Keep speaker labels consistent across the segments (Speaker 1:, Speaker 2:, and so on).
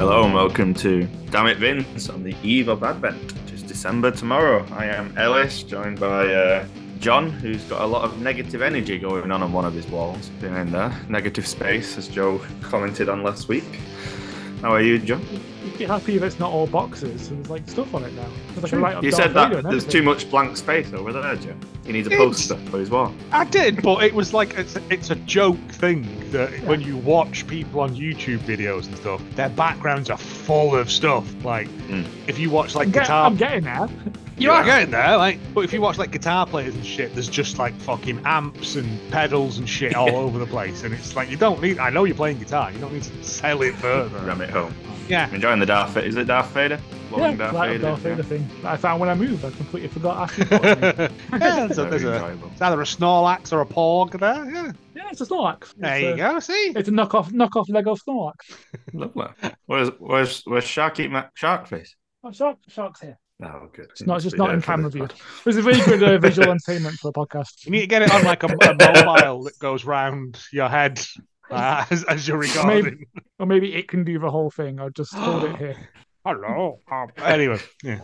Speaker 1: and welcome to Damn It Vince on the eve of Advent. It's December tomorrow. I am Ellis, joined by uh, John, who's got a lot of negative energy going on on one of his walls behind there. Negative space, as Joe commented on last week. How are you, John?
Speaker 2: You'd be happy if it's not all boxes. There's like stuff on it now. There's like a write-up
Speaker 1: You
Speaker 2: Darth
Speaker 1: said
Speaker 2: Vader
Speaker 1: that
Speaker 2: and
Speaker 1: there's
Speaker 2: everything.
Speaker 1: too much blank space over there, Joe. He needs a
Speaker 3: It's-
Speaker 1: poster for his wall.
Speaker 3: I did, but it was like it's it's a joke thing that when you watch people on YouTube videos and stuff, their backgrounds are full of stuff. Like
Speaker 1: Mm.
Speaker 3: if you watch like
Speaker 2: I'm, get-
Speaker 3: guitar,
Speaker 2: I'm getting there.
Speaker 3: you are
Speaker 1: Yeah.
Speaker 3: getting there. Like, but if you watch like guitar players and shit, there's just like fucking amps and pedals and shit all over the place, and it's like you don't need. I know you're playing guitar, you don't need to sell it further.
Speaker 1: Ram it home.
Speaker 3: yeah,
Speaker 1: I'm enjoying the Darth Vader. Is it Darth Vader?
Speaker 2: Yeah,
Speaker 1: Blowing
Speaker 2: that Darth Vader
Speaker 1: yeah.
Speaker 2: thing that I found when I moved. I completely forgot. Ashley
Speaker 3: yeah.
Speaker 2: bought me.
Speaker 3: there's a-
Speaker 1: Very
Speaker 3: there's a-
Speaker 1: enjoyable.
Speaker 3: it's either a Snorlax or a Porg there. Yeah,
Speaker 2: yeah, it's a Snorlax. It's
Speaker 3: there
Speaker 2: a,
Speaker 3: you go. See,
Speaker 2: It's a knockoff knockoff Lego Snorlax.
Speaker 1: Lovely. Where's where's where's Sharky Ma- Sharkface?
Speaker 2: Oh, shark, shark's here.
Speaker 1: Oh, good. It's
Speaker 2: not- it's not in camera view. It was a really good uh, visual entertainment for a podcast.
Speaker 3: You need to get it on like a, a mobile that goes round your head uh, as, as you're recording.
Speaker 2: Maybe. Or maybe it can do the whole thing. I'll just hold it here.
Speaker 3: Hello. Um, anyway, yeah.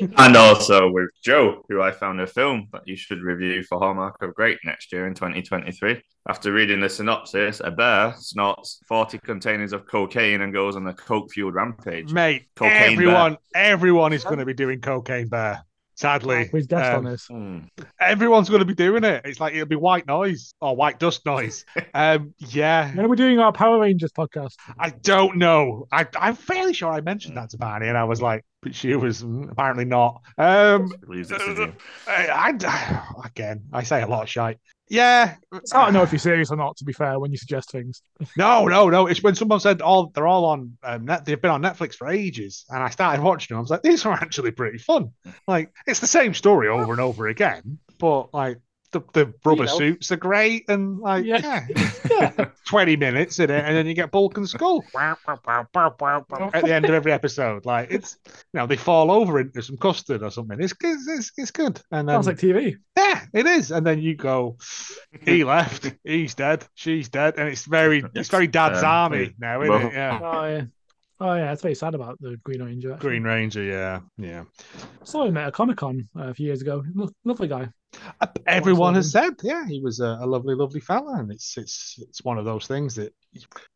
Speaker 1: And also with Joe, who I found a film that you should review for Hallmark of Great next year in 2023. After reading the synopsis, a bear snorts 40 containers of cocaine and goes on a coke fueled rampage.
Speaker 3: mate,
Speaker 1: Cocaine bear.
Speaker 3: everyone, everyone is going to be doing cocaine bear. Sadly,
Speaker 2: With guests
Speaker 3: Um,
Speaker 2: on this.
Speaker 1: Hmm.
Speaker 3: everyone's going to be doing it. It's like it'll be white noise or white dust noise. Um, yeah,
Speaker 2: When are we doing our Power Rangers podcast?
Speaker 3: I don't know. I, I'm fairly sure I mentioned that to Barney, and I was like, but she was mm, apparently not. Um,
Speaker 1: Leaves it to you.
Speaker 3: I, I- again, I say a lot of shite. Yeah,
Speaker 2: It's hard to know if you're serious or not, to be fair, when you suggest things.
Speaker 3: No, no, no. It's when someone said, "Oh, they're all on. Um, net, they've been on Netflix for ages," and I started watching them. I was like, "These are actually pretty fun. Like, it's the same story over and over again, but like the, the rubber
Speaker 2: You know.
Speaker 3: suits are great, and like
Speaker 2: Yeah.
Speaker 3: yeah, twenty minutes in it, and then you get Bulk and Skull at the end of every episode. Like it's you know they fall over into some custard or something. It's it's it's, it's good, and then
Speaker 2: Sounds like TV.
Speaker 3: yeah, it is. And then you go, he left, he's dead, she's dead, and it's very,
Speaker 1: Yes.
Speaker 3: it's very Dad's
Speaker 1: Um,
Speaker 3: Army now, isn't
Speaker 1: well-
Speaker 3: it? Yeah.
Speaker 2: Oh yeah. Oh yeah, that's very sad about the Green Ranger. actually.
Speaker 3: Green Ranger, yeah, yeah.
Speaker 2: Saw him at a Comic Con uh, a few years ago. Lo- lovely guy.
Speaker 3: Uh, Everyone has said, yeah, he was a, a lovely, lovely fella, and it's it's it's one of those things that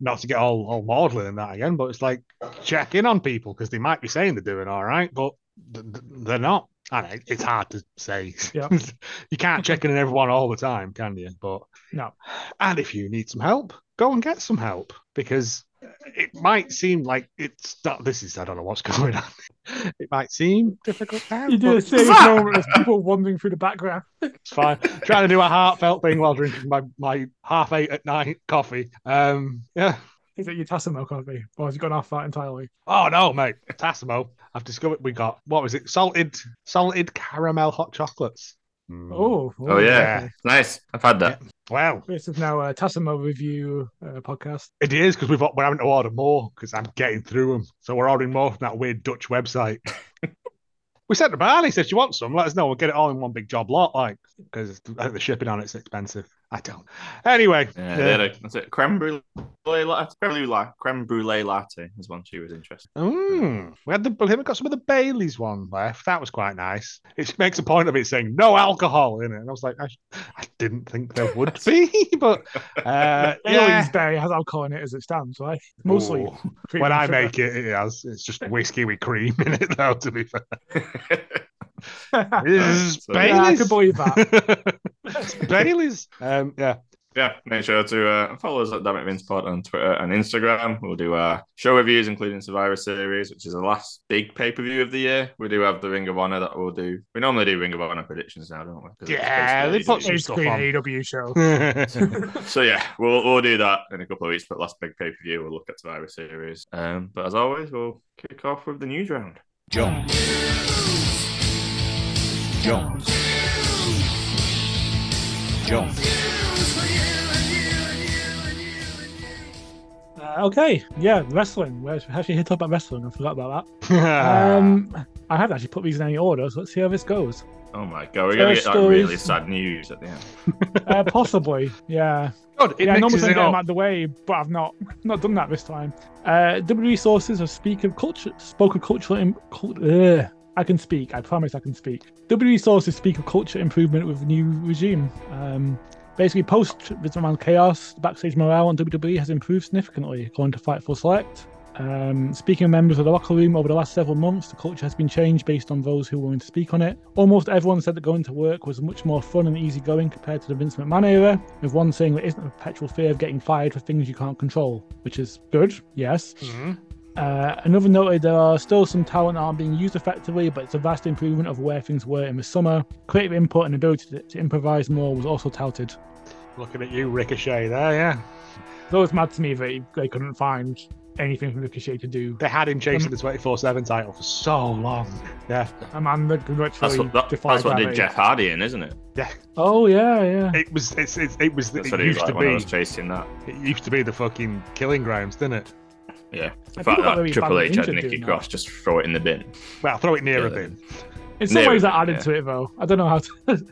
Speaker 3: not to get all all maudlin in that again, but it's like check in on people because they might be saying they're doing all right, but th- th- they're not. I know it's hard to say.
Speaker 2: Yeah.
Speaker 3: you can't check in on everyone all the time, can you? But
Speaker 2: No.
Speaker 3: And if you need some help, go and get some help because it might seem like it's not, this is I don't know what's going on. It might seem difficult now.
Speaker 2: You do a
Speaker 3: but-
Speaker 2: serious moment of people wandering through the background.
Speaker 3: it's fine. Trying to do a heartfelt thing while drinking my, my half eight at night coffee. Um, yeah.
Speaker 2: Is it your Tassimo coffee? Or has it gone off that entirely?
Speaker 3: Oh no, mate, Tassimo. I've discovered we got what was it? Salted, salted caramel hot chocolates.
Speaker 2: Oh,
Speaker 1: Oh, yeah.
Speaker 2: okay.
Speaker 1: Nice. I've had that.
Speaker 3: Wow,
Speaker 2: This is now a Tassimo review uh, podcast.
Speaker 3: it is because we've got- we're having to order more because I'm getting through them. So we're ordering more from that weird Dutch website. we sent to Barney said, "If you want some, let us know. We'll get it all in one big job lot, like because the shipping on it's expensive. I don't. Anyway,
Speaker 1: Yeah,
Speaker 3: yeah.
Speaker 1: They had a, that's it. Creme brulee, latte, creme brulee, creme brulee latte is one she was interested.
Speaker 3: Mm. We had the we got some of the Bailey's one left. That was quite nice. It makes a point of it saying no alcohol in it, and I was like, I, I didn't think there would be, but uh,
Speaker 2: Bailey's
Speaker 3: yeah.
Speaker 2: Berry has alcohol in it as it stands, right? Mostly.
Speaker 3: Ooh.
Speaker 2: cream
Speaker 3: when
Speaker 2: and
Speaker 3: I
Speaker 2: sugar.
Speaker 3: make it, it has, it's just whiskey with cream in it. Though to be fair, this is
Speaker 1: So-
Speaker 2: yeah, I could
Speaker 3: Bailey's.
Speaker 2: believe that.
Speaker 3: It's Bailey's. Um, yeah,
Speaker 1: yeah, make sure to uh, follow us at Damn It Vince Pod on Twitter and Instagram. We'll do our show reviews, including Survivor Series, which is the last big pay per view of the year. We do have the Ring of Honor that we'll do. We normally do Ring of Honor predictions now, don't we? 'Cause it's
Speaker 3: Yeah, they
Speaker 1: basically
Speaker 3: put
Speaker 1: easy.
Speaker 2: it's
Speaker 3: stuff
Speaker 2: Green
Speaker 3: on.
Speaker 2: AW show.
Speaker 1: So yeah, we'll we'll do that in a couple of weeks. But last big pay per view, we'll look at Survivor Series. Um, but as always, we'll kick off with the news round.
Speaker 2: Uh,
Speaker 4: Jones. Jones.
Speaker 2: Uh, okay, yeah, wrestling. We're actually here to talk
Speaker 3: Ah.
Speaker 2: Um, about wrestling. I forgot about that. Um, I haven't actually put these in any order, so let's see how this goes.
Speaker 1: Oh my god, we're gonna
Speaker 2: First
Speaker 1: get like really
Speaker 2: stories.
Speaker 1: sad news at the end.
Speaker 2: Uh, possibly, yeah.
Speaker 3: God, it
Speaker 2: yeah, I normally
Speaker 3: mixes
Speaker 2: get
Speaker 3: it
Speaker 2: them out
Speaker 3: up.
Speaker 2: of the way, but I've not not done that this time. Uh, WWE sources have speak of culture, spoke of cultural. Im- cult, ugh. I can speak. I promise I can speak. WWE E sources speak of culture improvement with new regime. Um, basically, post this amount of chaos, backstage morale on WWE has improved significantly, according to Fightful Select. Um, speaking of members of the locker room over the last several months, the culture has been changed based on those who were willing to speak on it. Almost everyone said that going to work was much more fun and easygoing compared to the Vince McMahon era, with one saying there isn't a perpetual fear of getting fired for things you can't control, which is good, yes.
Speaker 3: Mhm.
Speaker 2: Uh, another noted there are still some talent aren't being used effectively, but it's a vast improvement of where things were in the summer. Creative input and ability to, to improvise more was also touted.
Speaker 3: Looking at you, Ricochet. There, yeah.
Speaker 2: Though it's mad to me that they couldn't find anything from Ricochet to do.
Speaker 3: They had him
Speaker 2: Um,
Speaker 3: chasing the twenty-four-seven title for so long. Yeah,
Speaker 2: A man that could
Speaker 1: That's
Speaker 2: literally
Speaker 1: what, that,
Speaker 2: defy
Speaker 1: that's what did
Speaker 2: gravity.
Speaker 1: Jeff Hardy in, isn't it?
Speaker 3: yeah.
Speaker 2: Oh yeah, yeah.
Speaker 3: It was. It's. It's it was.
Speaker 1: That's
Speaker 3: It
Speaker 1: what he was
Speaker 3: used
Speaker 1: like
Speaker 3: to
Speaker 1: when I
Speaker 3: be.
Speaker 1: was chasing that.
Speaker 3: It used to be the fucking killing grounds, didn't it?
Speaker 1: Yeah. The
Speaker 2: people
Speaker 1: fact
Speaker 2: got
Speaker 1: that
Speaker 2: really
Speaker 1: uh, Triple
Speaker 2: badly
Speaker 1: H had
Speaker 2: injured
Speaker 1: Nikki
Speaker 2: doing that.
Speaker 1: Cross just throw it in the bin.
Speaker 3: Well, throw it near a
Speaker 1: Yeah.
Speaker 3: bin.
Speaker 2: In some
Speaker 1: Yeah,
Speaker 2: ways, that added
Speaker 1: yeah.
Speaker 2: to it though. I don't know how to. it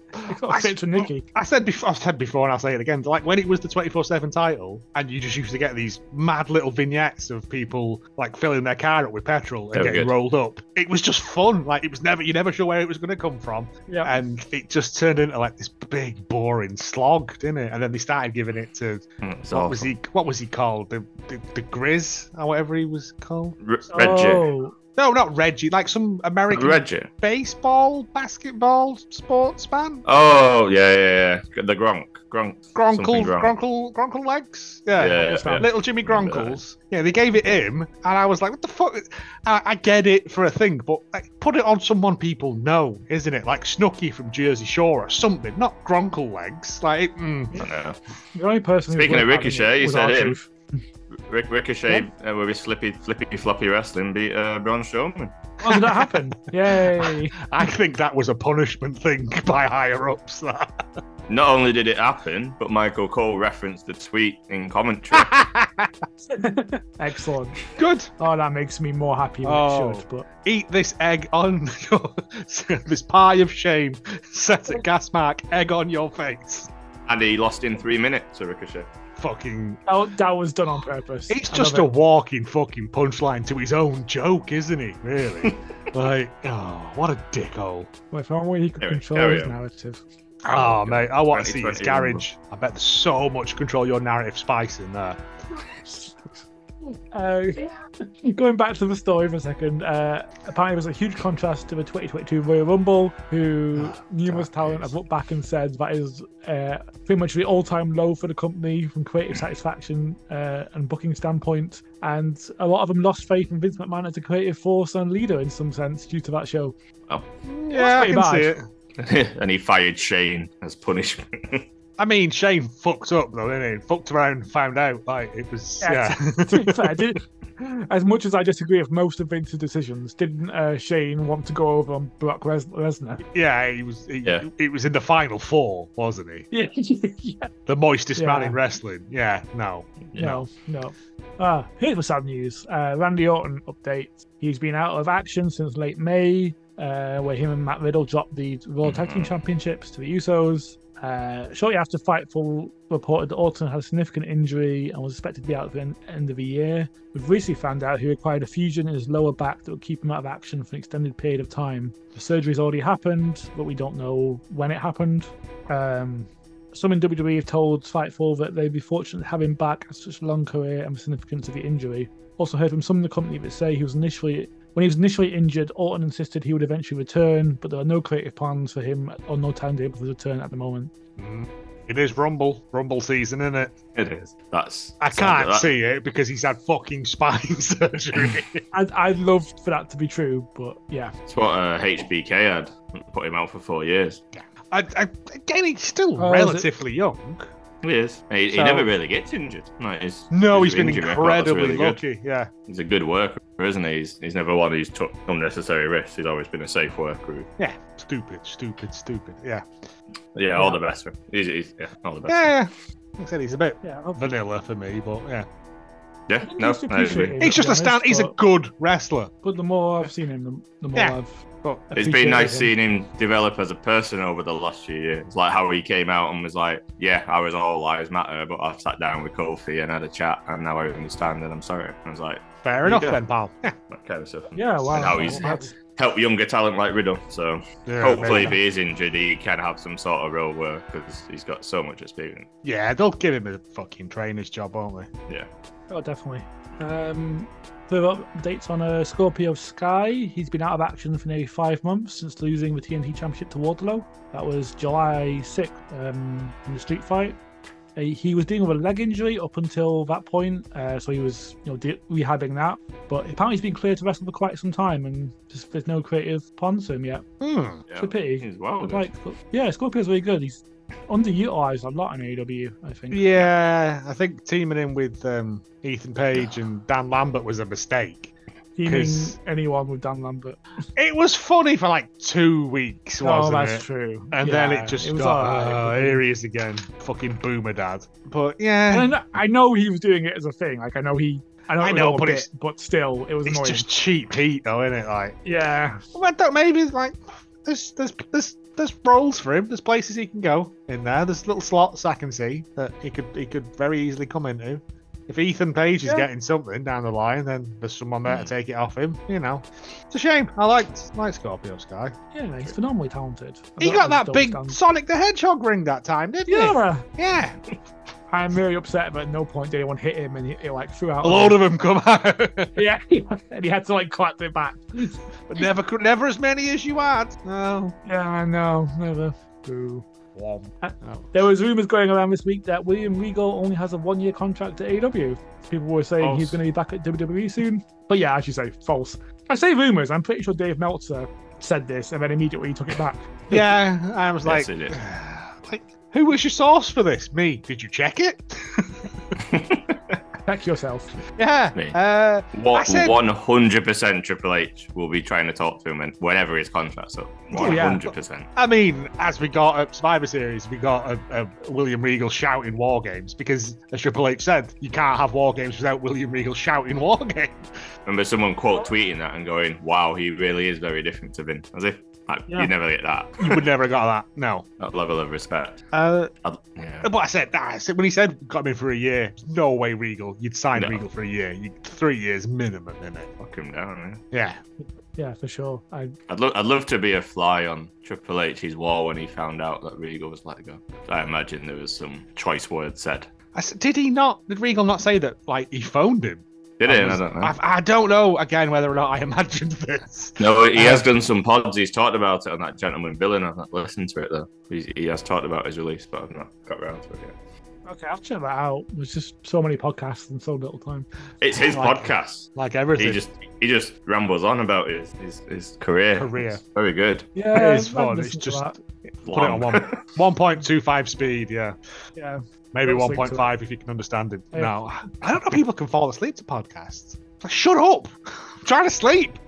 Speaker 2: got
Speaker 3: I-
Speaker 2: a fit to Nikki.
Speaker 3: I said before. I've said before, and I'll say it again. Like when it was the twenty-four-seven title, and you just used to get these mad little vignettes of people like filling their car up with petrol
Speaker 1: They
Speaker 3: and
Speaker 1: were
Speaker 3: getting
Speaker 1: good.
Speaker 3: rolled up. It was just fun. Like it was never. You're never sure where it was going to come from.
Speaker 2: Yeah.
Speaker 3: and it just turned into like this big boring slog, didn't it? And then they started giving it to
Speaker 1: Mm, It's
Speaker 3: what
Speaker 1: awful.
Speaker 3: was he? What was he called? The the, the Grizz or whatever he was called?
Speaker 1: R- Reggie.
Speaker 2: Oh,
Speaker 3: No, not Reggie. Like some American
Speaker 1: Reggie.
Speaker 3: baseball, basketball, sports man.
Speaker 1: Oh, yeah, yeah, yeah. The Gronk. Gronk.
Speaker 3: Gronkle,
Speaker 1: something Gronk.
Speaker 3: Gronkle, Gronkle legs.
Speaker 1: Yeah,
Speaker 3: Yeah.
Speaker 1: yeah,
Speaker 2: that's
Speaker 1: yeah.
Speaker 3: Little Jimmy
Speaker 1: Remember
Speaker 3: Gronkles. Yeah, they gave it him, and I was like, "What the fuck?" I, I get it for a thing, but like, put it on someone people know, isn't it? Like Snooky from Jersey Shore or something, not Gronkle legs. Like, it- mm,
Speaker 1: I know.
Speaker 2: the only person. who
Speaker 1: Speaking
Speaker 2: was
Speaker 1: of
Speaker 2: having it
Speaker 1: Ricochet, you
Speaker 2: was
Speaker 1: said him.
Speaker 2: R-Truth.
Speaker 1: Rick, Ricochet uh, with his slippy, flippy, floppy wrestling beat uh, Braun Strowman.
Speaker 2: Oh, did that happen? Yay!
Speaker 3: I think that was a punishment thing by higher ups. That.
Speaker 1: Not only did it happen, but Michael Cole referenced the tweet in commentary.
Speaker 2: Excellent.
Speaker 3: Good.
Speaker 2: Oh, that makes me more happy than
Speaker 3: Oh.
Speaker 2: it should. But
Speaker 3: Eat this egg on your this pie of shame. Set at gas mark. Egg on your face.
Speaker 1: and he lost in three minutes to Ricochet.
Speaker 3: Fucking.
Speaker 2: that, wa- that was done on purpose.
Speaker 3: It's
Speaker 2: I
Speaker 3: just a
Speaker 2: love it.
Speaker 3: walking fucking punchline to his own joke, isn't he? Really? like, oh, what a dickhole.
Speaker 2: Well, if only he could
Speaker 1: Anyway,
Speaker 2: control
Speaker 1: carry
Speaker 2: his
Speaker 1: on.
Speaker 2: narrative.
Speaker 3: Oh, mate, I want to see his
Speaker 1: 2020
Speaker 3: garage. I bet there's so much control your narrative spice in there.
Speaker 2: Uh, going back to the story for a second, uh, apparently it was a huge contrast to the 2022 Royal Rumble, who
Speaker 3: Ah,
Speaker 2: numerous
Speaker 3: that
Speaker 2: talent
Speaker 3: is-
Speaker 2: have looked back and said that is uh, pretty much the all-time low for the company from creative satisfaction uh, and booking standpoint. And a lot of them lost faith in Vince McMahon as a creative force and leader in some sense due to that show.
Speaker 3: Yeah, I
Speaker 2: pretty
Speaker 3: can
Speaker 2: bad.
Speaker 3: see it.
Speaker 1: and he fired Shane as punishment.
Speaker 3: I mean, Shane fucked up though, didn't he? Fucked around and found out. Like it was,
Speaker 2: Yeah.
Speaker 3: yeah.
Speaker 2: To be fair, I did- as much as I disagree with most of Vince's decisions, didn't uh, Shane want to go over on Brock Res- Lesnar?
Speaker 3: Yeah, he was. He,
Speaker 1: Yeah.
Speaker 3: he was in the final four, wasn't he?
Speaker 2: Yeah,
Speaker 3: The moistest man
Speaker 2: Yeah.
Speaker 3: in wrestling. Yeah, no.
Speaker 2: No, no. Ah, here's the sad news. Uh, Randy Orton update. He's been out of action since late May, uh, where him and Matt Riddle dropped the Raw Tag Team
Speaker 1: Mhm.
Speaker 2: Championships to the Usos. Uh, shortly after, Fightful reported that Orton had a significant injury and was expected to be out at the en- end of the year. We've recently found out he required a fusion in his lower back that would keep him out of action for an extended period of time. The surgery's already happened, but we don't know when it happened. Um, some in WWE have told Fightful that they'd be fortunate to have him back after such a long career and the significance of the injury. Also heard from some in the company that say he was initially when he was initially injured, Orton insisted he would eventually return, but there are no creative plans for him or no timetable for his return at the moment.
Speaker 3: Mm. It is Rumble, Rumble season, isn't it?
Speaker 1: It is. That's.
Speaker 3: I can't
Speaker 1: that-
Speaker 3: see it because he's had fucking spine surgery.
Speaker 2: I'd, I'd love for that to be true, but yeah.
Speaker 1: That's what uh, HBK had. Put him out for four years.
Speaker 3: I, I, again, he's still
Speaker 2: Oh, is it?
Speaker 3: relatively young.
Speaker 1: He is. He, he
Speaker 2: So-
Speaker 1: never really gets injured. Like, his,
Speaker 3: No,
Speaker 1: his
Speaker 3: he's been
Speaker 1: injury record's
Speaker 3: incredibly
Speaker 1: really good.
Speaker 3: lucky. Yeah.
Speaker 1: He's a good worker, isn't he? He's, he's never one who's took unnecessary risks. He's always been a safe worker.
Speaker 3: Yeah. Stupid, stupid, stupid. Yeah.
Speaker 1: Yeah, all the best. for him. He's, he's, yeah, all the best.
Speaker 3: Yeah. yeah. Like I said he's a bit
Speaker 2: Yeah,
Speaker 3: vanilla for me, but yeah.
Speaker 1: Yeah,
Speaker 2: think
Speaker 1: no,
Speaker 2: he's
Speaker 1: I agree.
Speaker 2: appreciated.
Speaker 3: He's just a stand. He's a good wrestler.
Speaker 2: But the more I've seen him, the, the more
Speaker 3: Yeah.
Speaker 2: I've.
Speaker 3: But
Speaker 1: It's
Speaker 2: appreciated
Speaker 1: been nice
Speaker 2: him.
Speaker 1: seeing him develop as a person over the last few years. It's like how he came out and was like, "Yeah, I was all lives matter," but I sat down with Kofi and had a chat, and now I understand, and I'm sorry. And I was like,
Speaker 3: fair enough
Speaker 1: Yeah.
Speaker 3: then, pal. Yeah.
Speaker 1: that kind of stuff.
Speaker 2: Yeah, wow.
Speaker 1: And how he's
Speaker 2: That's-
Speaker 1: helped younger talent like Riddle. So
Speaker 3: Yeah,
Speaker 1: hopefully,
Speaker 3: maybe.
Speaker 1: if he is injured, he can have some sort of real work because he's got so much experience.
Speaker 3: Yeah, they'll give him a fucking trainer's job, won't they?
Speaker 2: Oh, definitely. Um, further updates on uh, Scorpio Sky. He's been out of action for nearly five months since losing the TNT Championship to Wardlow. That was July 6th um, in the street fight. Uh, he was dealing with a leg injury up until that point, uh, so he was you know de- rehabbing that. But apparently, he's been cleared to wrestle for quite some time, and just there's no creative plans for him yet.
Speaker 3: Hmm.
Speaker 2: It's a pity.
Speaker 1: He's well.
Speaker 2: But, like, yeah, Scorpio's really good. He's underutilized a lot in AEW, I think.
Speaker 3: Yeah, I think teaming in with um, Ethan Page and Dan Lambert was a mistake.
Speaker 2: Teaming
Speaker 3: 'Cause-
Speaker 2: anyone with Dan Lambert.
Speaker 3: It was funny for like two weeks, wasn't
Speaker 2: Oh, that's
Speaker 3: it?
Speaker 2: true.
Speaker 3: And then
Speaker 2: Yeah,
Speaker 3: it just
Speaker 2: was
Speaker 3: got,
Speaker 2: alright.
Speaker 3: "Oh, here he is again, fucking boomer dad. But yeah,
Speaker 2: And I know he was doing it as a thing. Like I know he, I know,
Speaker 3: I
Speaker 2: it was
Speaker 3: know,
Speaker 2: all a
Speaker 3: but
Speaker 2: bit,
Speaker 3: it's-
Speaker 2: but still, it was
Speaker 3: it's
Speaker 2: annoying.
Speaker 3: just cheap heat, though, isn't it? Like,
Speaker 2: Yeah,
Speaker 3: well, I don't, maybe it's like there's there's there's there's roles for him. There's places he can go in there. There's little slots I can see that he could he could very easily come into. If Ethan Page is
Speaker 2: Yeah.
Speaker 3: getting something down the line, then there's someone there to take it off him. You know, it's a shame. I liked liked Scorpio Sky.
Speaker 2: yeah, he's phenomenally talented. I
Speaker 3: He
Speaker 2: don't
Speaker 3: got that big
Speaker 2: understand.
Speaker 3: Sonic the Hedgehog ring that time, didn't he?
Speaker 2: Yeah,
Speaker 3: Yeah.
Speaker 2: I'm very upset, but at no point did anyone hit him, and he, he like threw out.
Speaker 3: A load of them come out.
Speaker 2: yeah, and he had to like collect it back.
Speaker 3: But never, could- never as many as you had. No.
Speaker 2: Yeah, I know, never. Boo. Uh,
Speaker 3: Oh.
Speaker 2: There was rumors going around this week that William Regal only has a one-year contract at AEW. People were saying he's
Speaker 1: False.
Speaker 2: going to be back at WWE soon, but yeah, as you say, false. I say rumors. I'm pretty sure Dave Meltzer said this, and then immediately took it back.
Speaker 3: Yeah, I was like,
Speaker 1: Yes, it
Speaker 3: like, who was your source for this? Me. Did you check it?
Speaker 2: Check yourself.
Speaker 3: yeah.
Speaker 1: Me.
Speaker 3: Uh, I said-
Speaker 1: One hundred percent Triple H will be trying to talk to him and whenever his contract's up.
Speaker 2: Oh,
Speaker 1: One
Speaker 2: yeah.
Speaker 1: hundred percent.
Speaker 3: I mean, as we got at Survivor Series, we got a, a William Regal shouting War Games because, as Triple H said, you can't have War Games without William Regal shouting War Games.
Speaker 1: Remember someone quote tweeting that and going, "Wow, he really is very different to Vince." As if like,
Speaker 2: Yeah.
Speaker 1: you never get that
Speaker 3: You would never have got that. No.
Speaker 1: that level of respect.
Speaker 3: Uh,
Speaker 1: I'd- yeah.
Speaker 3: But I said, ah, I said when he said got him in for a year, no way, Regal. You'd sign
Speaker 1: No.
Speaker 3: Regal for a year. You, three years minimum, innit?
Speaker 1: Fuck him down. Man.
Speaker 3: Yeah.
Speaker 2: Yeah, for sure. I
Speaker 1: I'd love, I'd love to be a fly on Triple H's wall when he found out that Regal was let go. I imagine there was some choice words said.
Speaker 3: I said, did he not? Did Regal not say that? Like he phoned him.
Speaker 1: Did
Speaker 3: I
Speaker 1: it? I
Speaker 3: was-
Speaker 1: don't know.
Speaker 3: I, I don't know again whether or not I imagined this.
Speaker 1: No, he
Speaker 3: Uh,
Speaker 1: has done some pods. He's talked about it on that Gentleman Villain. I've not listened to it though. He's, he has talked about his release, but I've not got around to it yet.
Speaker 2: okay, I'll check that out. There's just so many podcasts and so little time.
Speaker 1: It's his
Speaker 3: Like-
Speaker 1: podcast.
Speaker 3: Like
Speaker 1: He
Speaker 3: everything.
Speaker 1: just he just rambles on about his his, his career.
Speaker 3: Career.
Speaker 1: It's very good.
Speaker 2: Yeah,
Speaker 3: It is
Speaker 2: I've
Speaker 3: fun,
Speaker 2: listened
Speaker 3: it's
Speaker 2: to
Speaker 3: just-
Speaker 2: that.
Speaker 3: Put it on
Speaker 1: Long.
Speaker 3: one, 1.25 speed, yeah.
Speaker 2: yeah.
Speaker 3: Maybe
Speaker 2: Don't sleep
Speaker 3: 1.5 if you can understand it.
Speaker 2: Yeah.
Speaker 3: No, I don't know. People can fall asleep to podcasts. Like, shut up! I'm trying to sleep.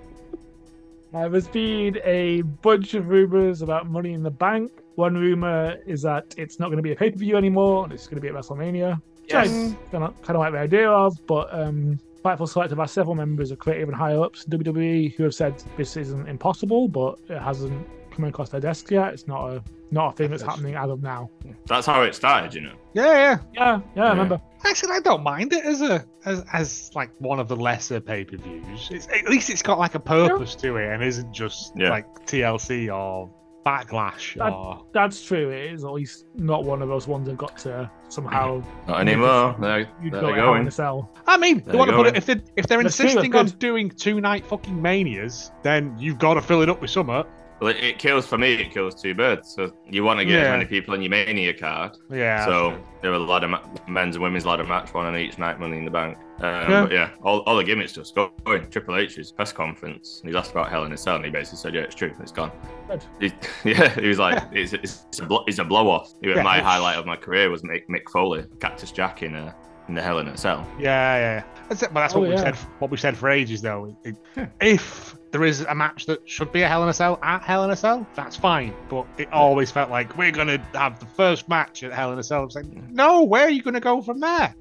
Speaker 2: Uh, there's been a bunch of rumors about Money in the Bank. One rumor is that it's not going to be a pay per view anymore, and it's going to be at WrestleMania.
Speaker 3: Yes.
Speaker 2: kind of, kind of like the idea of, but um, Fightful Select have had several members of creative and higher ups in WWE E, who have said this isn't impossible, but it hasn't come across their desk yet. It's not a not a thing that's
Speaker 3: That's-
Speaker 2: happening as of now.
Speaker 1: That's how it started, you know.
Speaker 3: Yeah, yeah.
Speaker 2: Yeah, yeah, I
Speaker 1: Yeah.
Speaker 2: remember.
Speaker 3: Actually, I don't mind it as a as, as like one of the lesser pay per views. At least it's got like a purpose to it and isn't just
Speaker 1: Yeah.
Speaker 3: like TLC or Backlash
Speaker 2: I-
Speaker 3: or
Speaker 2: That's true. It is at least not one of those ones that got to somehow
Speaker 1: Not anymore. There,
Speaker 2: you'd
Speaker 1: there
Speaker 2: go
Speaker 1: they're
Speaker 2: it out in
Speaker 1: going.
Speaker 2: the cell.
Speaker 3: I mean,
Speaker 1: There
Speaker 3: they
Speaker 1: you
Speaker 3: want to
Speaker 1: go,
Speaker 3: put it
Speaker 1: then.
Speaker 3: if they if they're
Speaker 2: Let's do it,
Speaker 3: insisting on
Speaker 2: good.
Speaker 3: doing two night fucking manias, then you've got to fill it up with summer.
Speaker 1: Well, it, it kills for me. It kills two birds. So you want to get
Speaker 3: Yeah.
Speaker 1: as many people on your mania card.
Speaker 3: Yeah.
Speaker 1: so there are a lot of ma- men's and women's ladder match, one on each night, Money in the Bank. Um,
Speaker 3: Yeah.
Speaker 1: But yeah, all, all the gimmicks just going. Triple H's press conference, and he's asked about Hell in a Cell, and he basically said, "Yeah, it's true, it's gone."
Speaker 2: Good.
Speaker 1: He- yeah, he was like, "It's, it's, a, blo- it's a blow off." He went,
Speaker 3: Yeah.
Speaker 1: my highlight of my career was Mick, Mick Foley, Cactus Jack in uh, in the Hell in a Cell.
Speaker 3: Yeah, yeah. That's it. But that's
Speaker 2: Oh,
Speaker 3: what we've
Speaker 2: yeah.
Speaker 3: said. What we've said for ages, though. It- If there is a match that should be a Hell in a Cell at Hell in a Cell, that's fine. But it always felt like we're gonna have the first match at Hell in a Cell. It's like, no, where are you gonna go from there?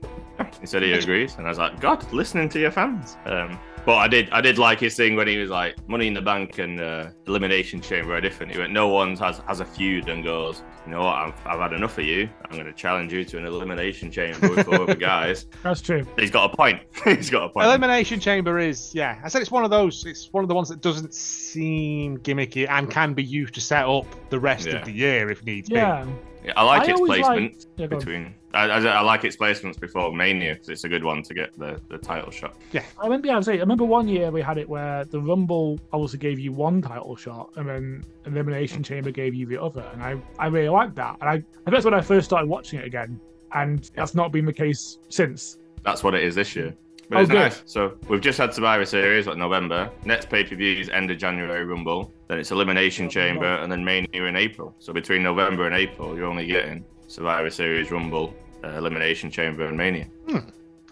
Speaker 1: He said he agrees, and I was like, God, listening to your fans. Um, but I did, I did like his thing when he was like, Money in the Bank and uh, Elimination Chamber are different. He went, No one has has a feud and goes, You know what? I've, I've had enough of you. I'm going to challenge you to an Elimination Chamber with four other guys.
Speaker 2: That's true.
Speaker 1: He's got a point. He's got a point.
Speaker 3: Elimination Chamber is yeah. I said it's one of those. It's one of the ones that doesn't seem gimmicky and can be used to set up the rest
Speaker 1: Yeah.
Speaker 3: of the year if needs
Speaker 2: Yeah.
Speaker 1: Yeah, I like
Speaker 2: I
Speaker 1: its
Speaker 2: always
Speaker 1: placement
Speaker 2: liked- yeah, go on.
Speaker 1: between. I, I, I like its placements before Mania 'cause it's a good one to get the, the title shot.
Speaker 2: I remember, yeah, I was saying, I remember one year we had it where the Rumble also gave you one title shot, and then Elimination Chamber gave you the other, and I, I really liked that, and I, I think that's when I first started watching it again, and that's not been the case since.
Speaker 1: That's what it is this year. But
Speaker 2: Oh,
Speaker 1: it's
Speaker 2: good.
Speaker 1: nice. So we've just had Survivor Series like November. Next pay per view is end of January Rumble. Then it's Elimination Chamber and then Mania in April. So between November and April, you're only getting Survivor Series, Rumble, uh, Elimination Chamber, and Mania.
Speaker 3: be. I'm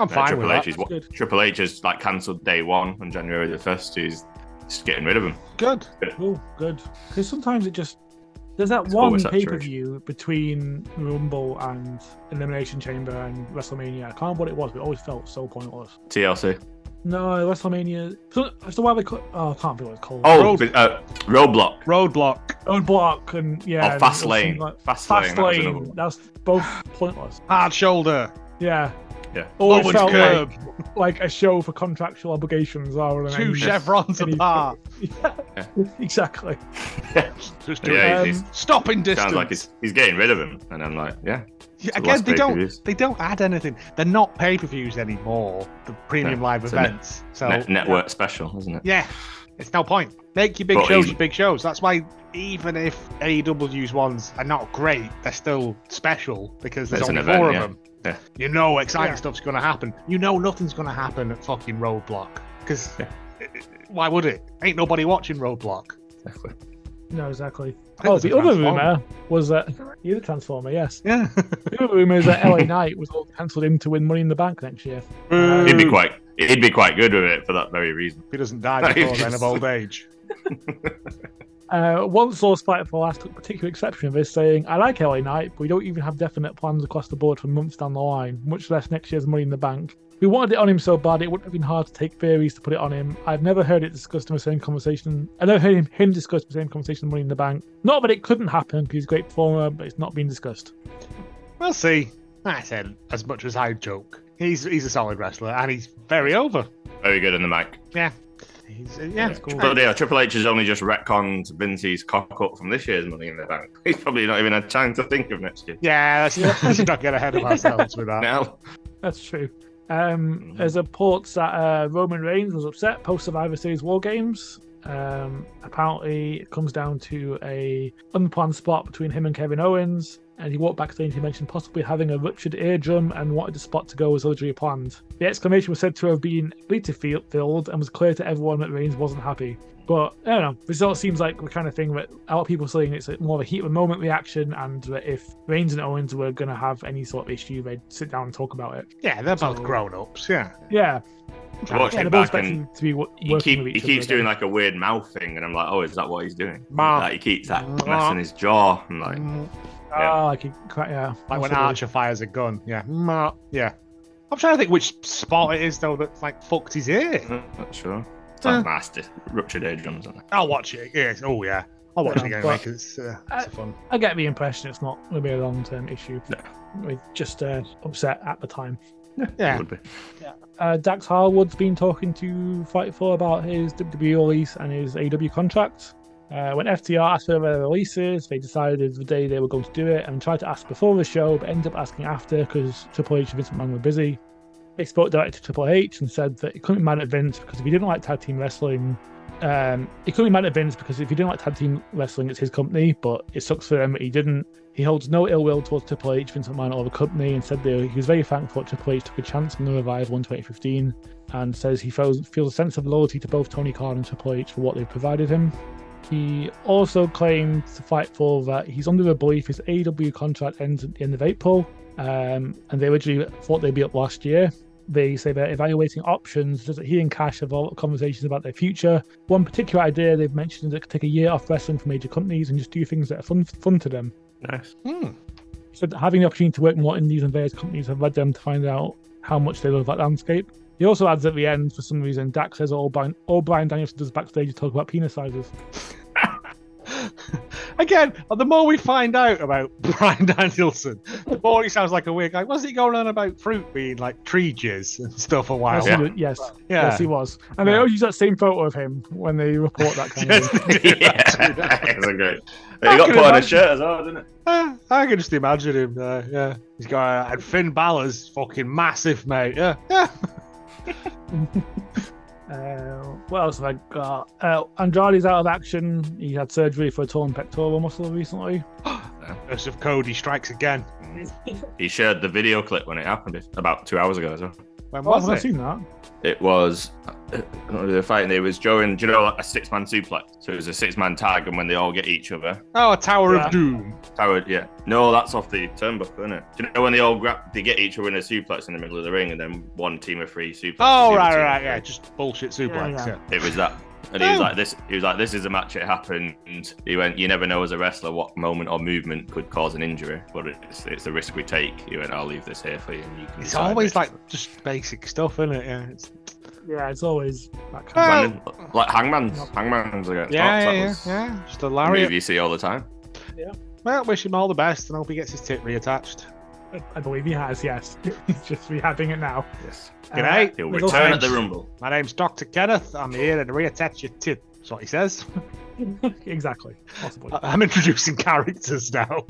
Speaker 1: Uh,
Speaker 3: fine
Speaker 1: Triple H
Speaker 3: with that.
Speaker 1: is
Speaker 2: That's
Speaker 1: what,
Speaker 2: good.
Speaker 1: Triple H is like cancelled day one on January the first. He's just getting rid of him.
Speaker 3: Good.
Speaker 2: Oh, good. Because sometimes it just there's that
Speaker 1: It's
Speaker 2: one pay
Speaker 1: oversaturation.
Speaker 2: per view between Rumble and Elimination Chamber and WrestleMania. I can't remember what it was, but it always felt so pointless.
Speaker 1: TLC.
Speaker 2: No, WrestleMania. So, so why they? co- Oh, I can't think what it's called.
Speaker 1: Oh,
Speaker 3: Road-
Speaker 1: uh, Roadblock.
Speaker 3: Roadblock.
Speaker 2: Roadblock and yeah.
Speaker 1: oh, fast
Speaker 2: and
Speaker 1: lane.
Speaker 2: something like-
Speaker 1: fast,
Speaker 2: Fast
Speaker 1: lane. that was another
Speaker 2: lane.
Speaker 1: one.
Speaker 2: That's both pointless.
Speaker 3: Hard shoulder.
Speaker 2: Yeah.
Speaker 1: Yeah.
Speaker 2: Always
Speaker 3: Owen's
Speaker 2: felt like,
Speaker 3: curb.
Speaker 2: like a show for contractual obligations rather than
Speaker 3: Two
Speaker 2: any-
Speaker 3: chevrons
Speaker 2: any-
Speaker 3: apart.
Speaker 2: Yeah, exactly.
Speaker 3: Just do
Speaker 1: Yeah,
Speaker 2: Um,
Speaker 1: he's,
Speaker 3: it. Stopping
Speaker 1: he's,
Speaker 3: distance.
Speaker 1: sounds like he's, he's getting rid of him, and I'm like, yeah.
Speaker 3: Yeah,
Speaker 1: the
Speaker 3: Again,
Speaker 1: last
Speaker 3: they don't.
Speaker 1: pay-per-views.
Speaker 3: They don't add anything. They're not pay per views anymore. The premium
Speaker 1: No,
Speaker 3: live
Speaker 1: it's a net-
Speaker 3: events. So
Speaker 1: Net- network special, isn't it?
Speaker 3: Yeah, it's no point. Make your big
Speaker 1: But
Speaker 3: shows
Speaker 1: even-
Speaker 3: your big shows. That's why even if AEW's ones are not great, they're still special because there's
Speaker 1: It's an
Speaker 3: only
Speaker 1: event,
Speaker 3: four of
Speaker 1: yeah.
Speaker 3: them.
Speaker 1: Yeah.
Speaker 3: You know exciting
Speaker 2: Yeah.
Speaker 3: stuff's going to happen. You know nothing's going to happen at fucking Roadblock because
Speaker 1: Yeah.
Speaker 3: why would it? Ain't nobody watching Roadblock.
Speaker 1: Definitely.
Speaker 2: No, exactly.
Speaker 3: I think
Speaker 2: Oh,
Speaker 3: there's
Speaker 2: the
Speaker 3: a
Speaker 2: other
Speaker 3: Transformer.
Speaker 2: rumor was that you're the transformer. Yes.
Speaker 3: Yeah.
Speaker 2: The other rumor is that LA Knight was all cancelled in to win Money in the Bank next year.
Speaker 3: Boo.
Speaker 2: It'd
Speaker 1: He'd be quite. He'd be quite good with it for that very reason.
Speaker 3: He doesn't die before then of
Speaker 1: Just-
Speaker 3: old age.
Speaker 2: Uh, one source cited for last took particular exception of this, saying, "I like LA Knight, but we don't even have definite plans across the board for months down the line, much less next year's Money in the Bank. We wanted it on him so bad it would have been hard to take theories to put it on him. I've never heard it discussed in the same conversation. I never heard him, him discussed in the same conversation Money in the Bank. Not that it couldn't happen, because he's a great performer, but it's not been discussed.
Speaker 3: We'll see. I said as much as I joke. He's he's a solid wrestler and he's very over.
Speaker 1: Very good in the mic.
Speaker 3: He's, uh, yeah,
Speaker 1: But yeah, Triple H has only just retconned Vincey's cock up from this year's Money in the Bank. He's probably not even had time to think of next year.
Speaker 3: Yeah, let's,
Speaker 2: Yeah.
Speaker 3: let's not get ahead of ourselves with that.
Speaker 1: Now,
Speaker 2: That's true." Um,
Speaker 1: Mhm.
Speaker 2: There's reports that uh, Roman Reigns was upset post Survivor Series War Games. Um, apparently, it comes down to a unplanned spot between him and Kevin Owens, and he walked backstage. He mentioned possibly having a ruptured eardrum and wanted the spot to go as originally planned. The exclamation was said to have been later fe- filled and was clear to everyone that Reigns wasn't happy. But I don't know. This all seems like the kind of thing that a lot of people are saying it's like more of a heat of the moment reaction, and that if Reigns and Owens were going to have any sort of issue, they'd sit down and talk about it.
Speaker 3: Yeah, they're both
Speaker 2: So-
Speaker 3: grown ups. Yeah.
Speaker 2: Yeah,
Speaker 1: watch
Speaker 2: yeah,
Speaker 1: it
Speaker 2: they're both
Speaker 1: back,
Speaker 2: expecting
Speaker 1: and
Speaker 2: to be wo-
Speaker 1: he,
Speaker 2: working
Speaker 1: keep,
Speaker 2: with
Speaker 1: he
Speaker 2: each
Speaker 1: keeps
Speaker 2: other
Speaker 1: doing like a weird mouth thing, and I'm like, oh, is that what he's doing?
Speaker 3: Ma.
Speaker 1: Like, he keeps that
Speaker 3: Ma.
Speaker 1: messing his jaw. I'm like,
Speaker 3: Mm,
Speaker 2: again. Ah, like, he cra- yeah,
Speaker 3: like when
Speaker 2: absolutely.
Speaker 3: Archer fires a gun. Yeah. Mm, uh, Yeah. I'm trying to think which spot it is though that's like fucked his ear.
Speaker 1: "Mm, not sure. It's
Speaker 3: Yeah.
Speaker 1: like nasty. Ruptured eardrums. isn't it?
Speaker 3: I'll watch it. Yeah. it's- Oh yeah. I'll watch
Speaker 2: Yeah,
Speaker 3: it again
Speaker 2: but-
Speaker 3: anyway, 'cause it's, uh, it's
Speaker 2: Uh,
Speaker 3: a fun.
Speaker 2: I get the impression it's not going to be a long-term issue. We're just uh, upset at the time.
Speaker 3: Yeah.
Speaker 1: Would be.
Speaker 2: Uh, Dax Harwood's been talking to Fightful about his WWE release and his AW contract. Uh, when FTR asked for their releases, they decided it was the day they were going to do it and tried to ask before the show, but ended up asking after because Triple H and Vince McMahon were busy. They spoke directly to Triple H and said that it couldn't be mad at Vince because if he didn't like tag team wrestling, um, it couldn't be mad at Vince because if he didn't like tag team wrestling, it's his company, but it sucks for him that he didn't. He holds no ill will towards Triple H, Vince McMahon, or the company, and said that he was very thankful that Triple H took a chance on the revive 1 2015, and says he feels, feels a sense of loyalty to both Tony Khan and Triple H for what they've provided him. He also claimed to fight for that he's under the belief his AEW contract ends at the end of April, um, and they originally thought they'd be up last year. They say they're evaluating options, just that he and Cash have a lot of conversations about their future. One particular idea they've mentioned is that take a year off wrestling for major companies and just do things that are fun, fun to them
Speaker 1: Nice.
Speaker 3: Hmm.
Speaker 2: said that having the opportunity to work more in these and various companies have led them to find out how much they love that landscape. He also adds at the end, for some reason, Dak says all Brian, all Brian Danielson does backstage is talk about penis sizes.
Speaker 3: Again, the more we find out about Brian Danielson, the more he sounds like a weird guy. Wasn't he going on about fruit being like tree jizz and stuff a while?
Speaker 2: Yes,
Speaker 3: back?
Speaker 2: he did- yes,
Speaker 3: Yeah.
Speaker 2: yes, he was. And they
Speaker 3: Yeah.
Speaker 2: always use that same photo of him when they report that kind of
Speaker 3: Yes,
Speaker 2: thing.
Speaker 3: they do actually.
Speaker 1: it's a great. He
Speaker 3: I
Speaker 1: got
Speaker 3: can
Speaker 1: put on a
Speaker 3: imagine.
Speaker 1: shirt as well, didn't it?
Speaker 3: Uh, I can just imagine him there. Yeah, he's got uh, and Finn Balor's fucking massive, mate. Yeah, yeah.
Speaker 2: Uh, what else have I got? Uh, Andrade's out of action. He had surgery for a torn pectoral muscle recently.
Speaker 3: Curse of Cody strikes again.
Speaker 1: He shared the video clip when it happened about two hours ago. So
Speaker 3: When
Speaker 2: Oh, I've
Speaker 3: was
Speaker 2: not
Speaker 3: it?
Speaker 2: seen that.
Speaker 1: it was the fighting. It was during, do you know, a six-man suplex. So it was a six-man tag, and when they all get each other,
Speaker 3: Oh, a Tower
Speaker 2: Yeah.
Speaker 3: of Doom.
Speaker 1: Howard, yeah. No, that's off the turnbuckle, isn't it? Do you know when they all grab, they get each other in a suplex in the middle of the ring, and then one team of three suplex.
Speaker 3: Oh,
Speaker 1: the other
Speaker 3: right,
Speaker 1: team
Speaker 3: right,
Speaker 1: of
Speaker 3: right,
Speaker 1: three.
Speaker 3: yeah, just bullshit
Speaker 2: Yeah,
Speaker 3: suplex. Yeah,
Speaker 2: yeah.
Speaker 1: It was that. And he was
Speaker 3: Oh.
Speaker 1: like, "This." He was like, "This is a match. It happened." He went, "You never know as a wrestler what moment or movement could cause an injury, but it's it's a risk we take." He went, "I'll leave this here for you." And you can
Speaker 3: It's
Speaker 1: decide
Speaker 3: always
Speaker 1: this."
Speaker 3: like just basic stuff, isn't it? Yeah, it's,
Speaker 2: Yeah, it's always that kind
Speaker 3: Ah,
Speaker 1: Random- like Hangman's. Hangman's against Mox,
Speaker 3: yeah,
Speaker 1: that
Speaker 3: yeah,
Speaker 1: was
Speaker 3: yeah. Just a
Speaker 1: a
Speaker 3: lariat.
Speaker 1: move you see all the time.
Speaker 3: Well, wish him all the best, and hope he gets his tit reattached.
Speaker 2: of, I believe he has, yes. He's just rehabbing it now. Uh,
Speaker 1: Yes,
Speaker 3: Good night.
Speaker 1: he'll
Speaker 2: there's also-
Speaker 1: return at the Rumble.
Speaker 3: My name's Doctor Kenneth. I'm here to reattach your tit. That's what he says.
Speaker 2: exactly. Possibly.
Speaker 3: I- I'm introducing characters now.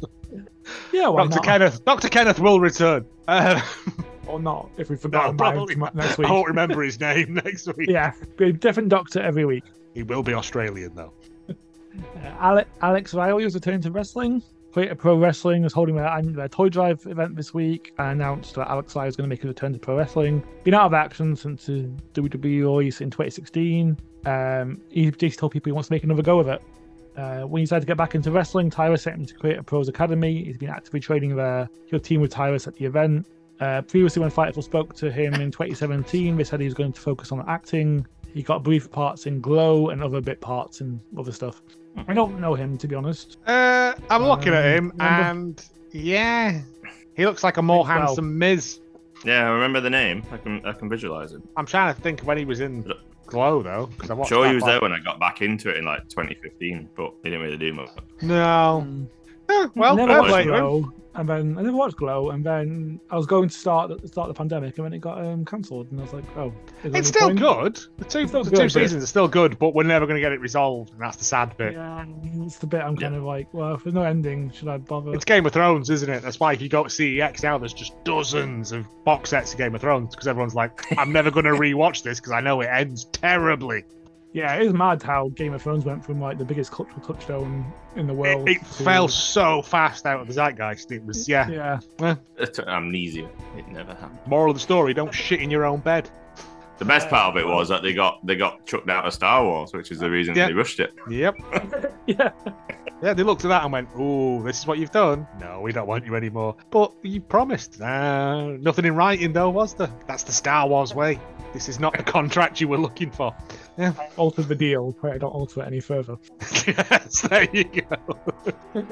Speaker 2: yeah, why
Speaker 3: Doctor
Speaker 2: not?
Speaker 3: Kenneth. Doctor Kenneth will return. Uh,
Speaker 2: or not, if we forgot
Speaker 3: no,
Speaker 2: him by
Speaker 3: probably
Speaker 2: tom-
Speaker 3: not.
Speaker 2: next
Speaker 3: I
Speaker 2: week.
Speaker 3: won't remember his name next week.
Speaker 2: Yeah, be a different doctor every week.
Speaker 3: He will be Australian though.
Speaker 2: Uh, Ale- Alex Riley has returned to wrestling. Creator Pro Wrestling is holding their, annual- their Toy Drive event this week and announced that Alex Riley is going to make a return to pro wrestling. Been out of action since his WWE release in 2016. Um, he just told people he wants to make another go of it. Uh, when he decided to get back into wrestling, Tyrus sent him to Creator Pro's Academy. He's been actively training there. He'll team with Tyrus at the event. Uh, previously, when Fightful spoke to him in 2017, they said he was going to focus on acting. He got brief parts in Glow and other bit parts and other stuff. I don't know him to be honest.
Speaker 3: Uh, I'm looking at him,
Speaker 2: Um, remember-
Speaker 3: and yeah, he looks like a more
Speaker 2: Well-
Speaker 3: handsome Miz.
Speaker 1: Yeah, I remember the name. I can I can visualize him.
Speaker 3: I'm trying to think when he was in Glow though, because I watched.
Speaker 1: sure,
Speaker 3: that
Speaker 1: he was there
Speaker 3: part.
Speaker 1: when I got back into it in like 2015, but he didn't really do much.
Speaker 3: No. Eh, well,
Speaker 2: I never
Speaker 3: fair
Speaker 2: watched
Speaker 3: play. to him.
Speaker 2: Glow, and then I never watched Glow, and then I was going to start start the pandemic, and then it got um, cancelled, and I was like, oh, is there
Speaker 3: It's
Speaker 2: any
Speaker 3: still
Speaker 2: point?
Speaker 3: good. The two,
Speaker 2: It's still
Speaker 3: the
Speaker 2: good,
Speaker 3: two
Speaker 2: but-
Speaker 3: seasons are still good, but we're never going to get it resolved, and that's the sad bit.
Speaker 2: Yeah, it's the bit I'm kind of like, well, if there's no ending, should I bother?
Speaker 3: It's Game of Thrones, isn't it? That's why if you go to CEX now, there's just dozens of box sets of Game of Thrones because everyone's like, I'm never going to rewatch this because I know it ends terribly.
Speaker 2: Yeah, it is mad how Game of Thrones went from like the biggest cultural touchstone in the world.
Speaker 3: It, it
Speaker 2: to-
Speaker 3: fell so fast out of the zeitgeist. It was, yeah.
Speaker 2: Yeah,
Speaker 1: It's amnesia. It never happened.
Speaker 3: Moral of the story: Don't shit in your own bed.
Speaker 1: The best part of it was that they got they got chucked out of Star Wars, which is the reason
Speaker 3: Yeah.
Speaker 1: they rushed it.
Speaker 3: Yep.
Speaker 2: yeah.
Speaker 3: Yeah, they looked at that and went, "Ooh, this is what you've done. No, we don't want you anymore." But you promised. Uh, nothing in writing, though, was there? That's the Star Wars way. This is not the contract you were looking for.
Speaker 2: I altered the deal. Pray I don't alter it any further.
Speaker 3: yes, there you go.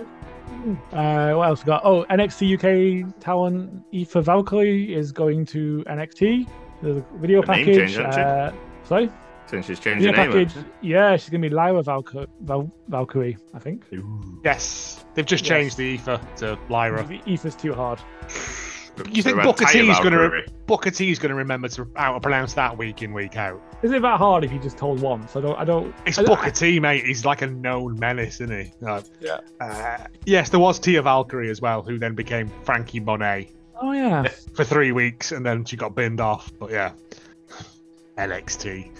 Speaker 2: Uh, what else we got? Oh, NXT UK talent Aoife Valkyrie is going to NXT. There's a video
Speaker 1: Her name
Speaker 2: package.
Speaker 1: change, hasn't she?
Speaker 2: uh, sorry,
Speaker 1: Since she's changed
Speaker 2: video
Speaker 1: the name.
Speaker 2: package.
Speaker 1: hasn't
Speaker 2: Yeah, she's gonna be Lyra Valkyrie, Val- Valkyrie I think.
Speaker 1: she? Ooh.
Speaker 3: Yes, they've just
Speaker 2: Yes. Mm-hmm.
Speaker 3: changed the Aoife to Lyra.
Speaker 2: Aoife's too hard.
Speaker 3: You think
Speaker 1: Around
Speaker 3: Booker
Speaker 1: Taya
Speaker 3: T is going to
Speaker 1: Valkyrie.
Speaker 3: Booker T is going to remember to how to pronounce that week in week out?
Speaker 2: Is it that hard if you just told once? I don't. I don't.
Speaker 3: It's
Speaker 2: I-
Speaker 3: Booker T, mate. He's like a known menace, isn't he? Like,
Speaker 1: Yeah.
Speaker 3: Uh, yes, there was Tia Valkyrie as well, who then became Frankie Monet
Speaker 2: Oh yeah.
Speaker 3: for three weeks, and then she got binned off. But yeah, NXT.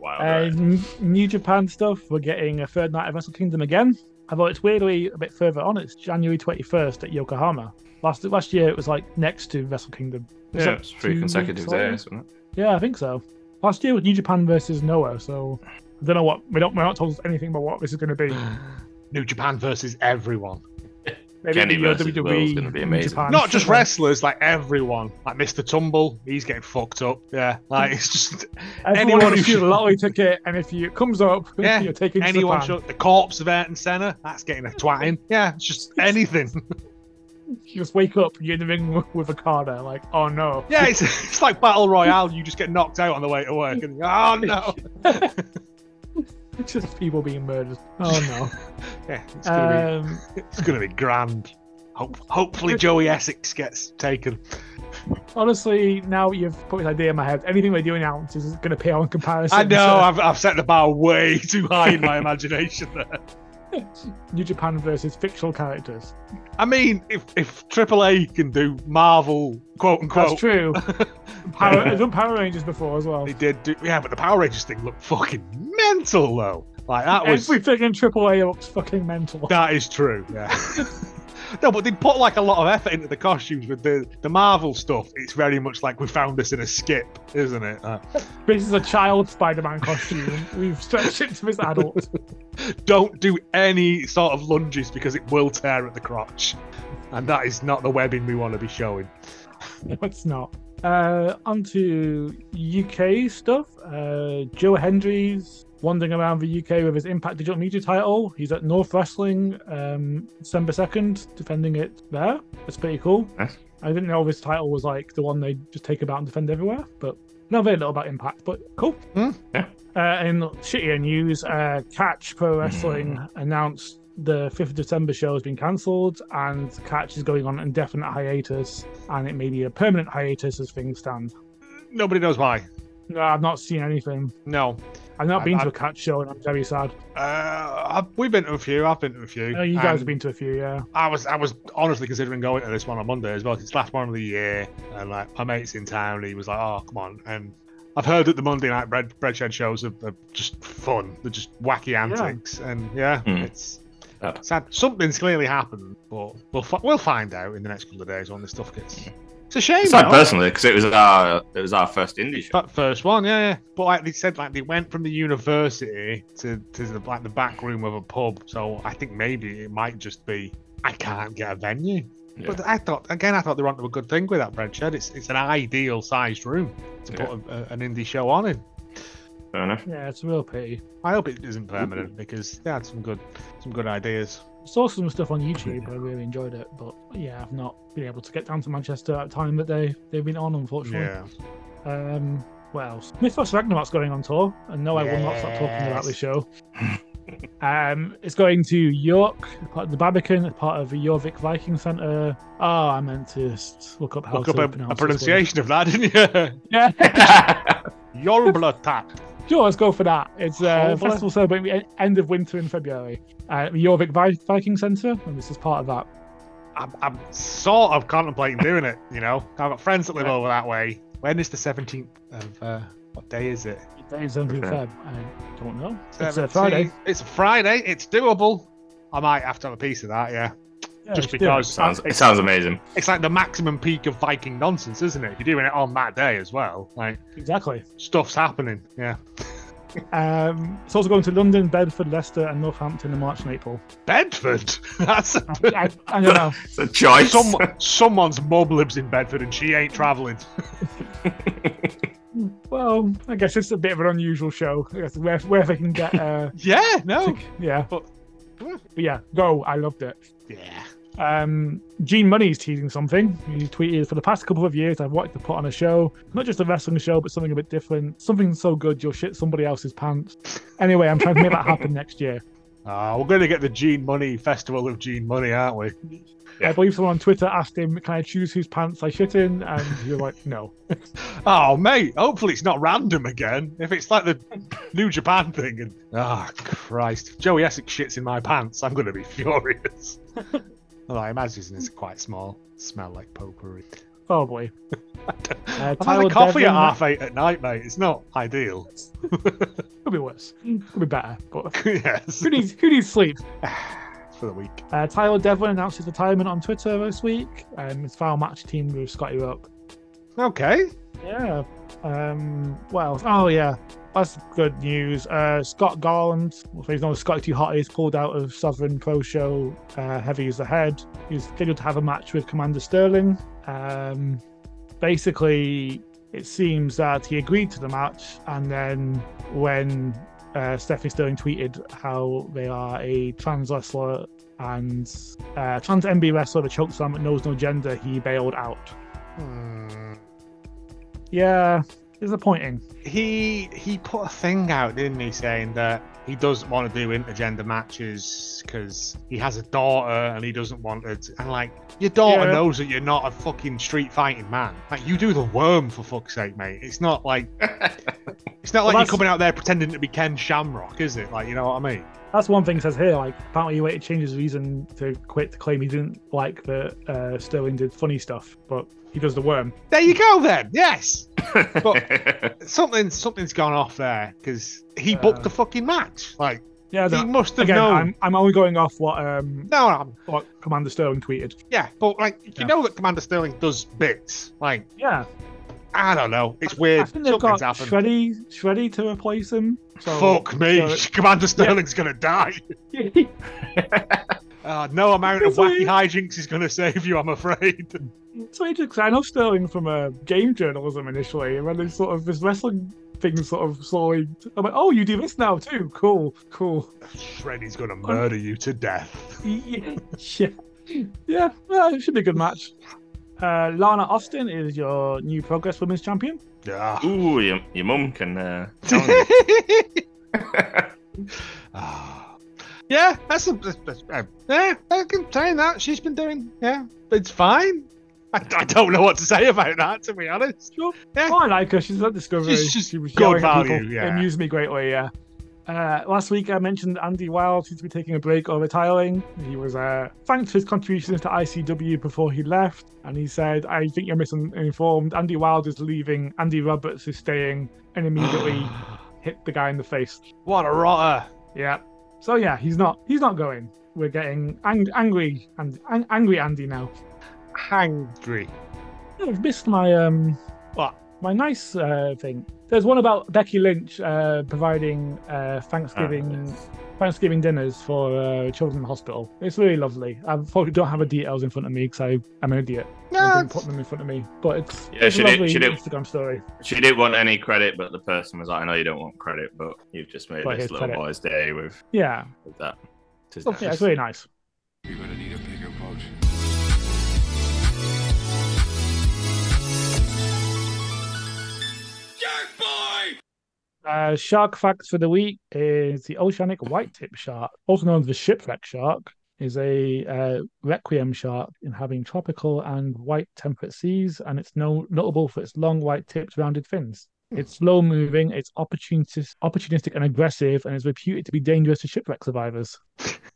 Speaker 1: Wow.
Speaker 3: Um,
Speaker 2: Uh,
Speaker 1: right.
Speaker 2: N- New Japan stuff. We're getting a third night of Wrestle Kingdom again. Although it's weirdly a bit further on. It's January 21st at Yokohama. Last last year it was like next to Wrestle Kingdom. Is
Speaker 1: yeah,
Speaker 2: that
Speaker 1: it's three
Speaker 2: two
Speaker 1: consecutive
Speaker 2: weeks later?
Speaker 1: days, wasn't it?
Speaker 2: Yeah, I think so. Last year was New Japan versus Noah, so I don't know what we don't we're not told anything about what this is going to be.
Speaker 3: New Japan versus everyone,
Speaker 2: Maybe
Speaker 1: Kenny
Speaker 2: it'll
Speaker 1: versus
Speaker 2: WWE,
Speaker 1: Will's gonna be
Speaker 2: New
Speaker 1: amazing.
Speaker 2: E Japan,
Speaker 3: not just
Speaker 2: something.
Speaker 3: wrestlers, like everyone. Like Mr. Tumble, he's getting fucked up. Yeah, like it's just
Speaker 2: Everyone
Speaker 3: Anyone
Speaker 2: Anyone
Speaker 3: who
Speaker 2: who shoot
Speaker 3: should-
Speaker 2: a lottery ticket, and if you it comes up,
Speaker 3: Yeah,
Speaker 2: you're taking
Speaker 3: anyone.
Speaker 2: Japan.
Speaker 3: Shot, the corpse of Ayrton Senna, that's getting a twatting. Yeah, it's just anything.
Speaker 2: You just wake up, you're in the ring with a Okada. Like, oh no.
Speaker 3: Yeah, it's, it's like battle royale. You just get knocked out on the way to work. And, oh no!
Speaker 2: It's just people being murdered. Oh
Speaker 3: Yeah, it's
Speaker 2: no.
Speaker 3: gonna,
Speaker 2: um,
Speaker 3: be, it's gonna be grand. Hope, hopefully, Joey Essex gets taken.
Speaker 2: honestly, now you've put this idea in my head. Anything they do announce is going to pale in comparison.
Speaker 3: I know.
Speaker 2: to
Speaker 3: I've, I've set the bar way too high in my imagination. There.
Speaker 2: New Japan versus fictional characters.
Speaker 3: I mean, if if AAA can do Marvel, quote
Speaker 2: That's
Speaker 3: unquote,
Speaker 2: true. Power, I've done Power Rangers before as well.
Speaker 3: they did. Do, yeah, but the Power Rangers thing looked fucking mental though. Like that was
Speaker 2: Everything in AAA looks fucking mental.
Speaker 3: That is true. Yeah. no, but they put like a lot of effort into the costumes with the the Marvel stuff. It's very much like we found this in a skip, isn't it? Uh,
Speaker 2: This is a child Spider-Man costume. We've stretched it to this adult.
Speaker 3: don't do any sort of lunges because it will tear at the crotch, and that is not the webbing we want to be showing.
Speaker 2: No, it's not. Uh, on to UK stuff. Uh, Joe Hendry's wandering around the UK with his Impact Digital Media title. He's at North Wrestling um, December 2nd, defending it there. That's pretty cool.
Speaker 1: Nice.
Speaker 2: I didn't know this title was like the one they just take about and defend everywhere, but know very little about Impact, but cool.
Speaker 3: Hmm,
Speaker 1: yeah.
Speaker 2: Uh, and shittier news, uh, Catch Pro Wrestling announced the 5th of December show has been cancelled and Catch is going on indefinite hiatus and it may be a permanent hiatus as things stand.
Speaker 3: Nobody knows why.
Speaker 2: No, I've not seen anything.
Speaker 3: No.
Speaker 2: I've not
Speaker 3: I-
Speaker 2: been
Speaker 3: I-
Speaker 2: to a Catch show and I'm very sad.
Speaker 3: Uh, I, we've been to a few. I've been to a few.
Speaker 2: No, you guys
Speaker 3: and
Speaker 2: have been to a few, yeah.
Speaker 3: I was I was honestly considering going to this one on Monday as well. 'cause It's the last one of the year, and like my mate's in town, and he was like, "Oh, come on!" And I've heard that the Monday night bread breadshed shows are, are just fun. They're just wacky antics, and yeah,
Speaker 1: Hmm.
Speaker 3: it's
Speaker 1: Sad.
Speaker 3: sad. Something's clearly happened, but we'll fi- we'll find out in the next couple of days when this stuff gets. It's a shame.
Speaker 1: It's sad
Speaker 3: though.
Speaker 1: personally because it was our it was our first indie show.
Speaker 3: That first one, yeah, yeah. But like they said, like they went from the university to, to the like the back room of a pub. So I think maybe it might just be I can't get a venue. But I thought again, I thought they were onto a good thing with that bread shed. It's it's an ideal sized room to
Speaker 1: Yeah.
Speaker 3: put a, a, an indie show on in.
Speaker 1: Fair enough.
Speaker 2: Yeah, it's a real pity.
Speaker 3: I hope it isn't permanent because they had some good some good ideas.
Speaker 2: Saw some stuff on YouTube, I really enjoyed it, but yeah, I've not been able to get down to Manchester at the time that they, they've been on, unfortunately.
Speaker 3: Yeah,
Speaker 2: Um, what else? Mythos Ragnarok's going on tour, and no, I will not stop talking about this show. um, it's going to York, part of the Barbican, it's part of the Jorvik Viking Centre. Oh, I meant to s- look up how
Speaker 3: look
Speaker 2: to
Speaker 3: up
Speaker 2: pronounce
Speaker 3: a, a
Speaker 2: this word.
Speaker 3: pronunciation of that, didn't
Speaker 2: Yeah,
Speaker 3: you? Yorblatat.
Speaker 2: sure, let's go for that. It's a
Speaker 3: Oh, boy.
Speaker 2: festival celebrating the e- end of winter in February. Uh, the Jorvik Vi- Viking Centre, and this is part of that.
Speaker 3: I'm, I'm sort of contemplating doing it. You know, I've got friends that live over that way. When is the seventeenth of uh, what day is it?
Speaker 2: Days until
Speaker 1: Okay.
Speaker 2: Feb. I don't know. It's a Friday.
Speaker 3: 17th. It's a Friday. It's doable. I might have to have a piece of that. Yeah,
Speaker 2: Yeah, let's
Speaker 3: just
Speaker 2: do it.
Speaker 3: because
Speaker 1: Sounds it sounds amazing.
Speaker 3: it's like the maximum peak of Viking nonsense, isn't it? If you're doing it on that day as well, like
Speaker 2: Exactly.
Speaker 3: stuff's happening. Yeah,
Speaker 2: Um, it's also going to London, Bedford, Leicester, and Northampton in March and April.
Speaker 3: Bedford. That's
Speaker 2: I, I don't know.
Speaker 1: It's a choice.
Speaker 3: some, someone's mob lives in Bedford and she ain't travelling.
Speaker 2: Well, I guess it's a bit of an unusual show. I guess where where they can get. Uh,
Speaker 3: Yeah, no.
Speaker 2: tick- yeah, but,
Speaker 3: Oh. But-
Speaker 2: yeah, go. I loved it.
Speaker 3: Yeah.
Speaker 2: Um, Gene Money's teasing something. He tweeted, "For the past couple of years, I've wanted to put on a show, not just a wrestling show, but something a bit different. Something so good you'll shit somebody else's pants." Anyway, I'm trying to make that happen next year.
Speaker 3: Ah, we're going to get the Gene Money Festival of Gene Money, aren't we?
Speaker 2: I believe someone on Twitter asked him, "Can I choose whose pants I shit in?" And you're like, "No."
Speaker 3: Oh, mate, hopefully it's not random again. If it's like the New Japan thing and. Ah, Christ. If Joey Essex shits in my pants, I'm going to be furious. well, I imagine it's quite small. Smell like potpourri.
Speaker 2: Probably.
Speaker 3: I've had
Speaker 2: Uh, Tyler
Speaker 3: a coffee
Speaker 2: Devlin-
Speaker 3: at half eight at night, mate. It's not ideal.
Speaker 2: Could be worse. Could be better. But
Speaker 3: yes.
Speaker 2: who needs who needs sleep?
Speaker 3: For the week.
Speaker 2: Uh, Tyler Devlin announced his retirement on Twitter this week. Um, his final match team with Scotty Rock.
Speaker 3: Okay.
Speaker 2: Yeah. Um, what else? Oh, yeah. That's good news. Uh, Scott Garland, well, he's known as Scotty Too Hot, is pulled out of Sovereign Pro Show uh, Heavies Ahead. He's scheduled to have a match with Commander Sterling. Um, basically, it seems that he agreed to the match, and then when uh, Stephanie Sterling tweeted how they are a trans wrestler and uh, trans MB wrestler with a chokeslam but knows no gender. He bailed out.
Speaker 3: Hmm.
Speaker 2: Yeah, disappointing.
Speaker 3: He he put a thing out, didn't he, saying that he doesn't want to do intergender matches because he has a daughter and he doesn't want her to. And like, your daughter
Speaker 2: Yeah.
Speaker 3: knows that you're not a fucking street fighting man. Like, you do the worm for fuck's sake, mate. It's not like it's not
Speaker 2: Well,
Speaker 3: like you're
Speaker 2: that's-
Speaker 3: coming out there pretending to be Ken Shamrock, is it? Like, you know what I mean?
Speaker 2: That's one thing it says here. Like apparently he waited to change his reason to quit to claim he didn't like that uh, Sterling did funny stuff, but he does the worm.
Speaker 3: There you go, then. Yes,
Speaker 1: But-
Speaker 3: something something's gone off there because he booked
Speaker 2: Uh,
Speaker 3: the fucking match. Like,
Speaker 2: Yeah,
Speaker 3: he
Speaker 2: that,
Speaker 3: must have
Speaker 2: again,
Speaker 3: known.
Speaker 2: I'm, I'm only going off what um
Speaker 3: No, I'm,
Speaker 2: what Commander Sterling tweeted.
Speaker 3: yeah, but like, you
Speaker 2: Yeah.
Speaker 3: know that Commander Sterling does bits. Like.
Speaker 2: Yeah,
Speaker 3: I don't know. It's
Speaker 2: I
Speaker 3: weird.
Speaker 2: think they've
Speaker 3: Something's
Speaker 2: got
Speaker 3: happened.
Speaker 2: Shreddy Shreddy to replace him. So,
Speaker 3: Fuck me.
Speaker 2: so-
Speaker 3: Commander Sterling's going to die. Uh, no amount of
Speaker 2: It's weird.
Speaker 3: wacky hijinks is going to save you, I'm afraid.
Speaker 2: So interesting. 'cause I know Sterling from uh, game journalism initially, and then this sort of this wrestling thing sort of slowly. I'm like, oh, you do this now too. Cool, cool.
Speaker 3: Shreddy's
Speaker 2: Oh.
Speaker 3: going to murder you to death.
Speaker 2: Yeah, yeah. Well, it should be a good match. Uh, Lana Austin is your new Progress Women's Champion.
Speaker 3: Yeah.
Speaker 1: Ooh, your, your mum can. Uh, tell you.
Speaker 3: Ah. yeah, that's a. That's, that's- uh, yeah, I can say that. She's been doing. Yeah, it's fine. I, I don't know what to say about that, to be honest.
Speaker 2: Sure.
Speaker 3: Yeah.
Speaker 2: Oh, I like her. She's at Discovery.
Speaker 3: She's- she's
Speaker 2: she was
Speaker 3: good
Speaker 2: yelling at people.
Speaker 3: value, yeah.
Speaker 2: It amused me greatly. Yeah. Uh, last week I mentioned Andy Wild seems to be taking a break or retiring. He was uh, thanked for his contributions to ICW before he left, and he said, "I think you're misinformed. Andy Wild is leaving. Andy Roberts is staying." And immediately hit the guy in the face.
Speaker 3: what a rotter.
Speaker 2: Yeah. So yeah, he's not. He's not going. We're getting ang- angry and ang- angry Andy now.
Speaker 3: Hangry.
Speaker 2: Yeah, I've missed my um
Speaker 3: What?
Speaker 2: my nice uh, thing. There's one about Becky Lynch uh, providing uh,
Speaker 1: Ah,
Speaker 2: Thanksgiving Thanksgiving dinners for uh, children in hospital. It's really lovely. I probably don't have the details in front of me because I am an idiot. I
Speaker 3: No,
Speaker 2: didn't put them in front of me, but it's,
Speaker 1: Yeah,
Speaker 2: it's a
Speaker 1: she did-
Speaker 2: lovely
Speaker 1: she did.
Speaker 2: Instagram story.
Speaker 1: she didn't want any credit, but the person was like, "I know you don't want credit, but you've just made
Speaker 2: But here's
Speaker 1: this little
Speaker 2: credit."
Speaker 1: boy's day with,
Speaker 2: Yeah,
Speaker 1: with that." 'Tis
Speaker 2: yeah,
Speaker 3: Okay,
Speaker 1: nice.
Speaker 2: it's really nice.
Speaker 4: You're gonna need a bigger boat.
Speaker 2: Uh, shark facts for the week is the oceanic white tip shark, also known as the shipwreck shark, is a uh, requiem shark inhabiting tropical and white temperate seas, and it's no- notable for its long white tipped rounded fins. It's slow moving, it's opportunis- opportunistic and aggressive, and is reputed to be dangerous to shipwreck survivors.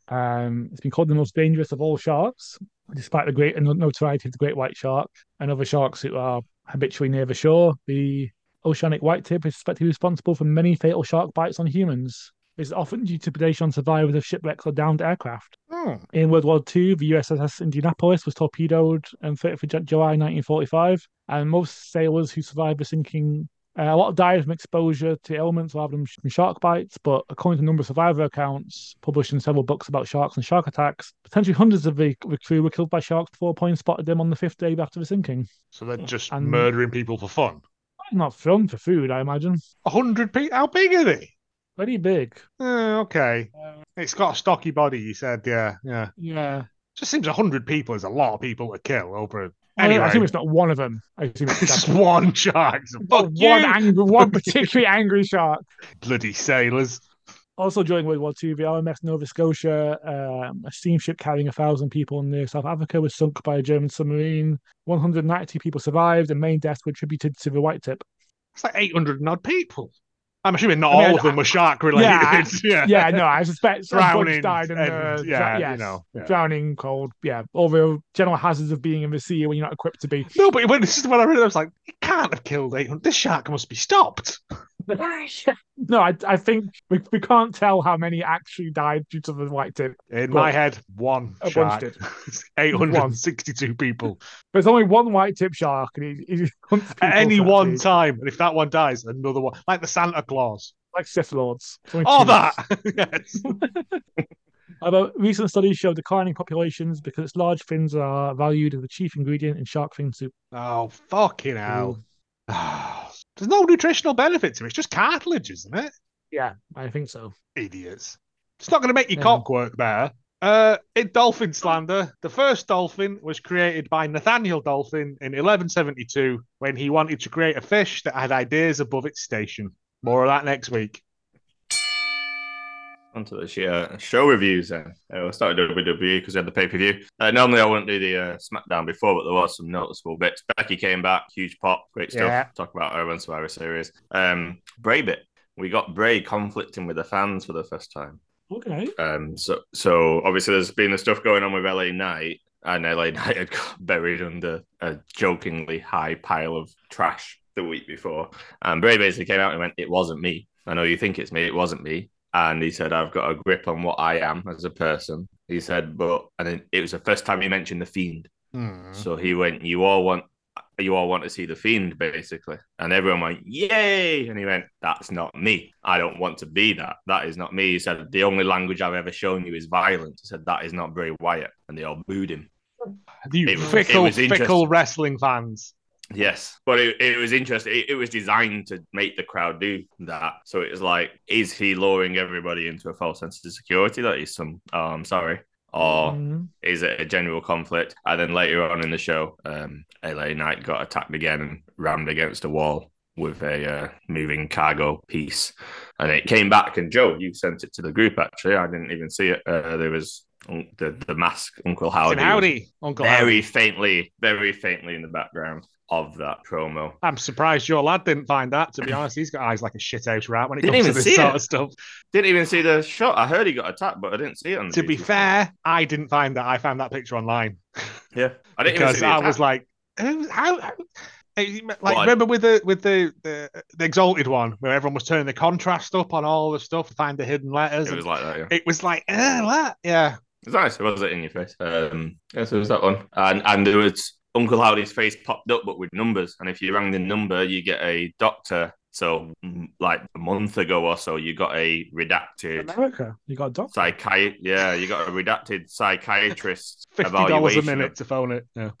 Speaker 2: Um, it's been called the most dangerous of all sharks, despite the great and notoriety of the great white shark and other sharks who are habitually near the shore. The Oceanic white tip is suspected to be responsible for many fatal shark bites on humans. It's often due to predation on survivors of shipwrecks or downed aircraft.
Speaker 3: Hmm.
Speaker 2: In World War II, the USS Indianapolis was torpedoed on 30th of Ju- July 1945, and most sailors who survived the sinking, uh, a lot died from exposure to ailments rather than sh- from shark bites. But according to a number of survivor accounts published in several books about sharks and shark attacks, potentially hundreds of the the crew were killed by sharks before Point spotted them on the fifth day after the sinking.
Speaker 3: So they're just
Speaker 2: And-
Speaker 3: murdering people for fun.
Speaker 2: Not filmed for food, I imagine.
Speaker 3: A hundred people. How big are they?
Speaker 2: Pretty big.
Speaker 3: Uh, okay,
Speaker 2: Uh,
Speaker 3: it's got a stocky body. You said, yeah, yeah.
Speaker 2: Yeah.
Speaker 3: Just seems a hundred people is a lot of people to kill over.
Speaker 2: Well,
Speaker 3: Anyway,
Speaker 2: I assume it's not one of them. I assume it's
Speaker 3: it's
Speaker 2: just
Speaker 3: one shark. So Fuck
Speaker 2: one
Speaker 3: you,
Speaker 2: angry, one particularly angry shark.
Speaker 3: bloody sailors.
Speaker 2: Also during World War II, the RMS Nova Scotia, um, a steamship carrying a thousand people near South Africa, was sunk by a German submarine. 190 people survived, and main deaths were attributed to the white tip.
Speaker 3: It's like eight hundred and odd people. I'm assuming not
Speaker 2: I mean,
Speaker 3: all of them were shark related.
Speaker 2: Yeah, Yeah,
Speaker 3: yeah.
Speaker 2: no, I suspect some bunch
Speaker 3: Drowning
Speaker 2: died in the
Speaker 3: and- yeah,
Speaker 2: dra-
Speaker 3: you
Speaker 2: yes,
Speaker 3: know, yeah.
Speaker 2: drowning, cold, yeah, all the general hazards of being in the sea when you're not equipped to be.
Speaker 3: No, but when this is when I read, it, I was like, it can't have killed eight hundred. This shark must be stopped.
Speaker 2: No, I, I think we, we can't tell how many actually died due to the white tip.
Speaker 3: In
Speaker 2: Well,
Speaker 3: my head, one
Speaker 2: a bunch
Speaker 3: shark.
Speaker 2: did.
Speaker 3: Eight hundred and sixty-two people
Speaker 2: There's only one white tip shark, and he, he hunts people
Speaker 3: at any
Speaker 2: for that
Speaker 3: one
Speaker 2: dude.
Speaker 3: time, and if that one dies, another one, like the Santa Claus.
Speaker 2: like Sith Lords. It's only
Speaker 3: Oh,
Speaker 2: two.
Speaker 3: that. yes.
Speaker 2: Although uh, recent studies show declining populations because its large fins are valued as the chief ingredient in shark fin soup.
Speaker 3: Oh, fucking hell. There's no nutritional benefit to it. It's just cartilage, isn't it?
Speaker 2: Yeah, I think so.
Speaker 3: Idiots. It's not going to make your
Speaker 2: Yeah.
Speaker 3: cock work better. Uh, in Dolphin Slander, the first dolphin was created by Nathaniel Dolphin in 1172 when he wanted to create a fish that had ideas above its station. More of that next week.
Speaker 1: Onto the sheer show reviews then. Uh, I started WWE because I had the pay per view. Uh, normally I wouldn't do the uh, SmackDown before, but there was some noticeable bits. Becky came back, huge pop, great stuff.
Speaker 3: Yeah.
Speaker 1: Talk about her and Survivor Series. Um, Bray bit. We got Bray conflicting with the fans for the first time.
Speaker 2: Okay.
Speaker 1: Um, so, so obviously there's been the stuff going on with LA Knight, and LA Knight had got buried under a jokingly high pile of trash the week before. And Bray basically came out and went, "It wasn't me. I know you think it's me. It wasn't me." And he said, "I've got a grip on what I am as a person." He said, "But," and then it was the first time he mentioned the fiend.
Speaker 2: Hmm.
Speaker 3: Mm-hmm.
Speaker 1: So he went, "You all want." You all want to see the fiend, basically, and everyone went, "Yay!" And he went, "That's not me. I don't want to be that. That is not me." He said, "The only language I've ever shown you is violence." He said, "That is not Bray Wyatt," and they all booed him.
Speaker 3: You
Speaker 1: It was- it
Speaker 3: fickle,
Speaker 1: was interesting.
Speaker 3: fickle wrestling fans.
Speaker 1: Yes, but it, it was interesting. It, it was designed to make the crowd do that. So it was like, is he luring everybody into a false sense of security that he's some? Oh, I'm sorry. Or
Speaker 2: Mm-hmm.
Speaker 3: Mhm.
Speaker 1: is it a general conflict? And then later on in the show, um, LA Knight got attacked again and rammed against a wall with a uh, moving cargo piece, and it came back. And Joe, you sent it to the group. Actually, I didn't even see it. Uh, there was um, the the mask, Uncle Howdy,
Speaker 3: Fucking
Speaker 1: was
Speaker 3: howdy, Uncle
Speaker 1: Oh, very
Speaker 3: Howdy.
Speaker 1: faintly, very faintly in the background of that promo.
Speaker 3: I'm surprised your lad didn't find that. To be honest, he's got eyes like a shithouse rat when it
Speaker 1: Didn't
Speaker 3: comes to
Speaker 1: even
Speaker 3: this
Speaker 1: see
Speaker 3: sort
Speaker 1: it.
Speaker 3: of stuff.
Speaker 1: Didn't even see the shot. I heard he got attacked, but I didn't see it. On the
Speaker 3: To be
Speaker 1: YouTube.
Speaker 3: fair, I didn't find that. I found that picture online.
Speaker 1: yeah, I didn't even
Speaker 3: because
Speaker 1: see the
Speaker 3: I
Speaker 1: attack.
Speaker 3: was like, who, how, how- eh, like
Speaker 1: What?
Speaker 3: remember with the with the, the the exalted one where everyone was turning the contrast up on all the stuff to find the hidden letters.
Speaker 1: It
Speaker 3: and
Speaker 1: was like that. Yeah.
Speaker 3: It was like, eh, that, yeah,
Speaker 1: It was nice. It wasn't in your face. Um, yeah, so it was that one. And and there was Uncle Howdy's face popped up, but with numbers. And if you rang the number, you get a doctor. So mm, like a month ago or so, you got a redacted
Speaker 2: America, you got a doctor.
Speaker 1: psychiatrist. Yeah, you got a redacted psychiatrist
Speaker 3: fifty dollars a
Speaker 1: evaluation
Speaker 3: minute to phone it. Yeah.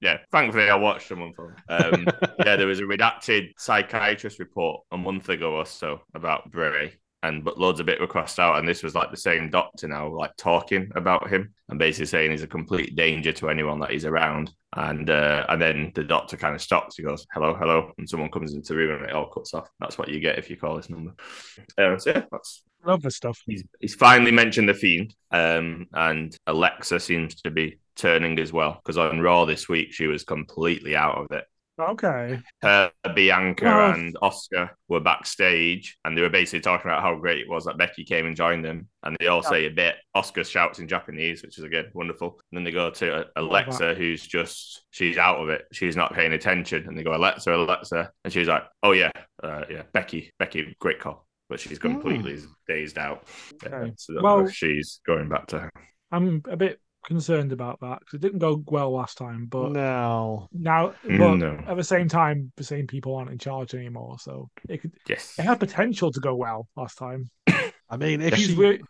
Speaker 1: Yeah, thankfully I watched a month on. Um, yeah, there was a redacted psychiatrist report a month ago or so about Bray, and but loads of it were crossed out, and this was like the same doctor now, like talking about him and basically saying he's a complete danger to anyone that he's around. And uh, and then the doctor kind of stops. He goes, "Hello, hello," and someone comes into the room and it all cuts off. That's what you get if you call this number. Uh, so yeah, that's
Speaker 2: Love this stuff.
Speaker 1: he's he's finally mentioned the fiend, um, and Alexa seems to be turning as well because on Raw this week she was completely out of it.
Speaker 2: Okay.
Speaker 1: Her, Bianca,
Speaker 2: Well-
Speaker 1: and Oscar were backstage, and they were basically talking about how great it was that Becky came and joined them, and they all say a bit. Oscar shouts in Japanese, which is again wonderful. And then they go to uh, Alexa, who's just she's out of it, she's not paying attention, and they go Alexa, Alexa, and she's like, oh yeah, uh, yeah, Becky, Becky, great call. But she's completely dazed out. Yeah,
Speaker 2: Mm. Okay.
Speaker 1: so that-
Speaker 2: Well-
Speaker 1: she's going back to her.
Speaker 2: I'm a bit concerned about that because it didn't go well last time, but
Speaker 3: No,
Speaker 2: now, but
Speaker 1: Mm, No.
Speaker 2: at the same time, the same people aren't in charge anymore, so it could
Speaker 1: Yes.
Speaker 2: it had potential to go well last time.
Speaker 3: I mean, if
Speaker 2: She's
Speaker 3: she,
Speaker 2: really,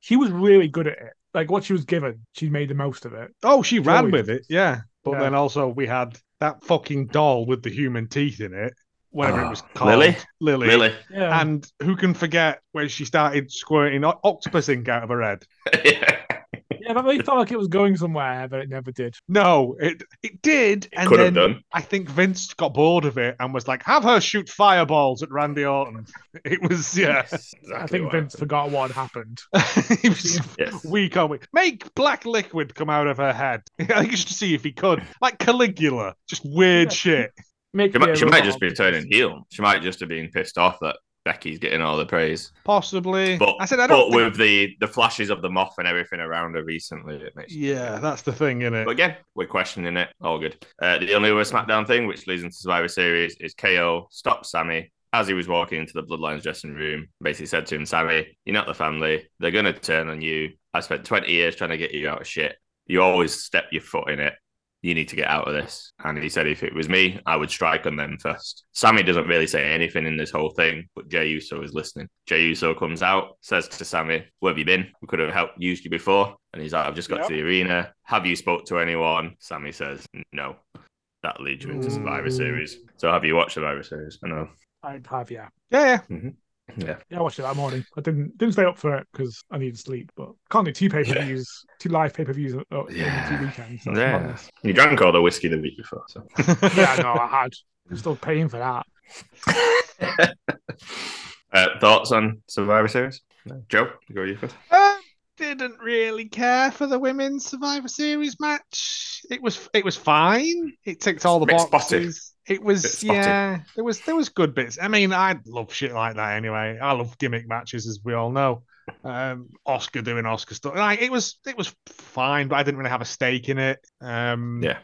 Speaker 2: she was really good at it. Like what she was given, she made the most of it.
Speaker 3: oh, she ran
Speaker 2: Joey.
Speaker 3: with it, yeah. But
Speaker 2: Yeah.
Speaker 3: then also we had that fucking doll with the human teeth in it, whatever
Speaker 1: Oh,
Speaker 3: it was called,
Speaker 1: Lily?
Speaker 3: Lily,
Speaker 1: Really?
Speaker 2: Yeah.
Speaker 3: And who can forget when she started squirting o- octopus ink out of her head?
Speaker 1: yeah.
Speaker 2: yeah, but they felt like it was going somewhere, but it never did.
Speaker 3: No, it it did, and
Speaker 1: Could
Speaker 3: then
Speaker 1: have done.
Speaker 3: I think Vince got bored of it and was like, "Have her shoot fireballs at Randy Orton." It was yeah,
Speaker 1: Yes,
Speaker 2: I
Speaker 1: exactly
Speaker 2: think
Speaker 1: what happened.
Speaker 2: Vince forgot what had happened.
Speaker 3: it was
Speaker 1: Yes.
Speaker 3: weak on weak. Make black liquid come out of her head. I think you should see if he could, like Caligula, just weird
Speaker 2: Yeah.
Speaker 3: shit.
Speaker 2: Make
Speaker 1: She
Speaker 2: me
Speaker 1: might,
Speaker 2: a
Speaker 1: she might
Speaker 2: robot.
Speaker 1: just be turning heel. She might just have been pissed off that Becky's getting all the praise.
Speaker 3: Possibly.
Speaker 1: But,
Speaker 3: I said I
Speaker 1: but
Speaker 3: don't. think...
Speaker 1: with the, the flashes of the moth and everything around her recently, it makes.
Speaker 3: Yeah, that's the thing, innit?
Speaker 1: But again, we're questioning it. All good. Uh, the only other SmackDown thing, which leads into Survivor Series, is KO stopped Sammy as he was walking into the Bloodlines dressing room. Basically said to him, Sammy, you're not the family. They're going to turn on you. I spent 20 years trying to get you out of shit. You always step your foot in it. You need to get out of this. And he said, if it was me, I would strike on them first. Sammy doesn't really say anything in this whole thing, but Jey Uso is listening. Jey Uso comes out, says to Sammy, Where have you been? We could have helped used you before. And he's like, I've just got
Speaker 2: Yep.
Speaker 1: to the arena. Have you spoke to anyone? Sammy says, No. That leads you into Survivor
Speaker 3: Ooh.
Speaker 1: Series. So have you watched Survivor Series? I know.
Speaker 2: I'd have yeah.
Speaker 3: Yeah, yeah.
Speaker 1: Mhm. Yeah.
Speaker 2: Yeah, I watched it that morning. I didn't didn't stay up for it because I needed sleep. But can't do two pay per views, two live pay per views uh, uh,
Speaker 1: Yeah.
Speaker 2: in two weekends. That's
Speaker 1: Yeah.
Speaker 2: madness.
Speaker 1: You drank all the whiskey the week before, so.
Speaker 2: yeah, no, I had. I'm still paying for that.
Speaker 1: uh, thoughts on Survivor Series? No. Joe, go you first.
Speaker 3: Um, didn't really care for the women's Survivor Series match. It was it was fine. It ticked all the
Speaker 1: Bit
Speaker 3: boxes.
Speaker 1: spotty.
Speaker 3: It
Speaker 1: Bit
Speaker 3: was
Speaker 1: spotty.
Speaker 3: yeah. There was there was good bits. I mean, I love shit like that anyway. I love gimmick matches, as we all know. Um, Oscar doing Oscar stuff. Like it was it was fine, but I didn't really have a stake in it. Um,
Speaker 1: Yeah.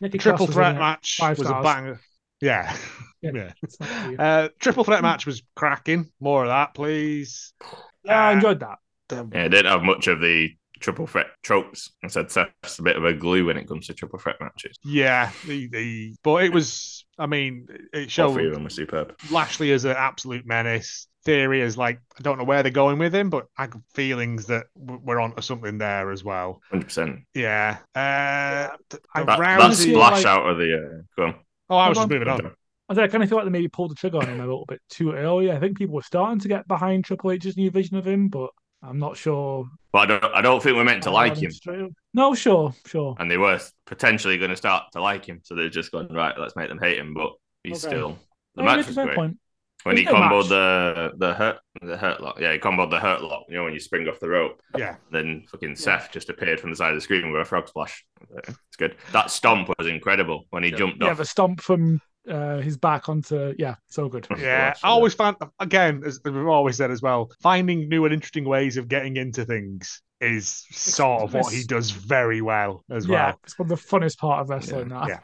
Speaker 2: Nikki
Speaker 3: triple
Speaker 2: Cross was
Speaker 3: threat
Speaker 2: in it.
Speaker 3: match
Speaker 2: Five
Speaker 3: was
Speaker 2: stars.
Speaker 3: a banger. Yeah.
Speaker 2: Yeah.
Speaker 3: yeah.
Speaker 2: It's not for you.
Speaker 3: Uh, triple threat match was cracking. More of that, please.
Speaker 2: yeah, I enjoyed that.
Speaker 1: Yeah, I didn't have much of the triple threat tropes. I said Seth's a bit of a glue when it comes to triple threat matches.
Speaker 3: Yeah, the, the but it was. I mean, it
Speaker 1: All three of
Speaker 3: showed
Speaker 1: them were superb.
Speaker 3: Lashley as an absolute menace. Theory is like I don't know where they're going with him, but I got feelings that w- we're onto something there as well.
Speaker 1: 100%.
Speaker 3: Yeah, uh, th-
Speaker 2: I-
Speaker 1: That,
Speaker 3: Rousey-
Speaker 1: that
Speaker 2: Rousey-
Speaker 1: splash out of the. Uh, go on.
Speaker 3: Oh, I was
Speaker 2: Hold
Speaker 3: just moving on.
Speaker 2: I said I kind of feel like they maybe pulled the trigger on him a little bit too early. I think people were starting to get behind Triple H's new vision of him, but I'm not sure.
Speaker 1: But I don't, I don't think we're meant to
Speaker 2: how
Speaker 1: like
Speaker 2: them
Speaker 1: him.
Speaker 2: straight up- No, sure, sure.
Speaker 1: And they were potentially going to start to like him. So they've just gone, right, let's make them hate him. But he's
Speaker 2: Okay.
Speaker 1: still. The
Speaker 2: No,
Speaker 1: match
Speaker 2: there's
Speaker 1: was
Speaker 2: no
Speaker 1: great.
Speaker 2: point.
Speaker 1: When he
Speaker 2: There's no
Speaker 1: comboed
Speaker 2: match.
Speaker 1: the the hurt the hurt lock, yeah, he comboed the hurt lock. You know when you spring off the rope,
Speaker 3: Yeah,
Speaker 1: then fucking Seth just appeared from the side of the screen with a frog splash. It's good. That stomp was incredible when he
Speaker 3: Yeah.
Speaker 1: jumped
Speaker 2: Yeah,
Speaker 1: off.
Speaker 2: the stomp from uh, his back onto yeah, so good.
Speaker 3: yeah. I always find again, as we've always said as well, finding new and interesting ways of getting into things is sort of what he
Speaker 2: it's-
Speaker 3: does very well as
Speaker 2: yeah,
Speaker 3: well.
Speaker 2: it's one of the funnest part of wrestling. now.
Speaker 3: yeah.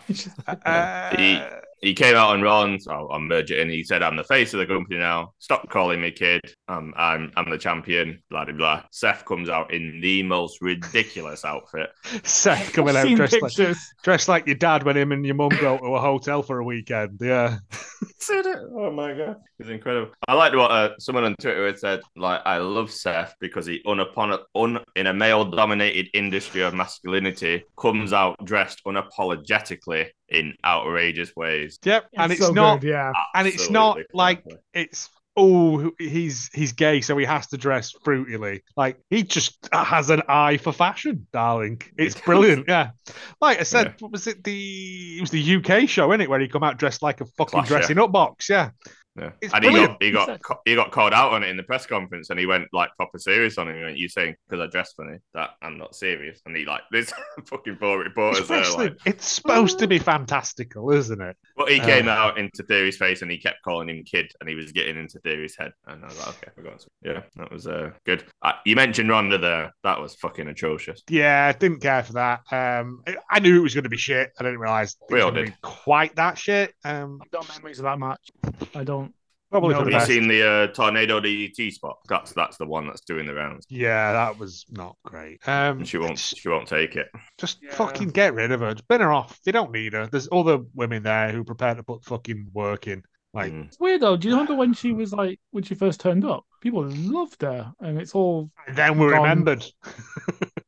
Speaker 1: Yeah. He-
Speaker 3: Uh,
Speaker 1: he came out on Raw and so I'll merge it in. He said, "I'm the face of the company now. Stop calling me kid. I'm I'm I'm the champion." Blah blah blah. Seth comes out in the most ridiculous outfit.
Speaker 3: Seth coming
Speaker 2: I've
Speaker 3: out
Speaker 2: seen
Speaker 3: dressed like,
Speaker 2: pictures.
Speaker 3: dressed like your dad when him and your mum go to a hotel for a weekend. Yeah.
Speaker 1: said it. Oh my god, it's incredible. I liked what uh, someone on Twitter had said. Like, I love Seth because he unapon un in a male-dominated industry of masculinity comes out dressed unapologetically in outrageous ways.
Speaker 3: Yep. and
Speaker 2: It's
Speaker 3: it's
Speaker 2: so
Speaker 3: not.
Speaker 2: good, yeah.
Speaker 3: And it's not
Speaker 1: Absolutely.
Speaker 3: like It's oh he's he's gay so he has to dress fruitily like he just has an eye for fashion darling it's
Speaker 1: He does.
Speaker 3: brilliant yeah like i said what was it the it was the uk show in it where he come out dressed like a fucking
Speaker 1: Clash, yeah.
Speaker 3: dressing up box yeah
Speaker 1: Yeah.
Speaker 3: It's
Speaker 1: and he
Speaker 3: brilliant.
Speaker 1: got he got ca- he got called out on it in the press conference, and he went like proper serious on it. He went, "You saying because I dress funny that I'm not serious?" And he like this fucking four reporters there,
Speaker 3: especially
Speaker 1: like.
Speaker 3: it's supposed to be fantastical isn't it
Speaker 1: But he came
Speaker 3: Uh.
Speaker 1: out into Theory's face, and he kept calling him kid, and he was getting into Theory's head. And I was like, "Okay, I got this." Yeah, that was uh, good. Uh, you mentioned Ronda there. That was fucking atrocious.
Speaker 3: yeah didn't care for that um I- i knew it was going to be shit i didn't realize it
Speaker 1: We
Speaker 3: was
Speaker 1: all
Speaker 3: gonna
Speaker 1: did.
Speaker 3: be quite that shit um
Speaker 2: I've got memories of that match. I don't.
Speaker 3: probably
Speaker 2: No,
Speaker 3: for the
Speaker 1: Have you
Speaker 3: best
Speaker 1: seen the uh, tornado DDT spot? That's that's the one that's doing the rounds.
Speaker 3: yeah that was not great um
Speaker 1: And she won't
Speaker 3: it's-
Speaker 1: she won't take it.
Speaker 3: Just
Speaker 2: Yeah.
Speaker 3: fucking get rid of her. Spin her off. They don't need her. There's other women there who prepare to put fucking work in. Like,
Speaker 1: Mm.
Speaker 2: It's weird though. Do you remember when she was like when she first turned up? People loved her, and it's all
Speaker 3: and then we
Speaker 2: Gone.
Speaker 3: remembered.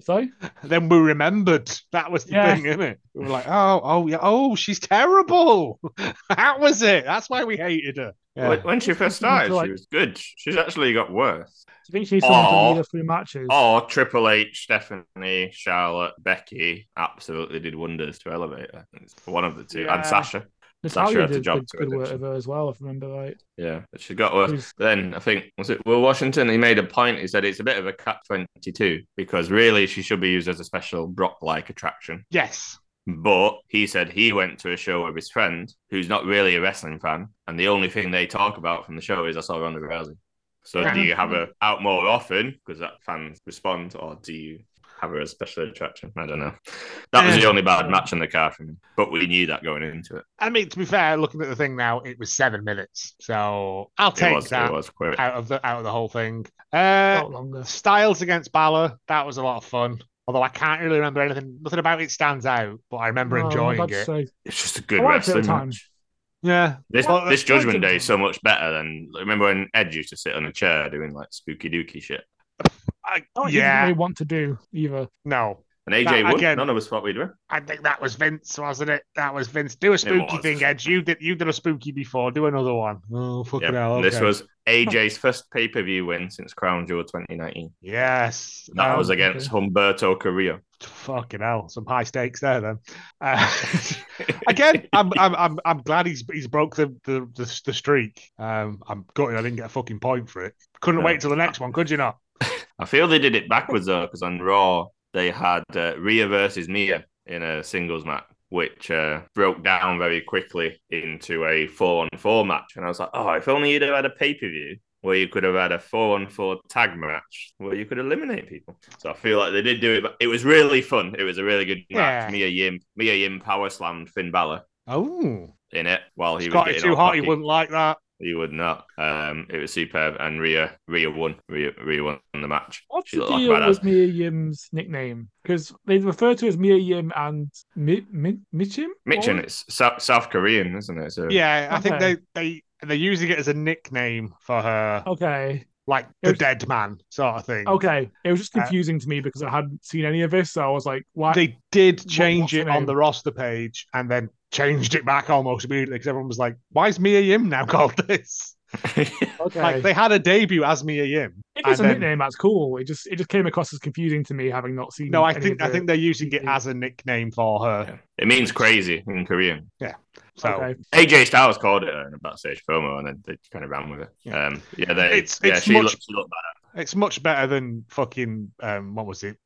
Speaker 2: so.
Speaker 3: then we remembered. That was the
Speaker 2: Yeah.
Speaker 3: thing, isn't it? We were like, oh, oh, yeah, oh, she's terrible. that was it. That's why we hated her. Yeah.
Speaker 1: When- When she first started,
Speaker 2: Like-
Speaker 1: she was good. She's actually got worse.
Speaker 2: Do you think she's someone
Speaker 1: Aw.
Speaker 2: who lead us through matches?
Speaker 1: Or Oh, Triple H, Stephanie, Charlotte, Becky absolutely did wonders to elevate her. It's one of the two.
Speaker 3: Yeah.
Speaker 1: And Sasha. Sasha
Speaker 2: Natalia
Speaker 1: had the
Speaker 2: did
Speaker 1: job
Speaker 2: good,
Speaker 1: to
Speaker 2: good
Speaker 1: it,
Speaker 2: work
Speaker 1: didn't Uh,
Speaker 2: with her as well, if I remember right.
Speaker 1: Yeah. But she got worse.
Speaker 2: Who's-
Speaker 1: Then I think was it Will Washington? He made a point. He said it's a bit of a cat twenty two because really she should be used as a special Brock like attraction.
Speaker 3: Yes.
Speaker 1: But he said he went to a show with his friend who's not really a wrestling fan, and the only thing they talk about from the show is I saw Ronda Rousey. So
Speaker 2: Yeah.
Speaker 1: do you have her out more often because that fans respond, or do you have her as a special attraction? I don't know. That was
Speaker 3: Eh.
Speaker 1: the only bad match on the card for me, but we knew that going into it.
Speaker 3: I mean, to be fair, looking at the thing now, it was seven minutes. So I'll
Speaker 1: It
Speaker 3: take
Speaker 1: was,
Speaker 3: that
Speaker 1: it was quick.
Speaker 3: out of the out of the whole thing. Uh,
Speaker 2: Not longer.
Speaker 3: Styles against Balor, that was a lot of fun. Although I can't really remember anything, nothing about it stands out, but I remember
Speaker 2: Oh,
Speaker 3: enjoying
Speaker 2: God's
Speaker 3: it.
Speaker 2: sake.
Speaker 1: It's just a good
Speaker 2: I liked it at
Speaker 1: wrestling
Speaker 2: the
Speaker 1: match.
Speaker 2: time.
Speaker 3: Yeah,
Speaker 1: This
Speaker 3: Well,
Speaker 1: this
Speaker 3: that's quite
Speaker 1: Judgment Day
Speaker 3: different.
Speaker 1: is so much better than remember when Ed used to sit on a chair doing like spooky dooky shit.
Speaker 3: I,
Speaker 2: Not what you didn't
Speaker 3: yeah,
Speaker 2: really want to do either.
Speaker 3: no,
Speaker 1: And AJ
Speaker 3: That
Speaker 1: would.
Speaker 3: again-
Speaker 1: None of us thought we'd win.
Speaker 3: I think that was Vince, wasn't it? That was Vince. Do a spooky
Speaker 4: was.
Speaker 3: thing, Edge. You did you did a spooky before. Do another one. Oh fucking
Speaker 1: Yep.
Speaker 3: hell!
Speaker 1: And
Speaker 3: Okay.
Speaker 1: This was AJ's first pay per view win since Crown Jewel 2019.
Speaker 3: yes.
Speaker 1: That
Speaker 3: Um,
Speaker 1: was against Humberto Carrillo.
Speaker 3: fucking hell. Some high stakes there then. Uh, again, I'm, I'm I'm I'm glad he's he's broke the the the, the streak. Um, I'm gutted I didn't get a fucking point for it. Couldn't
Speaker 1: No.
Speaker 3: wait till the next one, could you not?
Speaker 1: I feel they did it backwards though, because on Raw they had uh, Rhea versus Mia in a singles match, which uh, broke down very quickly into a four-on-four match. And I was like, oh, if only you'd have had a pay-per-view where you could have had a four-on-four tag match where you could eliminate people. So I feel like they did do it, but it was really fun. It was a really good match.
Speaker 3: Yeah.
Speaker 1: Mia Yim, Mia Yim power slammed Finn Balor
Speaker 3: Oh,
Speaker 1: in it while he was
Speaker 3: Scotty
Speaker 1: getting
Speaker 3: too
Speaker 1: all
Speaker 3: hot. He
Speaker 1: cocky.
Speaker 3: wouldn't like that.
Speaker 1: He would not. Um, it was superb, and Rhea Rhea won. Rhea, Rhea won the match.
Speaker 2: What's
Speaker 1: She
Speaker 2: the
Speaker 1: looked like
Speaker 2: deal
Speaker 1: a
Speaker 2: with
Speaker 1: badass.
Speaker 2: Mia Yim's nickname? Because they refer to her as Mia Yim and Mi- Mi- Michim?
Speaker 1: Mitchin, it's South, South Korean, isn't it? So
Speaker 3: Yeah, I think
Speaker 2: Okay.
Speaker 3: they they they're using it as a nickname for her,
Speaker 2: Okay.
Speaker 3: like
Speaker 2: It
Speaker 3: the
Speaker 2: was-
Speaker 3: dead man sort of thing.
Speaker 2: Okay. It was just
Speaker 3: Uh,
Speaker 2: confusing to me because I hadn't seen any of this. So I was like, why?
Speaker 3: They did
Speaker 2: What-
Speaker 3: change
Speaker 2: what's her
Speaker 3: it on
Speaker 2: name?
Speaker 3: the roster page and then changed it back almost immediately because everyone was like, "Why is Mia Yim now called this?"
Speaker 2: okay.
Speaker 3: Like they had a debut as Mia Yim.
Speaker 2: If it's a
Speaker 3: and then-
Speaker 2: nickname, that's cool. It just it just came across as confusing to me having not seen.
Speaker 3: No, I
Speaker 2: any
Speaker 3: think
Speaker 2: of
Speaker 3: I
Speaker 2: the-
Speaker 3: think they're using it as a nickname for her.
Speaker 1: Yeah. it means crazy in Korean.
Speaker 3: So
Speaker 2: Okay.
Speaker 1: AJ Styles called it in a backstage promo, and then they kind of ran with it.
Speaker 3: Yeah.
Speaker 1: Um, yeah, they,
Speaker 3: It's-
Speaker 1: yeah,
Speaker 3: it's
Speaker 1: she
Speaker 3: much-
Speaker 1: looked, she looked
Speaker 3: it's much better than fucking um, what was it,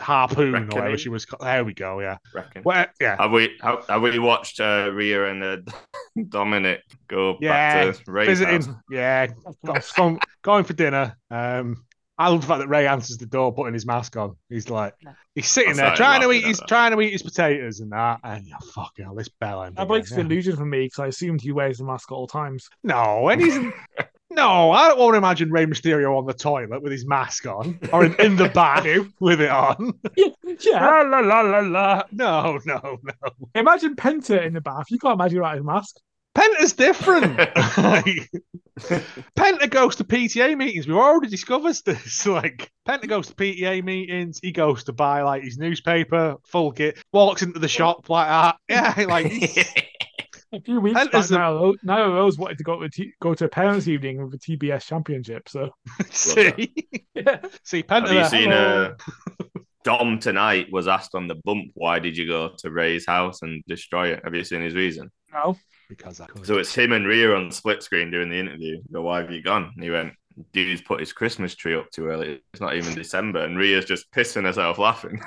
Speaker 3: harpoon or whatever
Speaker 1: Reckoning?
Speaker 3: she was. ca- There we go. Yeah.
Speaker 1: bad. I reckon.
Speaker 3: Well, uh, yeah.
Speaker 1: Have we have, have we watched uh, Rhea and uh, Dominic go
Speaker 3: Yeah,
Speaker 1: back to Ray's
Speaker 3: visiting.
Speaker 1: house?
Speaker 3: Yeah, got- going, going for dinner. Um, I love the fact that Ray answers the door, putting his mask on. He's like, he's sitting
Speaker 1: I started
Speaker 3: there trying to
Speaker 1: laughing
Speaker 3: eat
Speaker 1: at
Speaker 3: his
Speaker 1: that.
Speaker 3: trying to eat his potatoes and that, and oh, fucking hell, this bell end.
Speaker 2: That breaks the
Speaker 3: again, yeah.
Speaker 2: illusion for me because I assumed he wears the mask at all times.
Speaker 3: No, and he's no, I don't want to imagine Ray Mysterio on the toilet with his mask on, or in, in the bath with it on.
Speaker 2: yeah.
Speaker 3: la, la, la, la, la. No, no, no.
Speaker 2: Imagine Penta in the bath. You can't imagine without his mask.
Speaker 3: Penta's different. Like, Penta goes to PTA meetings. We've already discovered this. Like Penta goes to PTA meetings. He goes to buy like his newspaper, full kit. Walks into the shop like that. Yeah, like he's-
Speaker 2: A few weeks
Speaker 3: Penta's
Speaker 2: back
Speaker 3: the-
Speaker 2: now, Nyla Rose wanted to go to a t- go to a parents' evening with the TBS championship. So
Speaker 3: see,
Speaker 2: yeah.
Speaker 3: see
Speaker 1: have
Speaker 3: Penta.
Speaker 1: you
Speaker 3: there,
Speaker 1: seen
Speaker 3: hello.
Speaker 1: uh, Dom tonight was asked on the bump, why did you go to Ray's house and destroy it? Have you seen his reason?
Speaker 2: no.
Speaker 3: Because I could.
Speaker 1: So it's him and Rhea on split screen doing the interview. Go, why have you gone? And he went, dude's put his Christmas tree up too early. It's not even December. And Rhea's just pissing herself laughing.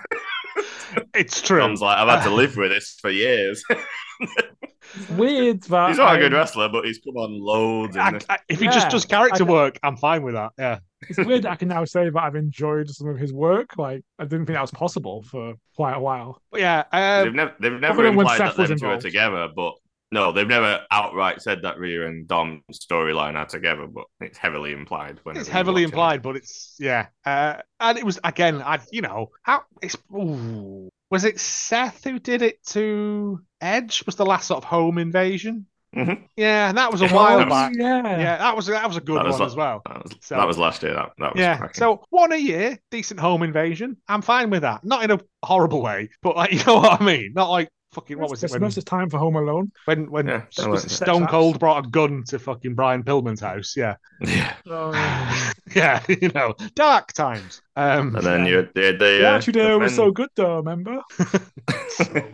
Speaker 3: it's true.
Speaker 1: Dom's like, I've had to live with this for years.
Speaker 2: It's weird that um,
Speaker 1: he's not a good
Speaker 2: I'm-
Speaker 1: wrestler, but he's come on loads.
Speaker 3: I-
Speaker 1: And
Speaker 3: I- if he
Speaker 2: Yeah,
Speaker 3: just does character
Speaker 2: I-
Speaker 3: work, I'm fine with that. Yeah.
Speaker 2: It's weird that I can now say that I've enjoyed some of his work. Like I didn't think that was possible for quite a while.
Speaker 3: But yeah. Um,
Speaker 1: they've never, they've
Speaker 2: other
Speaker 1: never
Speaker 2: than when
Speaker 1: implied
Speaker 2: Seth
Speaker 1: that
Speaker 2: was
Speaker 1: them two are
Speaker 2: involved.
Speaker 1: together, but no, they've never outright said that Rhea and Dom's storyline are together, but it's heavily implied. When
Speaker 3: It's heavily implied, but it's yeah. Uh, and it was again, I you know, how it's ooh. was it Seth who did it to Edge? Was the last sort of home invasion?
Speaker 1: Mhm.
Speaker 3: Yeah, and that was a
Speaker 1: Yeah,
Speaker 3: while
Speaker 1: that was-
Speaker 3: back.
Speaker 2: Oh, Yeah.
Speaker 3: Yeah, that was that was a good
Speaker 1: That was
Speaker 3: one
Speaker 1: lo-
Speaker 3: as well.
Speaker 1: That was,
Speaker 3: So-
Speaker 1: that was last year. That, that was
Speaker 3: Yeah,
Speaker 1: cracking.
Speaker 3: so one a year, decent home invasion. I'm fine with that. Not in a horrible way, but like you know what I mean. Not like fucking what was it when
Speaker 2: Christmas is time for Home Alone.
Speaker 3: when, when
Speaker 1: Yeah, I
Speaker 3: was
Speaker 1: like
Speaker 3: it
Speaker 1: that.
Speaker 3: Stone Cold brought a gun to fucking Brian Pillman's house? Yeah.
Speaker 1: yeah.
Speaker 2: So,
Speaker 3: yeah, you know, dark times. Um,
Speaker 1: And then you had the, the,
Speaker 2: the
Speaker 1: uh,
Speaker 2: Attitude Era was
Speaker 1: the
Speaker 2: so good though. Remember?
Speaker 1: men-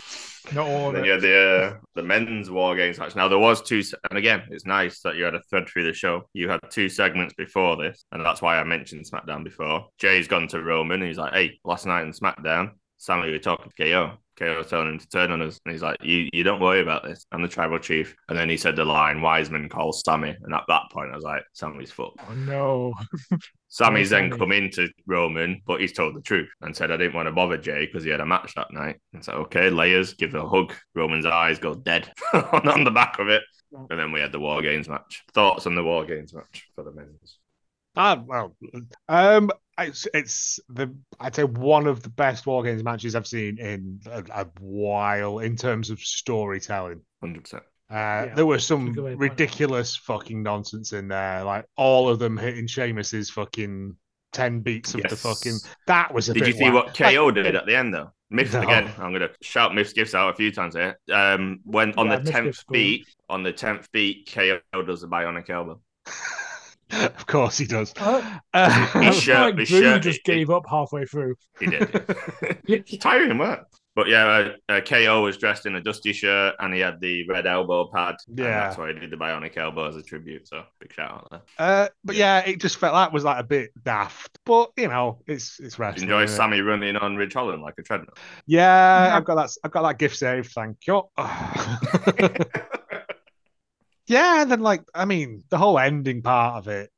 Speaker 2: Not all of
Speaker 1: then
Speaker 2: it.
Speaker 1: you had the uh, the men's war games match. Now there was two, se- and again, it's nice that you had a thread through the show. You had two segments before this, and that's why I mentioned SmackDown before. Jay's gone to Roman, and he's like, "Hey, last night in SmackDown, Sammy we were talking to KO. KO was telling him to turn on us, and he's like, "You you don't worry about this. I'm the tribal chief." And then he said the line, "Wiseman calls Sammy," and at that point, I was like, "Sammy's fucked."
Speaker 2: Oh no.
Speaker 1: Sammy's
Speaker 2: Oh,
Speaker 1: then
Speaker 2: Sammy.
Speaker 1: come into Roman, but he's told the truth and said, I didn't want to bother Jay because he had a match that night. It's like, okay, layers, give a hug. Roman's eyes go dead on the back of it. And then we had the War Games match. Thoughts on the War Games match for the men's?
Speaker 3: Ah, well, um, it's, it's the I'd say one of the best war games matches I've seen in a, a while in terms of storytelling.
Speaker 1: 100%.
Speaker 3: Uh,
Speaker 2: Yeah,
Speaker 3: there were
Speaker 2: a
Speaker 3: some
Speaker 2: good way to put it.
Speaker 3: ridiculous fucking nonsense in there, like all of them hitting Sheamus's fucking ten beats of the
Speaker 1: Yes.
Speaker 3: fucking. That was a
Speaker 1: Did
Speaker 3: bit.
Speaker 1: you see
Speaker 3: whack.
Speaker 1: what KO did at the end though? Miff
Speaker 3: No.
Speaker 1: again. I'm gonna shout Miff's gifts out a few times here. Um, when on
Speaker 2: Yeah, Miff's
Speaker 1: the tenth
Speaker 2: gifts go.
Speaker 1: beat, on the tenth beat, KO does the bionic elbow.
Speaker 3: of course he does.
Speaker 2: Uh,
Speaker 1: His
Speaker 3: Uh,
Speaker 2: It's not
Speaker 1: shirt,
Speaker 2: like
Speaker 1: his
Speaker 2: Drew
Speaker 1: shirt,
Speaker 2: just
Speaker 1: he-
Speaker 2: gave up halfway through.
Speaker 1: He did. it's tiring work. But yeah, uh, uh, KO was dressed in a dusty shirt and he had the red elbow pad. and
Speaker 3: Yeah.
Speaker 1: that's why he did the bionic elbow as a tribute. So big shout out there.
Speaker 3: uh, but yeah, it just felt that was like a bit daft. But you know, it's it's wrestling.
Speaker 1: Enjoy
Speaker 3: isn't it?
Speaker 1: Sammy running on Ridge Holland like a treadmill.
Speaker 3: Yeah, I've got that. I've got that gift saved. Thank you. yeah, and then like, I mean, the whole ending part of it.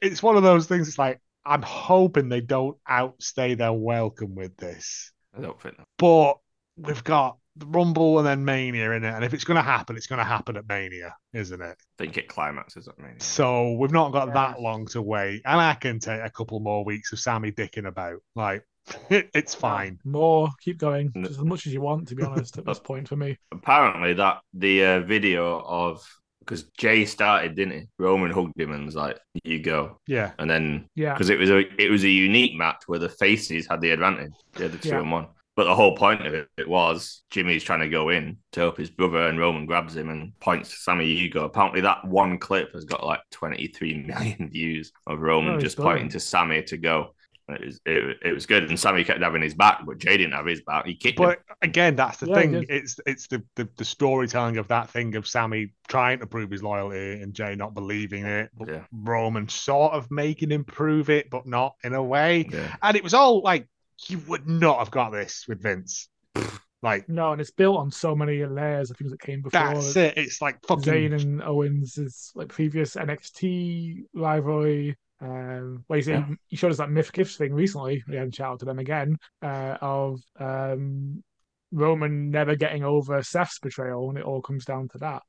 Speaker 3: It's one of those things. It's like I'm hoping they don't outstay their welcome with this,
Speaker 1: I don't think.
Speaker 3: but we've got the Rumble and then Mania in it, and if it's going to happen, it's going to happen at Mania, isn't it?
Speaker 1: think it climaxes at Mania.
Speaker 3: So we've not got
Speaker 2: Yeah.
Speaker 3: that long to wait, and I can take a couple more weeks of Sammy dicking about. Like, it's fine.
Speaker 2: More, keep going,
Speaker 1: No.
Speaker 2: just as much as you want. To be honest, at this point for me,
Speaker 1: Apparently, that the uh, video of because Jay started, didn't he? Roman hugged him and was like, "You go,"
Speaker 3: Yeah.
Speaker 1: and then
Speaker 2: yeah,
Speaker 1: because it was a it was a unique match where the faces had the advantage, they had the two
Speaker 2: Yeah.
Speaker 1: and one. But the whole point of it, it was Jimmy's trying to go in to help his brother, and Roman grabs him and points to Sammy. You go. Apparently, that one clip has got like 23 million views of Roman
Speaker 2: Oh,
Speaker 1: just
Speaker 2: brilliant.
Speaker 1: pointing to Sammy to go. And It was it, it was good, and Sammy kept having his back, but Jay didn't have his back. He kicked him.
Speaker 3: But again, that's the
Speaker 2: Yeah,
Speaker 3: thing.
Speaker 2: it
Speaker 3: It's it's the, the the storytelling of that thing of Sammy trying to prove his loyalty and Jay not believing it, but
Speaker 1: Yeah.
Speaker 3: Roman sort of making him prove it, but not in a way.
Speaker 1: Yeah.
Speaker 3: And it was all like you would not have got this with Vince. Like
Speaker 2: no, and it's built on so many layers of things that came before.
Speaker 3: that's it. It's like
Speaker 2: Zayn
Speaker 3: fucking
Speaker 2: and Owens is like previous NXT rivalry. Um, well, you, see,
Speaker 1: Yeah.
Speaker 2: you showed us that Myth Gifts thing recently. We hadn't shout out to them again uh, of um, Roman never getting over Seth's betrayal, and it all comes down to that.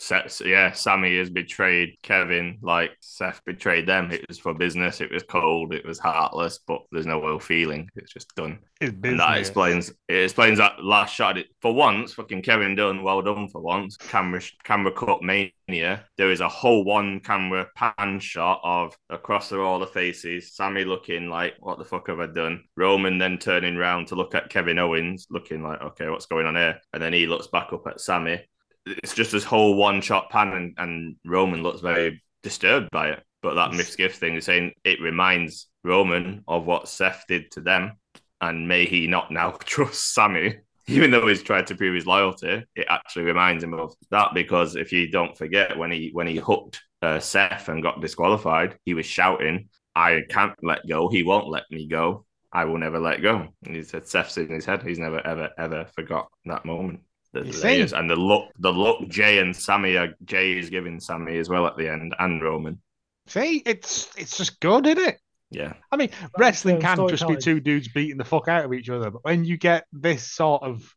Speaker 1: Sets, yeah, Sammy has betrayed Kevin, like Seth betrayed them. It was for business, it was cold, it was heartless, but there's no ill feeling. It's just done.
Speaker 3: is
Speaker 1: And that
Speaker 3: business.
Speaker 1: explains it explains that last shot. It, for once, fucking Kevin Dunn, well done for once. Camera sh- camera cut mania. There is a whole one camera pan shot of across the all the faces. Sammy looking like, what the fuck have I done? Roman then turning round to look at Kevin Owens, looking like, okay, what's going on here? And then he looks back up at Sammy. It's just this whole one shot pan, and, and Roman looks very disturbed by it. But that Miss Gift thing is saying it reminds Roman of what Seth did to them and may he not now trust Sammy, even though he's tried to prove his loyalty. It actually reminds him of that because if you don't forget when he when he hooked uh, Seth and got disqualified, he was shouting, "I can't let go. He won't let me go. I will never let go." And he said, "Seth's in his head. He's never ever ever forgot that moment." The
Speaker 3: You
Speaker 1: layers
Speaker 3: see?
Speaker 1: and the look, the look Jay and Sammy are Jay is giving Sammy as well at the end, and Roman.
Speaker 3: See, it's it's just good, isn't it?
Speaker 1: Yeah,
Speaker 3: I mean, wrestling
Speaker 2: um,
Speaker 3: can just be
Speaker 2: storytelling.
Speaker 3: two dudes beating the fuck out of each other, but when you get this sort of,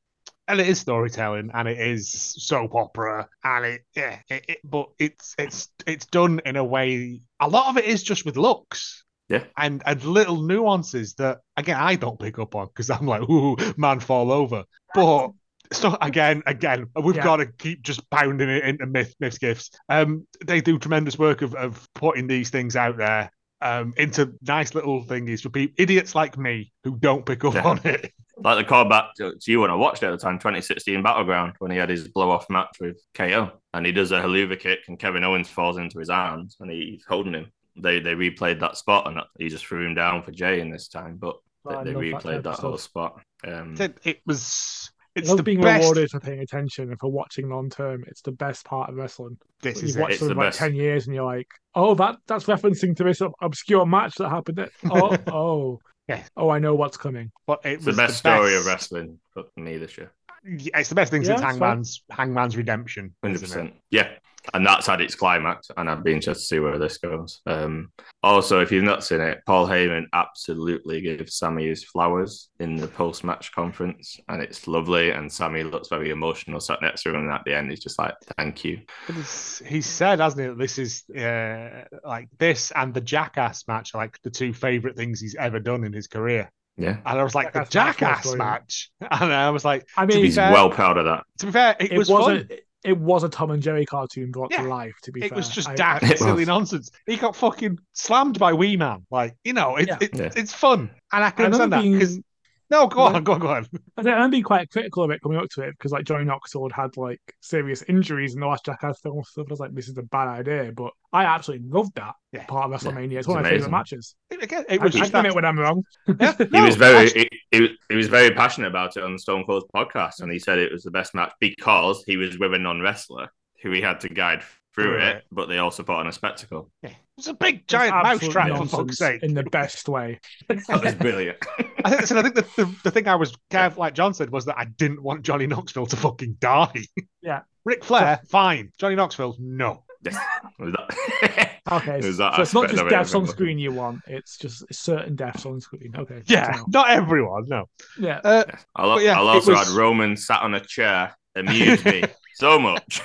Speaker 3: and it is storytelling, and it is soap opera, and it, yeah, it, it but it's it's it's done in a way. A lot of it is just with looks,
Speaker 1: Yeah.
Speaker 3: and and little nuances that again I don't pick up on because I'm like, ooh, man, fall over, but. So again, again, we've
Speaker 2: Yeah.
Speaker 3: got to keep just pounding it into myth, myths, gifts. Um, they do tremendous work of, of putting these things out there um, into nice little thingies for people, idiots like me who don't pick up
Speaker 1: Yeah.
Speaker 3: on it.
Speaker 1: like the callback to, to you when I watched it at the time, 2016 Battleground, when he had his blow off match with KO and he does a haluva kick and Kevin Owens falls into his arms and he's holding him. They they replayed that spot and he just threw him down for Jay in this time, but
Speaker 2: Oh, I
Speaker 1: they, they
Speaker 2: love that type
Speaker 1: replayed
Speaker 2: of
Speaker 1: that, whole
Speaker 2: stuff.
Speaker 1: spot. Um,
Speaker 3: It, it was.
Speaker 2: It's
Speaker 3: It's
Speaker 2: I love
Speaker 3: the
Speaker 2: being
Speaker 3: best.
Speaker 2: rewarded for paying attention and for watching long term. It's the best part of wrestling.
Speaker 3: This is
Speaker 2: You've
Speaker 3: it.
Speaker 2: watched
Speaker 1: It's
Speaker 2: something
Speaker 1: the
Speaker 2: for like
Speaker 1: best.
Speaker 2: ten years, and you're like, "Oh, that that's referencing to this obscure match that happened." At, oh, oh,
Speaker 3: Yes.
Speaker 2: oh, I know what's coming.
Speaker 3: But it
Speaker 1: it's the
Speaker 3: was
Speaker 1: best, story of
Speaker 3: best-
Speaker 1: wrestling for me this year,
Speaker 3: Yeah, It's the best thing
Speaker 2: Yeah,
Speaker 3: since
Speaker 2: it's fine.
Speaker 3: Hangman's Hangman's Redemption. isn't
Speaker 1: 100%.
Speaker 3: it?
Speaker 1: Yeah. And that's had its climax, and I'd be interested to see where this goes. Um, also, if you've not seen it, Paul Heyman absolutely gives Sammy his flowers in the post match conference, and it's lovely. And Sammy looks very emotional sat next to him, and at the end, he's just like, Thank you.
Speaker 3: But it's- he said, hasn't he? that This is uh, like this and the Jackass match, are like the two favorite things he's ever done in his career.
Speaker 1: Yeah.
Speaker 3: And I was like, the
Speaker 2: Jackass match was
Speaker 3: Jackass match, and I was like,
Speaker 2: I
Speaker 3: To
Speaker 2: mean,
Speaker 3: be
Speaker 1: He's
Speaker 3: fair-
Speaker 1: well proud of that.
Speaker 3: to be fair, it,
Speaker 2: it
Speaker 3: was
Speaker 2: wasn't.
Speaker 3: fun.
Speaker 2: it was a Tom and Jerry cartoon brought
Speaker 3: Yeah.
Speaker 2: to life. To be
Speaker 3: It
Speaker 2: fair,
Speaker 3: was just
Speaker 2: I-
Speaker 3: daft,
Speaker 1: It
Speaker 3: silly
Speaker 1: was.
Speaker 3: nonsense. He got fucking slammed by Wee Man. Like, you know, it,
Speaker 2: Yeah.
Speaker 3: it-
Speaker 1: Yeah.
Speaker 3: it's fun. And I can
Speaker 2: I
Speaker 3: understand
Speaker 2: remember
Speaker 3: that. Because,
Speaker 2: being,
Speaker 3: no, go
Speaker 2: Like-
Speaker 3: on, go on, go on.
Speaker 2: I don't- I remember being quite critical of it coming up to it because like Johnny Knoxville had had like serious injuries in the last Jackass film. and stuff. I was like, this is a bad idea, but I absolutely loved that
Speaker 3: Yeah.
Speaker 2: part of
Speaker 1: Yeah.
Speaker 2: WrestleMania. It's
Speaker 1: It's
Speaker 2: one of my favorite
Speaker 1: amazing.
Speaker 2: matches.
Speaker 3: It- Again, it
Speaker 2: I, I
Speaker 3: was just
Speaker 2: admit
Speaker 3: that.
Speaker 2: when I'm wrong.
Speaker 3: Yeah,
Speaker 1: He
Speaker 3: no,
Speaker 1: was very
Speaker 3: actually,
Speaker 1: he, he, was- he was very passionate about it on the Stone Cold podcast, and he said it was the best match because he was with a non wrestler who he had to guide through
Speaker 3: Right.
Speaker 1: it, but they also put on a spectacle.
Speaker 3: yeah. It's a big
Speaker 2: It's
Speaker 3: giant
Speaker 2: absolute
Speaker 3: mousetrap, for
Speaker 2: nonsense
Speaker 3: fuck's sake.
Speaker 2: In the best way.
Speaker 1: That was brilliant.
Speaker 3: I think, so I think the, the, the thing I was kind of like John said was that I didn't want Johnny Knoxville to fucking die.
Speaker 2: Yeah.
Speaker 3: Ric Flair, fine. Johnny Knoxville, no.
Speaker 1: Yes. Was that-
Speaker 2: Okay,
Speaker 1: It
Speaker 2: so,
Speaker 1: was that
Speaker 2: so it's not
Speaker 1: aspect
Speaker 2: just
Speaker 1: of it,
Speaker 2: deaths on
Speaker 1: remember.
Speaker 2: screen you want; it's just certain deaths on screen. Okay, good
Speaker 3: Yeah,
Speaker 2: to know.
Speaker 3: not everyone, no.
Speaker 2: yeah.
Speaker 3: Uh,
Speaker 1: I'll,
Speaker 3: But yeah,
Speaker 1: I'll
Speaker 3: it
Speaker 1: also
Speaker 3: was-
Speaker 1: add Roman sat on a chair amused me so much.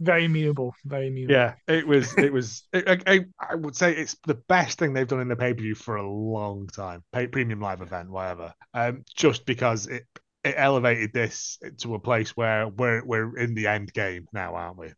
Speaker 2: Very mutable. Very mutable.
Speaker 3: yeah, it was, it was, I, I, I would say it's the best thing they've done in the pay per view for a long time, pay, premium live event, whatever. Um, just because it, it elevated this to a place where we're, we're in the end game now, aren't we?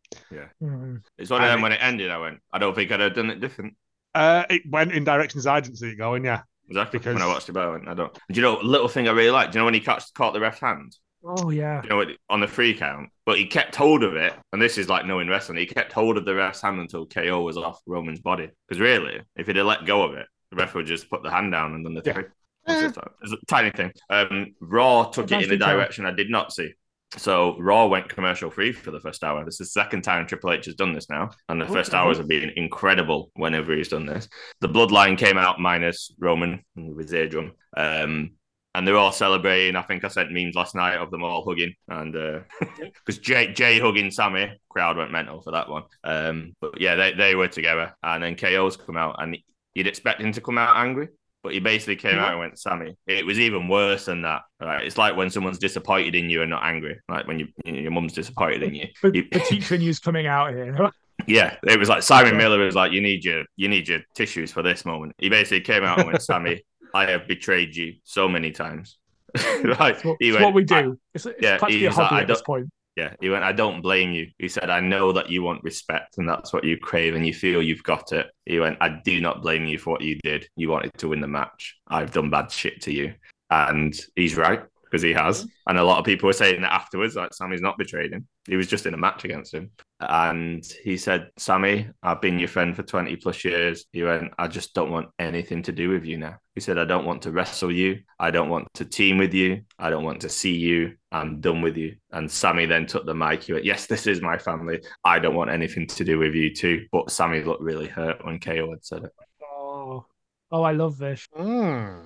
Speaker 2: Mhm.
Speaker 1: it's one of
Speaker 3: I
Speaker 1: them
Speaker 3: mean-
Speaker 1: when it ended. I went, I don't think I'd have done it different.
Speaker 3: Uh, it went in directions I didn't see it going, yeah.
Speaker 1: Exactly. When I
Speaker 3: Because-
Speaker 1: watched it, back, I went, I don't. Do you know little thing I really liked? Do you know when he catch, caught the ref hand?
Speaker 2: Oh yeah.
Speaker 1: you know, it- on the free count, but he kept hold of it. And this is like knowing wrestling. He kept hold of the ref's hand until KO was off Roman's body. Because really, if he'd have let go of it, the ref would just put the hand down and done the
Speaker 3: Yeah.
Speaker 1: three.
Speaker 3: Eh.
Speaker 1: It's a tiny thing. Um, Raw took it in a
Speaker 2: Advanced detail.
Speaker 1: direction I did not see. So Raw went commercial free for the first hour. This is the second time Triple H has done this now, and the first
Speaker 2: Okay.
Speaker 1: hours have been incredible whenever he's done this. The Bloodline came out minus Roman with Zadrum. Um, and they're all celebrating. I think I sent memes last night of them all hugging, and uh, because Jay Jay hugging Sammy, crowd went mental for that one. Um, but yeah, they, they were together, and then KO's come out, and you'd expect him to come out angry, but he basically came out and went, "Sammy, it was even worse than that." Right? It's like when someone's disappointed in you and not angry, like when you, you know, your mum's disappointed in you.
Speaker 2: But
Speaker 1: you
Speaker 2: the teacher in you's coming out here.
Speaker 1: yeah, it was like Simon
Speaker 2: Yeah.
Speaker 1: Miller was like, "You need your you need your tissues for this moment." He basically came out and went, "Sammy, I have betrayed you so many times." right?
Speaker 2: It's what,
Speaker 1: he
Speaker 2: it's
Speaker 1: went,
Speaker 2: what we do.
Speaker 1: "I-
Speaker 2: it's it's
Speaker 1: yeah,
Speaker 2: practically a
Speaker 1: he's like,
Speaker 2: hobby
Speaker 1: I
Speaker 2: at this
Speaker 1: don't-
Speaker 2: point.
Speaker 1: yeah, he went, I don't blame you. He said, I know that you want respect and that's what you crave and you feel you've got it. He went, I do not blame you for what you did. You wanted to win the match. I've done bad shit to you. And he's right because he has. And a lot of people were saying that afterwards, like Sammy's not betrayed him. He was just in a match against him. And he said, Sammy, I've been your friend for 20 plus years. He went, I just don't want anything to do with you now. He said, I don't want to wrestle you. I don't want to team with you. I don't want to see you. I'm done with you. And Sammy then took the mic. He went, Yes, this is my family. I don't want anything to do with you too. But Sammy looked really hurt when KO had said it.
Speaker 2: Oh, oh, I love this.
Speaker 3: Mm.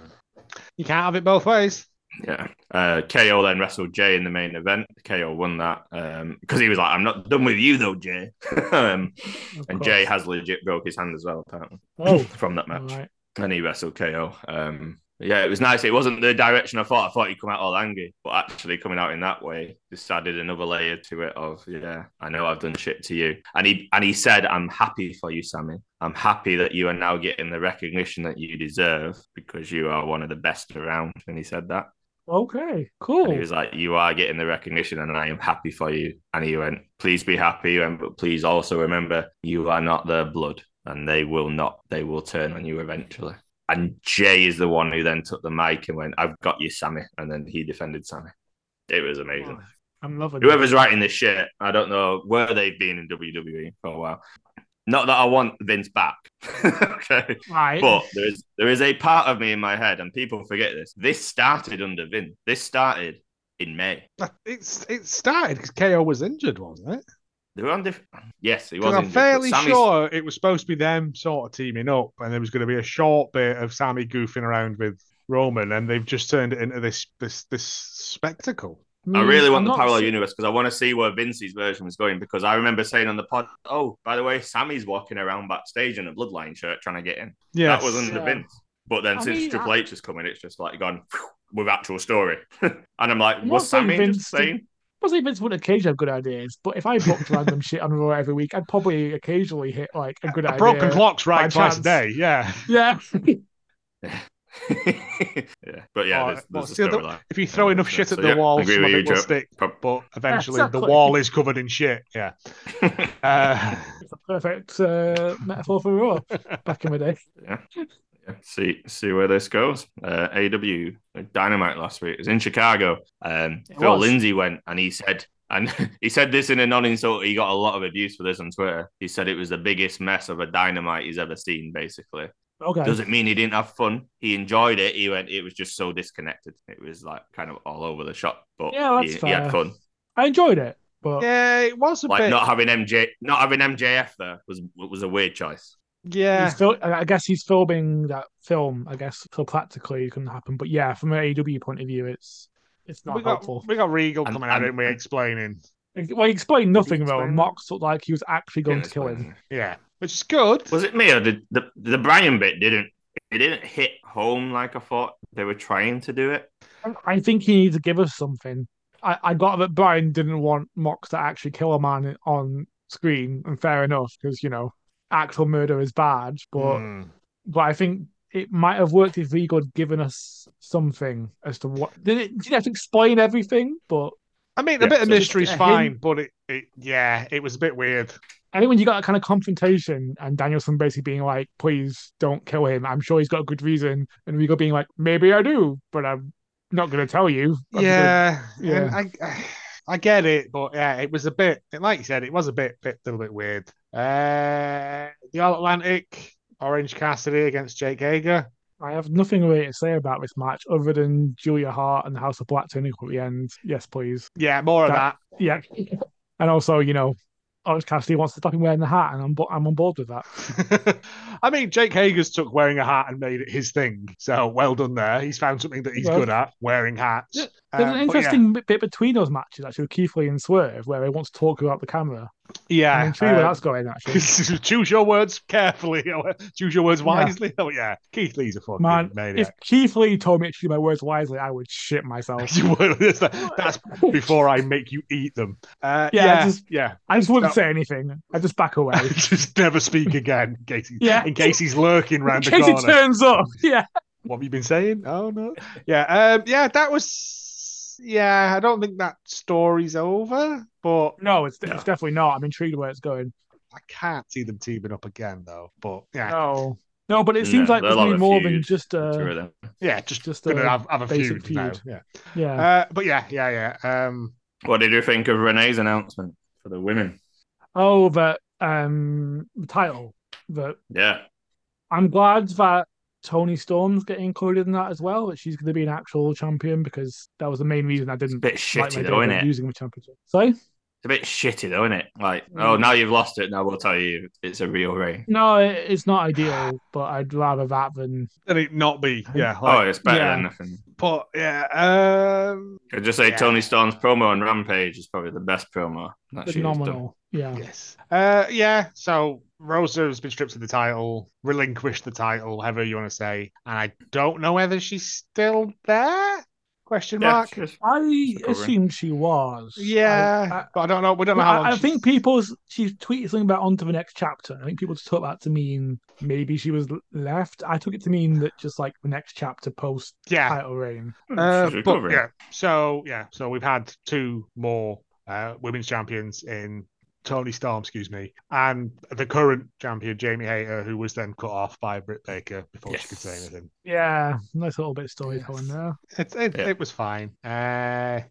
Speaker 3: You can't have it both ways.
Speaker 1: Yeah. Uh, KO then wrestled Jay in the main event. KO won that because he was like, I'm not done with you though, Jay. um,
Speaker 2: Of
Speaker 1: and
Speaker 2: course.
Speaker 1: Jay has legit broke his hand as well, apparently,
Speaker 2: Oh,
Speaker 1: from that match.
Speaker 2: all right.
Speaker 1: and he wrestled KO. Um, yeah, it was nice. It wasn't the direction I thought. I thought he'd come out all angry, but actually coming out in that way just added another layer to it. Of yeah, I know I've done shit to you, and he and he said, "I'm happy for you, Sammy. I'm happy that you are now getting the recognition that you deserve because you are one of the best around." And he said that,
Speaker 2: Okay,
Speaker 1: and
Speaker 2: cool.
Speaker 1: he was like, "You are getting the recognition, and I am happy for you." And he went, "Please be happy, and but please also remember you are not their blood, and they will not. They will turn on you eventually." And Jay is the one who then took the mic and went, "I've got you, Sammy," and then he defended Sammy. It was amazing.
Speaker 2: Oh, I'm loving it.
Speaker 1: Whoever's writing this shit, I don't know where they've been in WWE for a while. Not that I want Vince back. okay.
Speaker 2: Right.
Speaker 1: But there is there is a part of me in my head, and people forget this. This started under Vince. This started in May.
Speaker 3: That- It's it started because KO was injured, wasn't it?
Speaker 1: They were on different. Yes, he was.
Speaker 3: Because I'm
Speaker 1: injured, but
Speaker 3: fairly
Speaker 1: Sammy's-
Speaker 3: sure it was supposed to be them sort of teaming up, and there was going to be a short bit of Sammy goofing around with Roman, and they've just turned it into this this this spectacle.
Speaker 1: I really
Speaker 2: Mm,
Speaker 1: want
Speaker 2: I'm
Speaker 1: the
Speaker 2: not
Speaker 1: parallel
Speaker 2: su-
Speaker 1: universe because I want to see where Vincey's version was going. Because I remember saying on the pod, "Oh, by the way, Sammy's walking around backstage in a Bloodline shirt trying to get in."
Speaker 3: Yeah,
Speaker 1: That was under
Speaker 2: Yeah.
Speaker 1: Vince. But then
Speaker 2: I
Speaker 1: since
Speaker 2: mean,
Speaker 1: Triple
Speaker 2: I-
Speaker 1: H has come in, it's just like gone with actual story. and I'm like,
Speaker 2: I'm not
Speaker 1: was
Speaker 2: saying
Speaker 1: Sammy
Speaker 2: Vince
Speaker 1: just saying?
Speaker 2: Wasn't even Vince would occasionally have good ideas, but if I booked random shit on Raw every week, I'd probably occasionally hit like a good
Speaker 3: a
Speaker 2: idea.
Speaker 3: broken clock's
Speaker 2: by
Speaker 3: right twice
Speaker 2: chance.
Speaker 3: a day. Yeah,
Speaker 2: Yeah.
Speaker 1: yeah, but yeah,
Speaker 3: Oh,
Speaker 1: there's,
Speaker 3: well,
Speaker 1: there's
Speaker 3: see,
Speaker 1: a
Speaker 3: the-
Speaker 1: storyline.
Speaker 3: If you throw
Speaker 1: Yeah,
Speaker 3: enough
Speaker 1: so,
Speaker 3: shit at
Speaker 1: so,
Speaker 3: the
Speaker 1: yeah,
Speaker 3: wall,
Speaker 1: agree
Speaker 3: some
Speaker 1: with you,
Speaker 3: of it will
Speaker 1: Joe.
Speaker 3: stick.
Speaker 1: Prob-
Speaker 3: But eventually, the
Speaker 2: exactly.
Speaker 3: wall is covered in shit. Yeah. Uh,
Speaker 2: It's a perfect uh, metaphor for Raw back in the day.
Speaker 1: Yeah, see see where this goes. Uh, AW Dynamite last week it was in Chicago. Um,
Speaker 2: It
Speaker 1: Phil
Speaker 2: was.
Speaker 1: Lindsay went and he said, and he said this in a non-insult. He got a lot of abuse for this on Twitter. He said it was the biggest mess of a Dynamite he's ever seen. Basically,
Speaker 2: Okay.
Speaker 1: doesn't mean he didn't have fun. He enjoyed it. He went. It was just so disconnected. It was like kind of all over the shop, but
Speaker 2: Yeah, that's
Speaker 1: he, he had
Speaker 2: fair.
Speaker 1: fun.
Speaker 2: I enjoyed it, but
Speaker 3: yeah, it was a
Speaker 1: Like
Speaker 3: bit.
Speaker 1: not having MJ, not having MJF there was was a weird choice.
Speaker 3: yeah.
Speaker 2: he's fil- I guess he's filming that film. I guess so practically it can happen. But yeah, from an AEW point of view, it's it's not
Speaker 3: We got,
Speaker 2: helpful.
Speaker 3: we got Regal
Speaker 1: And-
Speaker 3: coming out
Speaker 1: and-
Speaker 3: and we explaining.
Speaker 2: Well, he explained nothing though.
Speaker 3: explain?
Speaker 2: Mox looked like he was actually going
Speaker 1: Yeah,
Speaker 2: to
Speaker 1: it's
Speaker 2: kill
Speaker 1: fine.
Speaker 2: him.
Speaker 3: Yeah. Which is good.
Speaker 1: Was it me or did the the Brian bit didn't it didn't hit home like I thought they were trying to do it?
Speaker 2: I think he needs to give us something. I, I got that Brian didn't want Mox to actually kill a man on screen, and fair enough, because you know actual murder is bad. But
Speaker 3: Hmm.
Speaker 2: but I think it might have worked if Regal had given us something as to what did it did have to explain everything, but
Speaker 3: I mean, a
Speaker 1: Yeah,
Speaker 3: bit of
Speaker 1: so just
Speaker 3: mystery's
Speaker 2: a hint.
Speaker 3: fine, but it, it, yeah, it was a bit weird.
Speaker 2: I think when you got that kind of confrontation and Danielson basically being like, please don't kill him. I'm sure he's got a good reason. And Regal being like, maybe I do, but I'm not going to tell you. I'm gonna-"
Speaker 3: Yeah,
Speaker 2: Yeah.
Speaker 3: and I, I get it, but yeah, it was a bit, like you said, it was a bit, bit a little bit weird. Uh, the All Atlantic, Orange Cassidy against Jake Hager.
Speaker 2: I have nothing really to say about this match other than Julia Hart and the House of Black turning up at the end. Yes, please.
Speaker 3: Yeah, more of
Speaker 2: That-
Speaker 3: that.
Speaker 2: Yeah. and also, you know, Orange Cassidy wants to stop him wearing the hat, and I'm, bo- I'm on board with that.
Speaker 3: I mean, Jake Hager's took wearing a hat and made it his thing. So well done there. He's found something that he's
Speaker 2: Well-
Speaker 3: good at, wearing hats.
Speaker 2: Yeah,
Speaker 3: Um,
Speaker 2: There's an
Speaker 3: but yeah,
Speaker 2: interesting bit between those matches, actually, with Keith Lee and Swerve, where he wants to talk about the camera. I'm
Speaker 3: Yeah.
Speaker 2: intrigued where
Speaker 3: uh,
Speaker 2: that's going, actually.
Speaker 3: choose your words carefully. choose your words
Speaker 2: Yeah.
Speaker 3: wisely. Oh yeah, Keith Lee's a fucking
Speaker 2: Man,
Speaker 3: maniac.
Speaker 2: If Keith Lee told me to choose my words wisely, I would shit myself.
Speaker 3: You would- that's, that's before I make you eat them. Uh,
Speaker 2: Yeah,
Speaker 3: yeah, yeah,
Speaker 2: just-
Speaker 3: just,
Speaker 2: I just wouldn't
Speaker 3: No.
Speaker 2: say anything. I just back away.
Speaker 3: never speak again. In case, he-
Speaker 2: Yeah.
Speaker 3: in case he's lurking
Speaker 2: In
Speaker 3: round the
Speaker 2: case
Speaker 3: corner.
Speaker 2: it turns up. Yeah.
Speaker 3: What have you been saying? Oh no. Yeah, um, yeah, that was. Yeah, I don't think that story's over, but
Speaker 2: No, it's,
Speaker 1: Yeah.
Speaker 2: it's definitely not. I'm intrigued where it's going.
Speaker 3: I can't see them teaming up again though. But yeah,
Speaker 2: No. No, but it seems
Speaker 1: No,
Speaker 2: like there's
Speaker 1: they'll have
Speaker 2: going to be
Speaker 1: a
Speaker 2: more than
Speaker 1: feud.
Speaker 2: just
Speaker 1: The two
Speaker 2: uh
Speaker 1: of them.
Speaker 3: yeah, just
Speaker 2: just
Speaker 3: gonna
Speaker 2: uh,
Speaker 3: have, have a
Speaker 2: basic
Speaker 3: feud, now.
Speaker 2: feud.
Speaker 3: Yeah.
Speaker 2: yeah.
Speaker 3: Uh, but yeah, yeah, yeah. Um,
Speaker 1: What did you think of Renee's announcement for the women?
Speaker 2: oh, that um title. That
Speaker 1: Yeah.
Speaker 2: I'm glad that Tony Storm's getting included in that as well. That she's going to be an actual champion because that was the main reason I
Speaker 1: It's a
Speaker 2: didn't
Speaker 1: bit
Speaker 2: like my
Speaker 1: shitty
Speaker 2: idea
Speaker 1: though,
Speaker 2: of
Speaker 1: isn't it? It's
Speaker 2: using the championship. Sorry.
Speaker 1: a bit shitty though, isn't it? Like,
Speaker 2: Mm.
Speaker 1: oh now you've lost it, now we'll tell you it's a real ring.
Speaker 2: No, it- it's not ideal, but I'd rather that than
Speaker 3: and it not be. Yeah.
Speaker 1: Oh,
Speaker 3: Like,
Speaker 1: it's better
Speaker 2: yeah.
Speaker 1: than nothing.
Speaker 3: But yeah. Um,
Speaker 1: I just say
Speaker 3: Yeah.
Speaker 1: Tony Storm's promo on Rampage is probably the best promo that she's done.
Speaker 2: phenomenal. Yeah.
Speaker 3: Yes. Uh, yeah. So Rosa has been stripped of the title, relinquished the title, however you want to say, and I don't know whether she's still there. Question
Speaker 1: Yeah,
Speaker 3: mark.
Speaker 1: she was-
Speaker 2: I
Speaker 1: It's a covering.
Speaker 2: assumed she was.
Speaker 3: Yeah,
Speaker 2: I, I,
Speaker 3: but I don't know. We don't know how long.
Speaker 2: I, I
Speaker 3: she's-
Speaker 2: think people's she's tweeted something about onto the next chapter. I think people just took that to mean maybe she was l- left. I took it to mean that just like the next chapter post
Speaker 3: Yeah.
Speaker 2: title reign.
Speaker 3: Uh,
Speaker 1: she's
Speaker 3: but
Speaker 1: recovering.
Speaker 3: yeah. So yeah. So we've had two more uh, women's champions in Tony Storm, excuse me, and the current champion Jamie Hayter, who was then cut off by Britt Baker before she could say
Speaker 1: Yes.
Speaker 3: anything.
Speaker 2: Yeah, nice little bit of storytelling
Speaker 3: Yes.
Speaker 2: there.
Speaker 3: It it,
Speaker 1: Yeah.
Speaker 3: it was fine. Uh,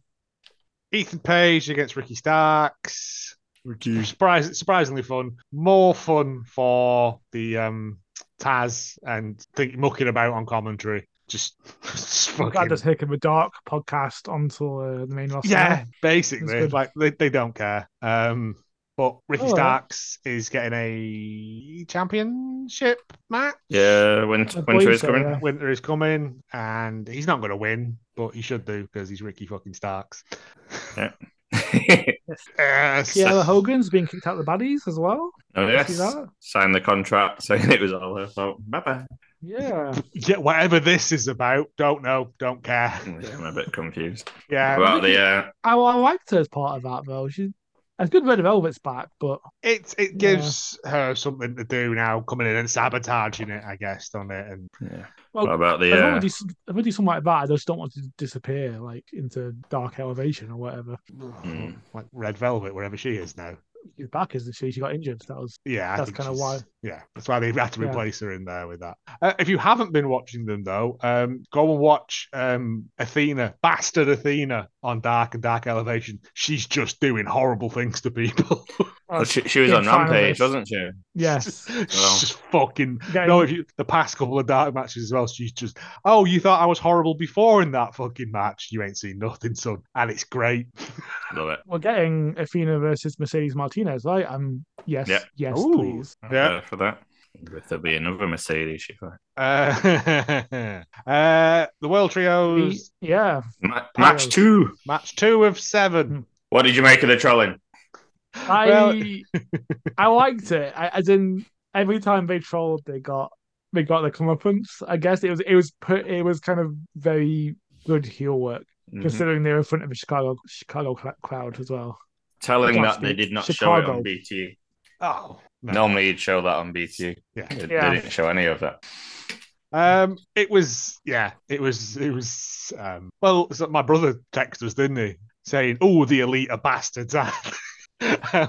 Speaker 3: Ethan Page against Ricky Starks.
Speaker 1: Mm.
Speaker 3: Surprise, surprisingly fun. More fun for the um, Taz and think mucking about on commentary. Just, just
Speaker 2: That
Speaker 3: fucking
Speaker 2: just taken the dark podcast onto uh, the main roster.
Speaker 3: yeah,
Speaker 2: That's
Speaker 3: basically,
Speaker 2: good. Oh,
Speaker 3: like they, they don't care. Um, but Ricky
Speaker 2: All right.
Speaker 3: Starks is getting a championship match.
Speaker 1: Yeah, when
Speaker 2: I
Speaker 1: when
Speaker 2: believe
Speaker 1: is
Speaker 2: so,
Speaker 1: coming.
Speaker 2: yeah.
Speaker 3: Winter is coming, and he's not going to win, but he should do because he's Ricky fucking Starks. Uh, so-
Speaker 2: Yeah, Hogan's being kicked out of the baddies as well.
Speaker 1: oh
Speaker 2: Did you see
Speaker 1: yes.
Speaker 2: that?
Speaker 1: Signed the contract saying it was all her fault. Bye bye.
Speaker 2: Yeah.
Speaker 3: yeah, whatever this is about, don't know, don't care.
Speaker 1: I'm a bit confused
Speaker 3: Yeah,
Speaker 1: about the uh,
Speaker 2: I, I liked her as part of that though. She, It's good Red Velvet's back, but
Speaker 3: It it gives her something to do now, coming in and sabotaging it, I guess, doesn't it? And
Speaker 1: Yeah.
Speaker 2: Well,
Speaker 1: uh, what about the
Speaker 2: if I
Speaker 1: uh,
Speaker 2: want to do s- if I do something like that, I just don't want to disappear like into dark elevation or whatever.
Speaker 1: Mm.
Speaker 3: like Red Velvet, wherever she is now.
Speaker 2: She's back, isn't she? She got injured. That was
Speaker 3: Yeah, I
Speaker 2: That's
Speaker 3: think
Speaker 2: kinda
Speaker 3: she's-
Speaker 2: why.
Speaker 3: Yeah, that's why they had to
Speaker 2: Yeah.
Speaker 3: replace her in there with that. Uh, if you haven't been watching them though, um, go and watch um, Athena, bastard Athena, on Dark and Dark Elevation. She's just doing horrible things to people.
Speaker 1: well, Oh, she, she was
Speaker 2: Yeah,
Speaker 1: on
Speaker 2: final
Speaker 1: Rampage,
Speaker 2: race.
Speaker 1: wasn't she?
Speaker 2: uh, yes.
Speaker 3: she's just fucking
Speaker 2: Getting-
Speaker 3: No, if you the past couple of dark matches as well, she's just oh, you thought I was horrible before in that fucking match. You ain't seen nothing, son. And it's great.
Speaker 1: Love it.
Speaker 2: we're getting Athena versus Mercedes Martinez, right? Um, yes,
Speaker 1: Yeah.
Speaker 2: yes,
Speaker 3: Ooh.
Speaker 2: please.
Speaker 3: Yeah.
Speaker 1: Uh, for that. If there'll be another Mercedes, she might.
Speaker 3: Uh, uh, the World
Speaker 2: The-
Speaker 3: Trios
Speaker 2: yeah,
Speaker 1: Ma- match
Speaker 2: Yeah.
Speaker 1: two.
Speaker 3: match two of seven.
Speaker 1: What did you make of the trolling?
Speaker 2: I
Speaker 3: Well,
Speaker 2: I liked it. I, as in, every time they trolled, they got they got the comeuppance. I guess it was it was put it was kind of very good heel work
Speaker 1: Mhm.
Speaker 2: considering they're in front of a Chicago Chicago cl- crowd as well.
Speaker 1: Telling
Speaker 2: Class
Speaker 1: that they
Speaker 2: beat
Speaker 1: did not show
Speaker 2: Chicago.
Speaker 1: it on BT.
Speaker 3: oh no.
Speaker 1: Normally, you'd show that on BT.
Speaker 3: Yeah.
Speaker 1: They, they
Speaker 2: Yeah.
Speaker 1: didn't show any of that.
Speaker 3: Um, it was yeah, it was it was um. Well, so my brother texted us, didn't he, saying, "Oh, the elite are bastards."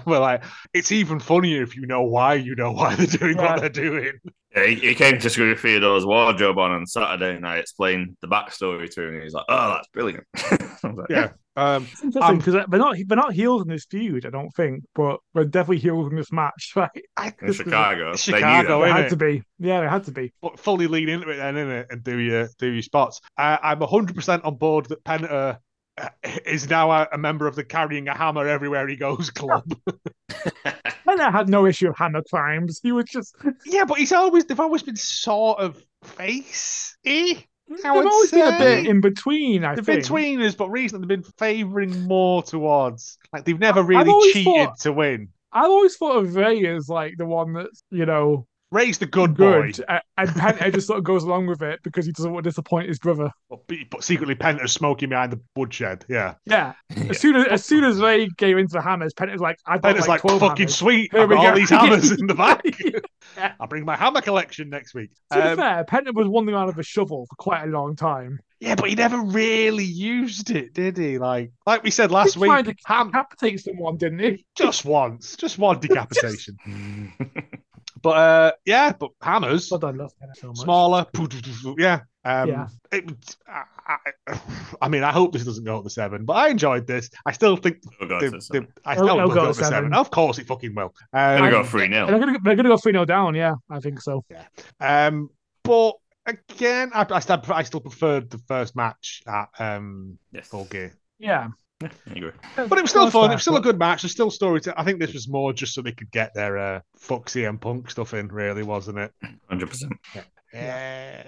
Speaker 3: We're like, it's even funnier if you know why you know why they're doing
Speaker 2: Yeah.
Speaker 3: what they're doing.
Speaker 1: Yeah, he, he came to Screwfield's wardrobe on on Saturday, and I explained the backstory to him. And he was like, "Oh, that's brilliant." I was like,
Speaker 3: Yeah. Um,
Speaker 2: It's interesting because they're not they're not heels in this feud, I don't think, but they're definitely heels in this match, right?
Speaker 3: I,
Speaker 1: In Chicago,
Speaker 3: It's
Speaker 1: they knew
Speaker 3: Chicago,
Speaker 1: that.
Speaker 2: It
Speaker 3: innit?
Speaker 2: had to be, yeah, it had to be.
Speaker 3: but fully lean into it then, innit, and do your do your spots. I, I'm 100% on board that Penta uh, is now a, a member of the carrying a hammer everywhere he goes club.
Speaker 2: And I had no issue of Hannah climbs. He was just
Speaker 3: yeah, but he's always they've always been sort of face eh? I
Speaker 2: They've
Speaker 3: would
Speaker 2: always been a bit
Speaker 3: say-
Speaker 2: in between. I
Speaker 3: They've been
Speaker 2: think.
Speaker 3: tweeners, but recently they've been favouring more towards like they've never
Speaker 2: I've
Speaker 3: really
Speaker 2: always
Speaker 3: cheated
Speaker 2: thought-
Speaker 3: to win.
Speaker 2: I've always thought of Ray as like the one that's you know
Speaker 3: Raise the good, boy,
Speaker 2: good, a- and Penta just sort of goes along with it because he doesn't want to disappoint his brother.
Speaker 3: but, be- but secretly Penta's smoking behind the woodshed. Yeah,
Speaker 2: Yeah. As soon as as soon as Ray gave into the hammers, Penta's like, I've got
Speaker 3: Penta's
Speaker 2: like,
Speaker 3: like,
Speaker 2: twelve
Speaker 3: fucking
Speaker 2: hammers.
Speaker 3: sweet.
Speaker 2: Here
Speaker 3: I've
Speaker 2: we
Speaker 3: got all
Speaker 2: go.
Speaker 3: these hammers in the back.
Speaker 2: Yeah.
Speaker 3: I'll bring my hammer collection next week.
Speaker 2: To be
Speaker 3: Um,
Speaker 2: fair, Penta was wandering around with a shovel for quite a long time.
Speaker 3: Yeah, but he never really used it, did he? Like, like we said last
Speaker 2: he
Speaker 3: week,
Speaker 2: tried to
Speaker 3: Ham
Speaker 2: decapitate someone, didn't he?
Speaker 3: just once, just one decapitation. But uh, yeah, but hammers,
Speaker 2: God, I love Penta so much.
Speaker 3: smaller, yeah. Um,
Speaker 2: Yeah.
Speaker 3: It, was- I, I, I mean, I hope this doesn't go up to seven, but I enjoyed this. I still think
Speaker 1: We'll go
Speaker 3: they,
Speaker 1: to
Speaker 3: they,
Speaker 1: some-
Speaker 3: I
Speaker 2: It'll-
Speaker 3: still
Speaker 2: it'll
Speaker 3: will Oh, go up to seven. Of course, it fucking will. Um,
Speaker 1: Gonna go
Speaker 2: I'm-
Speaker 1: three
Speaker 2: And they're
Speaker 1: nil.
Speaker 2: gonna they're gonna go three 0 down. Yeah, I think so.
Speaker 3: Um, but again, I, I, still, I still preferred the first match at um,
Speaker 1: Yes.
Speaker 3: Full Gear.
Speaker 2: Yeah,
Speaker 1: I agree.
Speaker 3: But it was still
Speaker 2: That's
Speaker 3: fun.
Speaker 2: fair,
Speaker 3: It was still a
Speaker 2: but-
Speaker 3: good match. There's still story to. I think this was more just so they could get their uh, fuck CM Punk stuff in, really, wasn't it?
Speaker 1: Hundred percent.
Speaker 3: Yeah.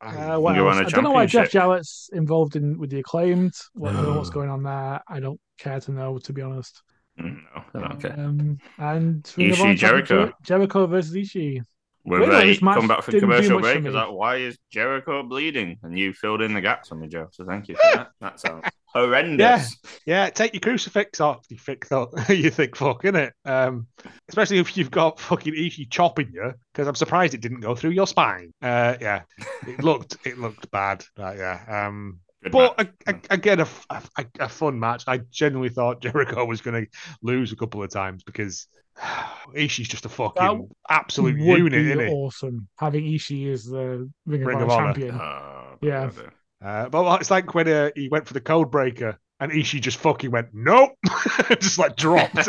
Speaker 2: Uh, what
Speaker 1: You
Speaker 2: else?
Speaker 1: won a
Speaker 2: I don't know why Jeff
Speaker 1: championship.
Speaker 2: Jarrett's involved in with the acclaimed. What, I don't know what's
Speaker 1: No.
Speaker 2: going on there? I don't care to know, to be honest.
Speaker 1: Mm, No, I don't care.
Speaker 2: Um, and
Speaker 1: Ishii
Speaker 2: move on to
Speaker 1: Jericho.
Speaker 2: Jericho versus Ishii.
Speaker 1: We're
Speaker 2: Really,
Speaker 1: ready.
Speaker 2: this match
Speaker 1: Come back from
Speaker 2: didn't do
Speaker 1: commercial
Speaker 2: much for
Speaker 1: break.
Speaker 2: me.
Speaker 1: Is that why is Jericho bleeding? And you filled in the gaps on me, Joe. So thank you. For that. that sounds horrendous.
Speaker 3: yeah, take your crucifix off. You thick thought you thick fuck, innit? Um, especially if you've got fucking Ishii chopping you, because I'm surprised it didn't go through your spine. Uh, yeah, it looked it looked bad. Right, yeah. Um,
Speaker 1: Good
Speaker 3: But
Speaker 1: match.
Speaker 3: a, a, again, a, f- a- a fun match. I genuinely thought Jericho was going to lose a couple of times because Ishii's just a fucking
Speaker 2: That
Speaker 3: absolute
Speaker 2: Would
Speaker 3: unit,
Speaker 2: be
Speaker 3: isn't he?
Speaker 2: awesome having Ishii as the Ring of,
Speaker 3: Ring
Speaker 2: Honor
Speaker 3: of Honor.
Speaker 2: champion.
Speaker 1: Oh,
Speaker 2: Yeah.
Speaker 1: brother.
Speaker 3: Uh, but it's like when uh, he went for the code breaker and Ishii just fucking went, nope, just like dropped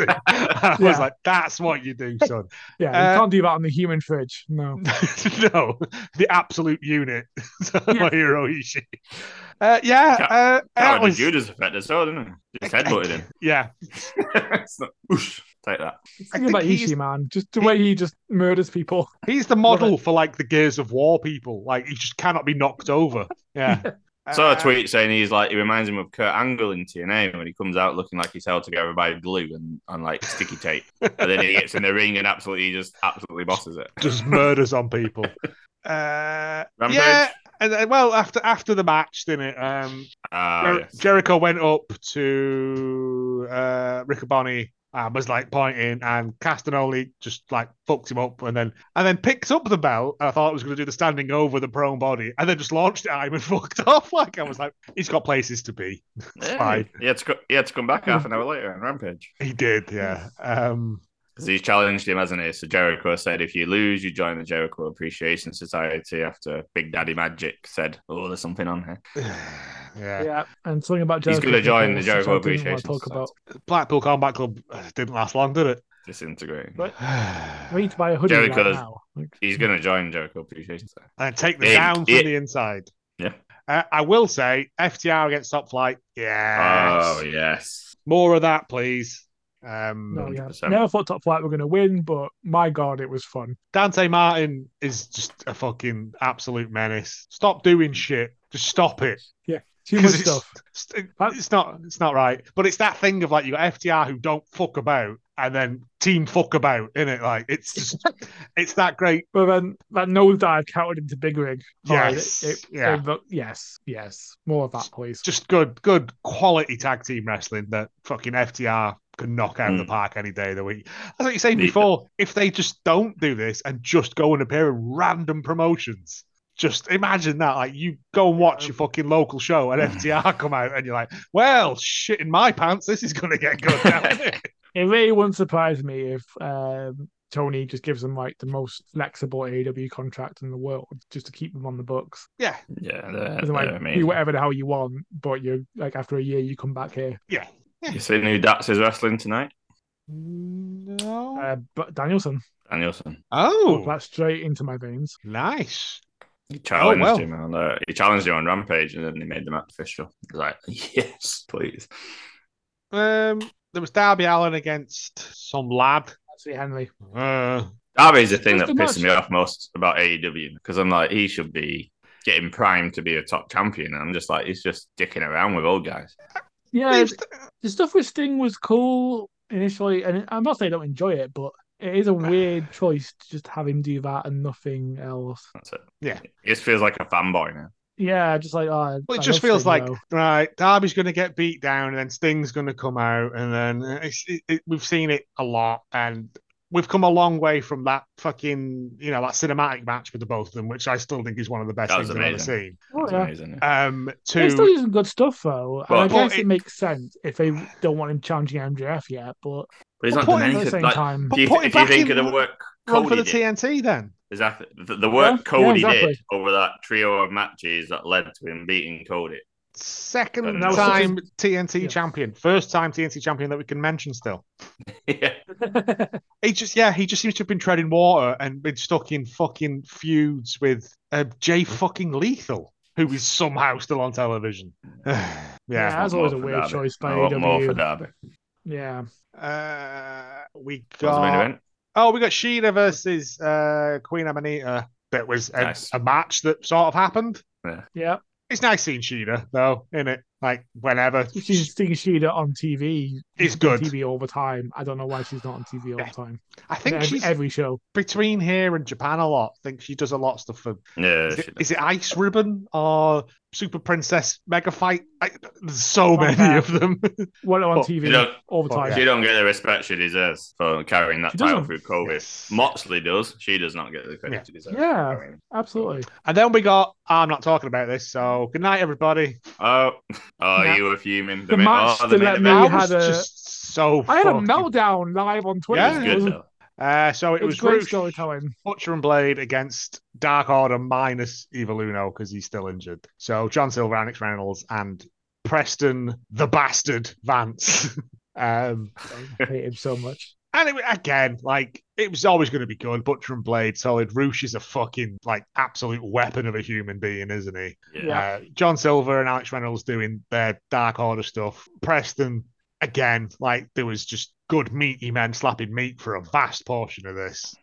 Speaker 3: it. I was
Speaker 2: Yeah.
Speaker 3: like, that's what you do, son.
Speaker 2: yeah,
Speaker 3: Uh,
Speaker 2: you can't do that on the human fridge. No.
Speaker 3: no, the absolute unit, my
Speaker 2: Yeah.
Speaker 3: hero Ishii. Uh, yeah,
Speaker 1: Ca-
Speaker 3: uh,
Speaker 1: That
Speaker 3: that
Speaker 1: was
Speaker 3: was,
Speaker 1: Oh, Judas effect as well, didn't it? Just headbutted him.
Speaker 3: yeah,
Speaker 1: It's not- whoosh, take that.
Speaker 2: Think
Speaker 3: think
Speaker 2: about
Speaker 3: he's-
Speaker 2: Ishii, man. Just the way he just murders people.
Speaker 3: He's the model for like the Gears of War people. Like he just cannot be knocked over. Yeah.
Speaker 1: Saw a
Speaker 3: Uh,
Speaker 1: tweet saying he's like he reminds him of Kurt Angle in TNA when he comes out looking like he's held together by glue and, and like sticky tape, and then he gets in the ring and absolutely just absolutely bosses it.
Speaker 3: Just murders on people. Uh,
Speaker 1: Rampage.
Speaker 3: yeah. And then, well, after after the match, didn't it? Um,
Speaker 1: Ah,
Speaker 3: Jer-
Speaker 1: yes.
Speaker 3: Jericho went up to uh, Riccoboni and was like pointing, and Castanoli just like fucked him up, and then and then picked up the belt. And I thought it was going to do the standing over the prone body, and then just launched at him and fucked off. Like I was like, he's got places to be.
Speaker 1: Yeah.
Speaker 3: fine.
Speaker 1: He, had to, co- he had to come back half an hour later on Rampage.
Speaker 3: He did, yeah. Um,
Speaker 1: Because he's challenged him, hasn't he? So Jericho said, if you lose, you join the Jericho Appreciation Society after Big Daddy Magic said, oh, there's something on here.
Speaker 3: yeah.
Speaker 2: Yeah, and something about
Speaker 1: He's
Speaker 2: Jericho.
Speaker 1: gonna join
Speaker 2: Peoples,
Speaker 1: the Jericho
Speaker 2: which I didn't wanna
Speaker 1: Appreciation
Speaker 2: Talk about.
Speaker 3: Blackpool Combat Club uh, didn't last long, did it?
Speaker 1: Disintegrating.
Speaker 2: Right. I need to buy a hoodie right
Speaker 1: Jericho's-
Speaker 2: now. Like,
Speaker 1: He's going to join Jericho Appreciation Society.
Speaker 3: and take them
Speaker 1: It-
Speaker 3: down from
Speaker 1: it-
Speaker 3: the inside.
Speaker 1: Yeah.
Speaker 3: Uh, I will say FTR against Top Flight. Yes.
Speaker 1: Oh, yes.
Speaker 3: More of that, please. Um,
Speaker 2: no, yeah.
Speaker 1: 100%.
Speaker 2: Never thought Top Flight were going to win, but my god, it was fun.
Speaker 3: Dante Martin is just a fucking absolute menace. Stop doing shit. Just stop it.
Speaker 2: Too
Speaker 3: 'Cause
Speaker 2: much
Speaker 3: it's-
Speaker 2: stuff.
Speaker 3: St-
Speaker 2: Huh?
Speaker 3: It's not. It's not right. But it's that thing of like you got FTR who don't fuck about, and then team fuck about in it. Like it's just, it's that great.
Speaker 2: But then that nosedive counted into Big Rig. Alright,
Speaker 3: Yes,
Speaker 2: Oh, it- it-
Speaker 3: yeah.
Speaker 2: it look- yes. Yes. More of that, please.
Speaker 3: just good, good quality tag team wrestling that fucking FTR can knock out of the
Speaker 1: Mm.
Speaker 3: park any day of the week. That's what you're saying
Speaker 1: Yeah.
Speaker 3: before. If they just don't do this and just go and appear in random promotions, just imagine that. Like you go and watch your fucking local show and FTR come out and you're like, well, shit in my pants, this is gonna get good now. isn't it?"
Speaker 2: It really wouldn't surprise me if um, Tony just gives them like the most flexible AEW contract in the world just to keep them on the books.
Speaker 3: yeah,
Speaker 1: Yeah, they're,
Speaker 2: As in,
Speaker 1: they're
Speaker 2: like,
Speaker 1: amazing.
Speaker 2: do whatever the hell you want, but you're like after a year you come back here.
Speaker 3: yeah.
Speaker 1: You seen who Dax is wrestling tonight?
Speaker 3: No.
Speaker 2: Uh, but Danielson,
Speaker 1: Danielson.
Speaker 3: oh,
Speaker 2: that's straight into my veins.
Speaker 3: nice.
Speaker 1: He challenged
Speaker 3: well.
Speaker 1: him on uh, he challenged him on Rampage, and then they made the match official. He was like, yes, please.
Speaker 3: Um, there was Darby Allen against some lad.
Speaker 2: That's it, Henry.
Speaker 3: Uh,
Speaker 1: Darby's the thing
Speaker 2: That's
Speaker 1: that
Speaker 2: the
Speaker 1: pisses
Speaker 2: match.
Speaker 1: me off most about AEW because I'm like, he should be getting primed to be a top champion, and I'm just like, he's just dicking around with old guys.
Speaker 2: Yeah, the stuff with Sting was cool initially, and I'm not saying I don't enjoy it, but it is a weird choice to just have him do that and nothing else.
Speaker 1: That's it.
Speaker 3: Yeah.
Speaker 1: it just feels like a fanboy now.
Speaker 2: Yeah, just like oh,
Speaker 3: Well,
Speaker 2: I
Speaker 3: it just
Speaker 2: love
Speaker 3: feels
Speaker 2: Sting,
Speaker 3: like
Speaker 2: though.
Speaker 3: right, Darby's going to get beat down, and then Sting's going to come out, and then uh, it's, it, it, we've seen it a lot, and we've come a long way from that fucking you know that cinematic match with the both of them, which I still think is one of the best
Speaker 1: That was
Speaker 3: things I've ever seen.
Speaker 2: Oh,
Speaker 1: It's
Speaker 2: yeah.
Speaker 1: amazing.
Speaker 3: Um,
Speaker 2: They still
Speaker 3: to
Speaker 2: do some good stuff though. and
Speaker 1: Well,
Speaker 2: I
Speaker 3: well,
Speaker 2: guess it,
Speaker 3: it-
Speaker 2: makes sense if they don't want him challenging MJF yet, but
Speaker 1: But he's not
Speaker 3: Well,
Speaker 1: doing
Speaker 3: put him
Speaker 1: anything.
Speaker 2: at the same
Speaker 1: Like,
Speaker 2: time,
Speaker 1: do you,
Speaker 3: But put
Speaker 1: if
Speaker 3: him
Speaker 1: you
Speaker 3: back
Speaker 1: think of
Speaker 3: in
Speaker 1: the work
Speaker 3: run for
Speaker 1: Cody
Speaker 3: the
Speaker 1: did,
Speaker 3: TNT, then
Speaker 1: Is that the, the work
Speaker 2: Yeah,
Speaker 1: Cody
Speaker 2: yeah, exactly.
Speaker 1: did over that trio of matches that led to him beating Cody?
Speaker 3: second
Speaker 1: And that was
Speaker 3: time TNT
Speaker 2: Yeah.
Speaker 3: champion, first time TNT champion that we can mention still.
Speaker 1: yeah,
Speaker 3: He just yeah, he just seems to have been treading water and been stuck in fucking feuds with uh, Jay fucking Lethal, who is somehow still on television. yeah.
Speaker 2: that's
Speaker 1: I want
Speaker 2: always a
Speaker 1: more for
Speaker 2: weird
Speaker 1: Darby.
Speaker 2: choice by
Speaker 1: I want more for
Speaker 2: AEW.
Speaker 1: Derby.
Speaker 2: yeah,
Speaker 3: Uh, we
Speaker 1: That was the main
Speaker 3: got
Speaker 1: event.
Speaker 3: oh, we got Sheena versus uh, Queen Amanita. That was a,
Speaker 1: Nice.
Speaker 3: a match that sort of happened.
Speaker 2: yeah.
Speaker 3: It's nice seeing Sheena though, isn't it? Like whenever
Speaker 2: She's Sting Shida on TV. She's
Speaker 3: It's
Speaker 2: on
Speaker 3: good.
Speaker 2: TV all the time. I don't know why she's not on TV all
Speaker 3: Yeah.
Speaker 2: the time.
Speaker 3: I think
Speaker 2: every,
Speaker 3: she's
Speaker 2: every show.
Speaker 3: between here and Japan a lot. I think she does a lot of stuff for
Speaker 1: Yeah,
Speaker 3: is
Speaker 1: she
Speaker 3: it,
Speaker 1: did.
Speaker 3: is it Ice Ribbon or Super Princess Mega Fight? I, there's so
Speaker 2: Not
Speaker 3: many
Speaker 2: bad.
Speaker 3: of them.
Speaker 2: Well, on
Speaker 3: Well,
Speaker 2: TV
Speaker 1: you know-
Speaker 2: all the
Speaker 3: well,
Speaker 2: time.
Speaker 1: She don't get the respect she deserves for carrying that
Speaker 2: She
Speaker 1: title
Speaker 2: doesn't.
Speaker 1: through COVID.
Speaker 3: Yes.
Speaker 1: Moxley does. She does not get the credit she deserves. for
Speaker 2: Yeah.
Speaker 1: carrying.
Speaker 2: Absolutely.
Speaker 3: And then we got. I'm not talking about this. So good night, everybody.
Speaker 1: Oh, oh,
Speaker 2: Nah.
Speaker 1: you were fuming. The,
Speaker 2: The
Speaker 1: main-
Speaker 2: match
Speaker 1: oh, the
Speaker 2: to
Speaker 1: main
Speaker 2: let me-
Speaker 1: event.
Speaker 2: had
Speaker 3: I was
Speaker 2: a-
Speaker 3: just so.
Speaker 2: I had a
Speaker 3: fucking-
Speaker 2: meltdown live on Twitter.
Speaker 3: Yeah.
Speaker 1: It was
Speaker 2: It
Speaker 1: good
Speaker 2: wasn't-
Speaker 1: though.
Speaker 3: Uh, so it,
Speaker 2: it was
Speaker 3: was,
Speaker 2: great
Speaker 3: Roosh,
Speaker 2: storytelling.
Speaker 3: Butcher and Blade against Dark Order minus Evil Uno because he's still injured. So John Silver, Alex Reynolds, and Preston the Bastard Vance. um,
Speaker 2: I hate him so much.
Speaker 3: And it, again, like it was always going to be good. Butcher and Blade, solid. Roosh is a fucking like absolute weapon of a human being, isn't he?
Speaker 1: Yeah.
Speaker 3: Uh, John Silver and Alex Reynolds doing their Dark Order stuff. Preston again, like there was just good meaty men slapping meat for a vast portion of this.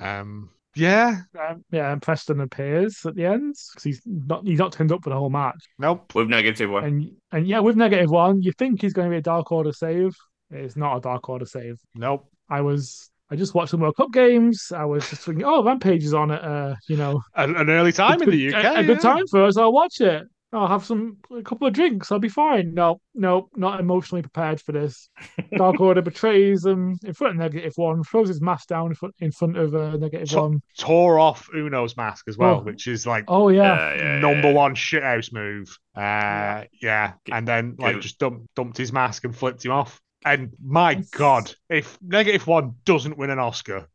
Speaker 3: Um, yeah,
Speaker 2: Um, yeah, and Preston appears at the end because he's not he's not turned up for the whole match.
Speaker 3: nope.
Speaker 1: With negative one.
Speaker 2: And and yeah, with negative one, you think he's going to be a Dark Order save. It's not a Dark Order save.
Speaker 3: Nope.
Speaker 2: I was I just watched the World Cup games. I was just thinking, oh, Rampage is on at uh, you know
Speaker 3: An, an early time in
Speaker 2: good-
Speaker 3: the UK.
Speaker 2: a, a
Speaker 3: yeah.
Speaker 2: good time for us. I'll watch it. I'll have some a couple of drinks. I'll be fine. No, no, not emotionally prepared for this. Dark Order betrays them in front of Negative One, throws his mask down in front, in front of uh, Negative
Speaker 3: So-
Speaker 2: One.
Speaker 3: Tore off Uno's mask as well,
Speaker 2: Oh.
Speaker 3: which is like
Speaker 2: Oh yeah,
Speaker 1: Yeah, yeah,
Speaker 3: number
Speaker 1: yeah.
Speaker 3: one shithouse move. Uh, yeah, and then like
Speaker 1: Good.
Speaker 3: just dumped dumped his mask and flipped him off. And my god, if negative one doesn't win an Oscar,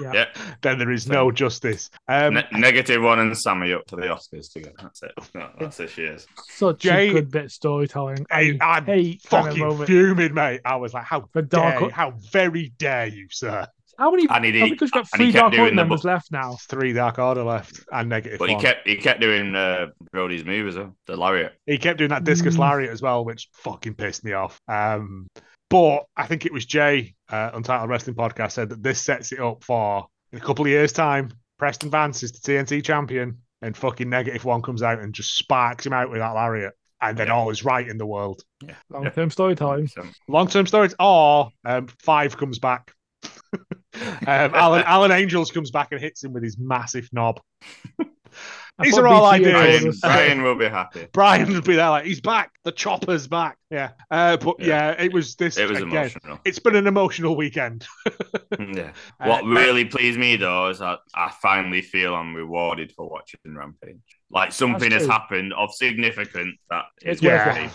Speaker 2: yeah.
Speaker 1: Yeah.
Speaker 3: then there is no justice. Um,
Speaker 1: Ne- negative one and Sammy up for the Oscars together. That's it. No, that's this year's.
Speaker 2: Such
Speaker 3: Jay-
Speaker 2: a good bit of storytelling.
Speaker 3: I, I'm
Speaker 2: hate kind of
Speaker 3: fucking
Speaker 2: moment.
Speaker 3: fuming, mate. I was like, how
Speaker 2: The
Speaker 3: dare,
Speaker 2: Dark. Or-
Speaker 3: how very dare you, sir?
Speaker 2: How many?
Speaker 1: And he,
Speaker 2: I think we've got
Speaker 1: and he
Speaker 2: three
Speaker 1: kept
Speaker 2: Dark
Speaker 1: doing
Speaker 2: Order
Speaker 1: the
Speaker 2: members
Speaker 1: bu-
Speaker 2: left now.
Speaker 3: Three dark order left and negative
Speaker 1: but he
Speaker 3: one.
Speaker 1: kept he kept doing uh, Brody's move as well, the lariat.
Speaker 3: He kept doing that discus
Speaker 2: Mm.
Speaker 3: lariat as well, which fucking pissed me off. Um, but I think it was Jay, uh, Untitled Wrestling Podcast, said that this sets it up for in a couple of years' time. Preston Vance is the TNT champion, and fucking negative one comes out and just sparks him out with that lariat, and then
Speaker 1: Yeah.
Speaker 3: all is right in the world.
Speaker 2: Long term storytelling.
Speaker 1: So-
Speaker 3: Long term stories, or um, five comes back. um, Alan Alan Angels comes back and hits him with his massive knob.
Speaker 2: I
Speaker 3: These
Speaker 2: thought
Speaker 3: are all
Speaker 2: BT had
Speaker 3: ideas.
Speaker 2: told
Speaker 1: Brian,
Speaker 2: us-
Speaker 1: Brian will be happy.
Speaker 3: Brian would be there like he's back. The chopper's back. Yeah. Uh, but yeah.
Speaker 1: Yeah.
Speaker 3: it was this.
Speaker 1: It was
Speaker 3: again,
Speaker 1: emotional.
Speaker 3: It's been an emotional weekend.
Speaker 1: yeah.
Speaker 3: Uh,
Speaker 1: What really pleased me though is that I finally feel I'm rewarded for watching Rampage. Like something has
Speaker 2: true.
Speaker 1: happened of significance that
Speaker 2: It's
Speaker 1: is
Speaker 3: worth
Speaker 1: really-
Speaker 3: it.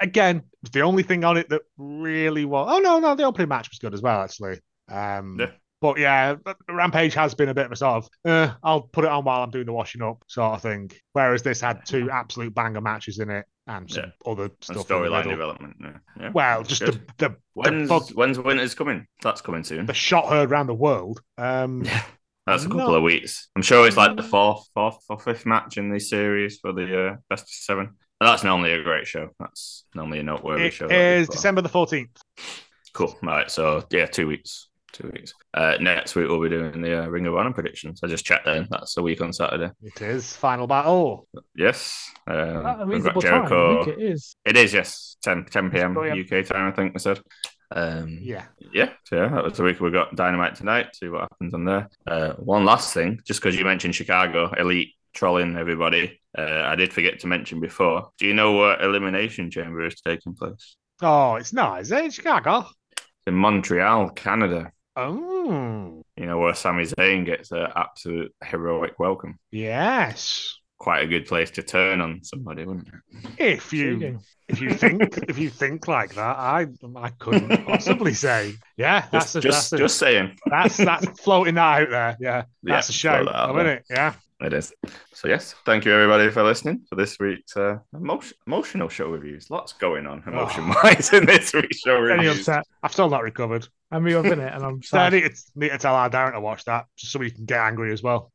Speaker 3: again, it was the only thing on it that really was. Oh no, no, the opening match was good as well, actually. Um,
Speaker 1: Yeah.
Speaker 3: But yeah, Rampage has been a bit of a sort of, uh, I'll put it on while I'm doing the washing up sort of thing. Whereas this had two absolute banger matches in it and some other
Speaker 1: and
Speaker 3: stuff. in the
Speaker 1: storyline
Speaker 3: middle.
Speaker 1: development. Yeah. Yeah.
Speaker 3: Well, just the,
Speaker 1: Good.
Speaker 3: the
Speaker 1: when's
Speaker 3: fuck-
Speaker 1: when's winter's coming? That's coming soon.
Speaker 3: the shot heard around the world. Um,
Speaker 1: That's a couple
Speaker 3: No.
Speaker 1: of weeks. I'm sure it's like
Speaker 3: Mm.
Speaker 1: the fourth, fourth or fifth match in the series for the uh, best of seven. And that's normally a great show. That's normally a noteworthy
Speaker 3: it
Speaker 1: show.
Speaker 3: is December the 14th.
Speaker 1: Cool. All right. So yeah, two weeks. Two weeks. Uh, next week we'll be doing the uh, Ring of Honor predictions. I just checked then. That's a week on Saturday.
Speaker 3: It is Final Battle.
Speaker 1: Yes. Um,
Speaker 2: At a
Speaker 1: we've
Speaker 2: reasonable
Speaker 1: got
Speaker 2: time. I
Speaker 1: Jericho.
Speaker 2: think it is.
Speaker 1: It is. Yes. 10, 10 p.m.
Speaker 2: Oh, yeah.
Speaker 1: UK time. I think we said. Um,
Speaker 3: Yeah.
Speaker 1: yeah, so yeah, that was the week we got Dynamite tonight. See what happens on there. Uh, one last thing, just because you mentioned Chicago, Elite trolling everybody. Uh, I did forget to mention before. Do you know what Elimination Chamber is taking place? It's
Speaker 3: Oh, it's nice. Eh? Chicago.
Speaker 1: in Montreal, Canada.
Speaker 3: Oh,
Speaker 1: You know where Sami Zayn gets an absolute heroic welcome.
Speaker 3: yes.
Speaker 1: Quite a good place to turn on somebody, wouldn't it?
Speaker 3: If you
Speaker 2: Intriguing.
Speaker 3: if you think if you think like that, I I couldn't possibly say. Yeah, that's
Speaker 1: Just,
Speaker 3: a,
Speaker 1: just,
Speaker 3: that's, a-
Speaker 1: just saying.
Speaker 3: that's that's floating that out there. Yeah, that's a
Speaker 1: Yeah,
Speaker 3: show,
Speaker 1: throw that out
Speaker 3: isn't
Speaker 1: there.
Speaker 3: it? Yeah.
Speaker 1: It is. So yes, thank you everybody for listening for this week's uh, emotion, emotional show reviews. Lots going on
Speaker 3: Ah.
Speaker 1: emotion wise in this week's show
Speaker 2: Very
Speaker 1: reviews.
Speaker 2: upset.
Speaker 3: I've still not recovered.
Speaker 2: I'm reopening it, and I'm
Speaker 3: So I
Speaker 2: sad.
Speaker 3: need to, need to tell our Darren to watch that, just so he can get angry as well.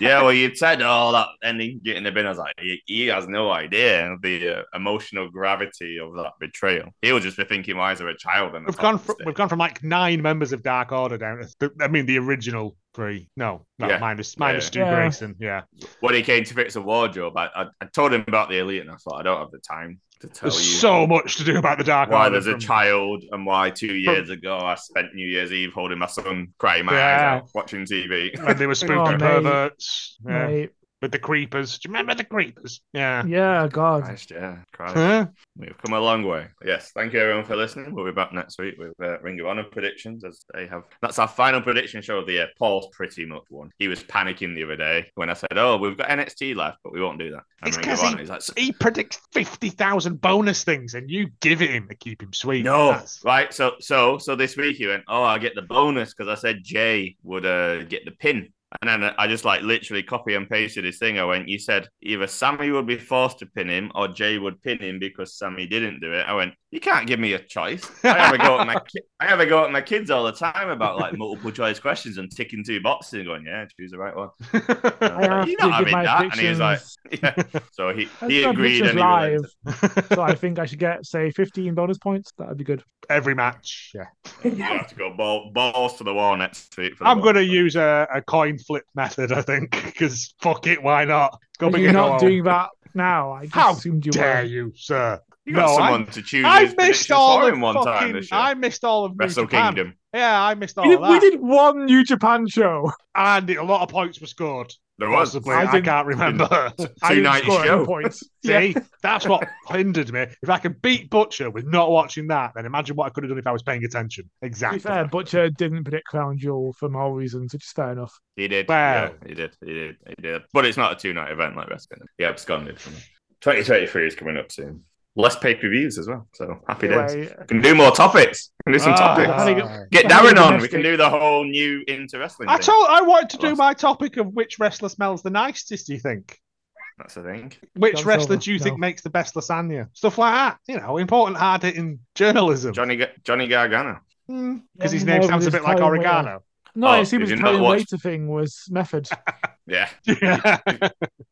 Speaker 1: yeah, well, you said all that ending getting the bin. I was like, he, he has no idea the uh, emotional gravity of that betrayal. He'll just be thinking, why is there a child? And
Speaker 3: We've gone from we've gone from like nine members of Dark Order down. To th- I mean, the original three. No, no
Speaker 1: Yeah.
Speaker 3: minus minus
Speaker 1: Yeah.
Speaker 3: Stu
Speaker 2: Yeah.
Speaker 3: Grayson. Yeah,
Speaker 1: when he came to fix the wardrobe, I, I, I told him about the elite, and I thought I don't have the time to tell
Speaker 3: there's
Speaker 1: you.
Speaker 3: so much to do about the Dark
Speaker 1: why
Speaker 3: Order.
Speaker 1: there's a
Speaker 3: from-
Speaker 1: child and why two years ago I spent New Year's Eve holding my son, crying my
Speaker 3: Yeah.
Speaker 1: eyes out, watching TV.
Speaker 3: when they were spooky
Speaker 2: Oh, mate.
Speaker 3: perverts. Yeah.
Speaker 2: Mate.
Speaker 3: with the creepers. Do you remember the creepers? Yeah.
Speaker 2: Yeah, God.
Speaker 1: Christ, yeah, Christ.
Speaker 3: Huh?
Speaker 1: We've come a long way. Yes, thank you everyone for listening. We'll be back next week with uh, Ring of Honor predictions, as they have. That's our final prediction show of the year. Paul's pretty much won. He was panicking the other day when I said, "Oh, we've got NXT left, but we won't do that." And
Speaker 3: It's
Speaker 1: Ring of
Speaker 3: 'cause
Speaker 1: Honor, he's like, "S-
Speaker 3: He predicts 50,000 bonus things and you give it him to keep him sweet.
Speaker 1: "No,
Speaker 3: That's-
Speaker 1: right." So, so, so this week he went, "Oh, I get the bonus because I said Jay would uh, get the pin." And then I just like literally copy and pasted his thing. I went, "You said either Sammy would be forced to pin him or Jay would pin him because Sammy didn't do it." I went, "You can't give me a choice." I have a go at my ki- I have a go at my kids all the time about like multiple choice questions and ticking two boxes and going, yeah, choose the right one.
Speaker 2: I
Speaker 1: You're
Speaker 2: have
Speaker 1: not
Speaker 2: to give
Speaker 1: having
Speaker 2: my
Speaker 1: that. And he was
Speaker 2: predictions.
Speaker 1: like- Yeah. So he,
Speaker 2: Let's
Speaker 1: he
Speaker 2: go
Speaker 1: agreed
Speaker 2: predictions
Speaker 1: and he
Speaker 2: live,
Speaker 1: relented.
Speaker 2: so I think I should get say 15 bonus points. That'd be good.
Speaker 3: Every match. Yeah.
Speaker 1: You have to go ball, balls to the wall next week. For the
Speaker 3: I'm
Speaker 1: bonus
Speaker 3: going to
Speaker 1: point.
Speaker 3: use a, a coin flip method, I think, because fuck it, why not? Go
Speaker 2: But
Speaker 3: big
Speaker 2: you're
Speaker 3: and
Speaker 2: not
Speaker 3: go home.
Speaker 2: doing that now. I just
Speaker 3: How
Speaker 2: assumed you
Speaker 3: Dare
Speaker 2: were.
Speaker 3: you, sir?
Speaker 1: You got
Speaker 3: No,
Speaker 1: someone to choose
Speaker 3: I
Speaker 1: his
Speaker 3: missed
Speaker 1: prediction
Speaker 3: all
Speaker 1: for
Speaker 3: of
Speaker 1: him one time
Speaker 3: fucking.
Speaker 1: this year.
Speaker 3: I missed all of New
Speaker 1: Wrestle
Speaker 3: Japan.
Speaker 1: Kingdom.
Speaker 3: Yeah, I missed all
Speaker 2: We did,
Speaker 3: of that.
Speaker 2: we did one New Japan show.
Speaker 3: and a lot of points were scored.
Speaker 1: There was
Speaker 3: Possibly,
Speaker 2: I
Speaker 3: I,
Speaker 2: didn't-
Speaker 3: can't remember.
Speaker 2: I
Speaker 1: two
Speaker 2: didn't
Speaker 1: night
Speaker 2: score any
Speaker 1: show.
Speaker 2: points. yeah.
Speaker 3: See, that's what hindered me. If I could beat Butcher with not watching that, then imagine what I could have done if I was paying attention.
Speaker 2: To be
Speaker 3: Exactly.
Speaker 2: fair, Butcher didn't predict Crown Jewel for moral reasons, which is fair enough.
Speaker 1: He did.
Speaker 3: Wow.
Speaker 1: Yeah, he did. He did. He did. But it's not a two night event like Wrestling. He absconded from it. 2023 is coming up soon. Less pay per views as well. So happy days.
Speaker 2: Anyway,
Speaker 1: We can do more topics. We can do some
Speaker 3: Ah.
Speaker 1: topics. Get
Speaker 2: I think
Speaker 1: Darren on. We
Speaker 2: domestic-
Speaker 1: can do the whole new into wrestling.
Speaker 3: I
Speaker 1: thing.
Speaker 3: told I wanted to do
Speaker 1: Lost.
Speaker 3: my topic of which wrestler smells the nicest. Do you think?
Speaker 1: That's the thing.
Speaker 3: Which
Speaker 2: John
Speaker 3: wrestler
Speaker 2: Silver,
Speaker 3: do you think
Speaker 2: no.
Speaker 3: makes the best lasagna? Stuff like that. You know, important hard hitting journalism.
Speaker 1: Johnny Ga- Johnny Gargano.
Speaker 3: Because his
Speaker 2: Hmm. Yeah,
Speaker 3: name
Speaker 2: more
Speaker 3: sounds a
Speaker 2: with
Speaker 3: bit
Speaker 2: his
Speaker 3: like
Speaker 2: Italian waiter.
Speaker 3: oregano.
Speaker 2: no,
Speaker 1: Oh,
Speaker 2: it seems
Speaker 1: if
Speaker 2: his
Speaker 1: you've not
Speaker 2: Italian
Speaker 1: watched-
Speaker 2: waiter thing was method.
Speaker 1: Yeah.
Speaker 3: Yeah.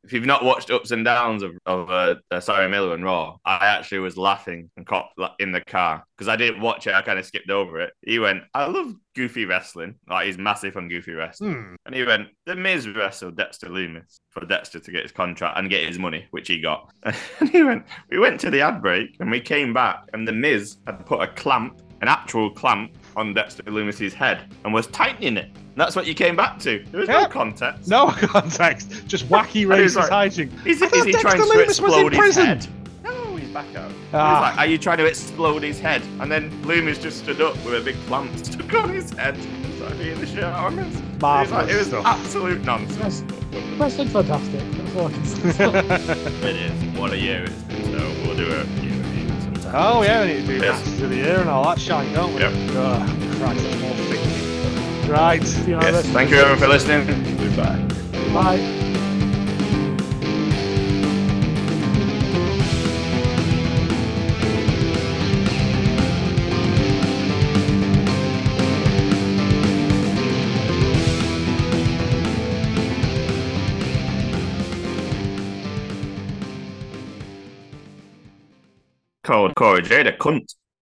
Speaker 1: If you've not watched ups and downs of, of uh, uh, Sorry Miller and Raw, I actually was laughing and caught la- in the car because I didn't watch it. I kind of skipped over it. He went, "I love goofy wrestling. Like he's massive on goofy wrestling."
Speaker 3: Hmm.
Speaker 1: And he went, The Miz wrestled Dexter Loomis for Dexter to get his contract and get his money, which he got. And he went, We went to the ad break and we came back, and The Miz had put a clamp, an actual clamp, on Dexter Loomis's head and was tightening it. And that's what you came back to. There was no
Speaker 3: Yeah.
Speaker 1: context.
Speaker 3: No context. Just wacky
Speaker 1: I was
Speaker 3: racist
Speaker 1: like-
Speaker 3: hygiene.
Speaker 1: Is,
Speaker 3: I
Speaker 1: is
Speaker 3: thought
Speaker 1: he
Speaker 3: Dexter
Speaker 1: trying to
Speaker 3: Loomis was
Speaker 1: explode his
Speaker 3: imprisoned.
Speaker 1: head? No, he's back out.
Speaker 3: Ah.
Speaker 1: He's like, Are you trying to explode his head? And then Loomis just stood up with a big clamp stuck on his head. He's like, "Be in the shit out of him." It was like-
Speaker 3: Marvelous
Speaker 1: It was
Speaker 3: Ah, stuff.
Speaker 1: absolute nonsense.
Speaker 2: Wrestling's fantastic. That's all I can say.
Speaker 1: It is. What a year it's been. So we'll do a few reviews sometime.
Speaker 3: Oh yeah, we need to do
Speaker 1: Yes.
Speaker 3: matches of the year and all that shite, don't we?
Speaker 1: Yep.
Speaker 3: Oh, Christ, I'm all sick. Right.
Speaker 2: See how
Speaker 1: Yes.
Speaker 2: that's-
Speaker 1: Thank you everyone for listening. Goodbye.
Speaker 2: Bye.
Speaker 1: Called Corey Jade a cunt.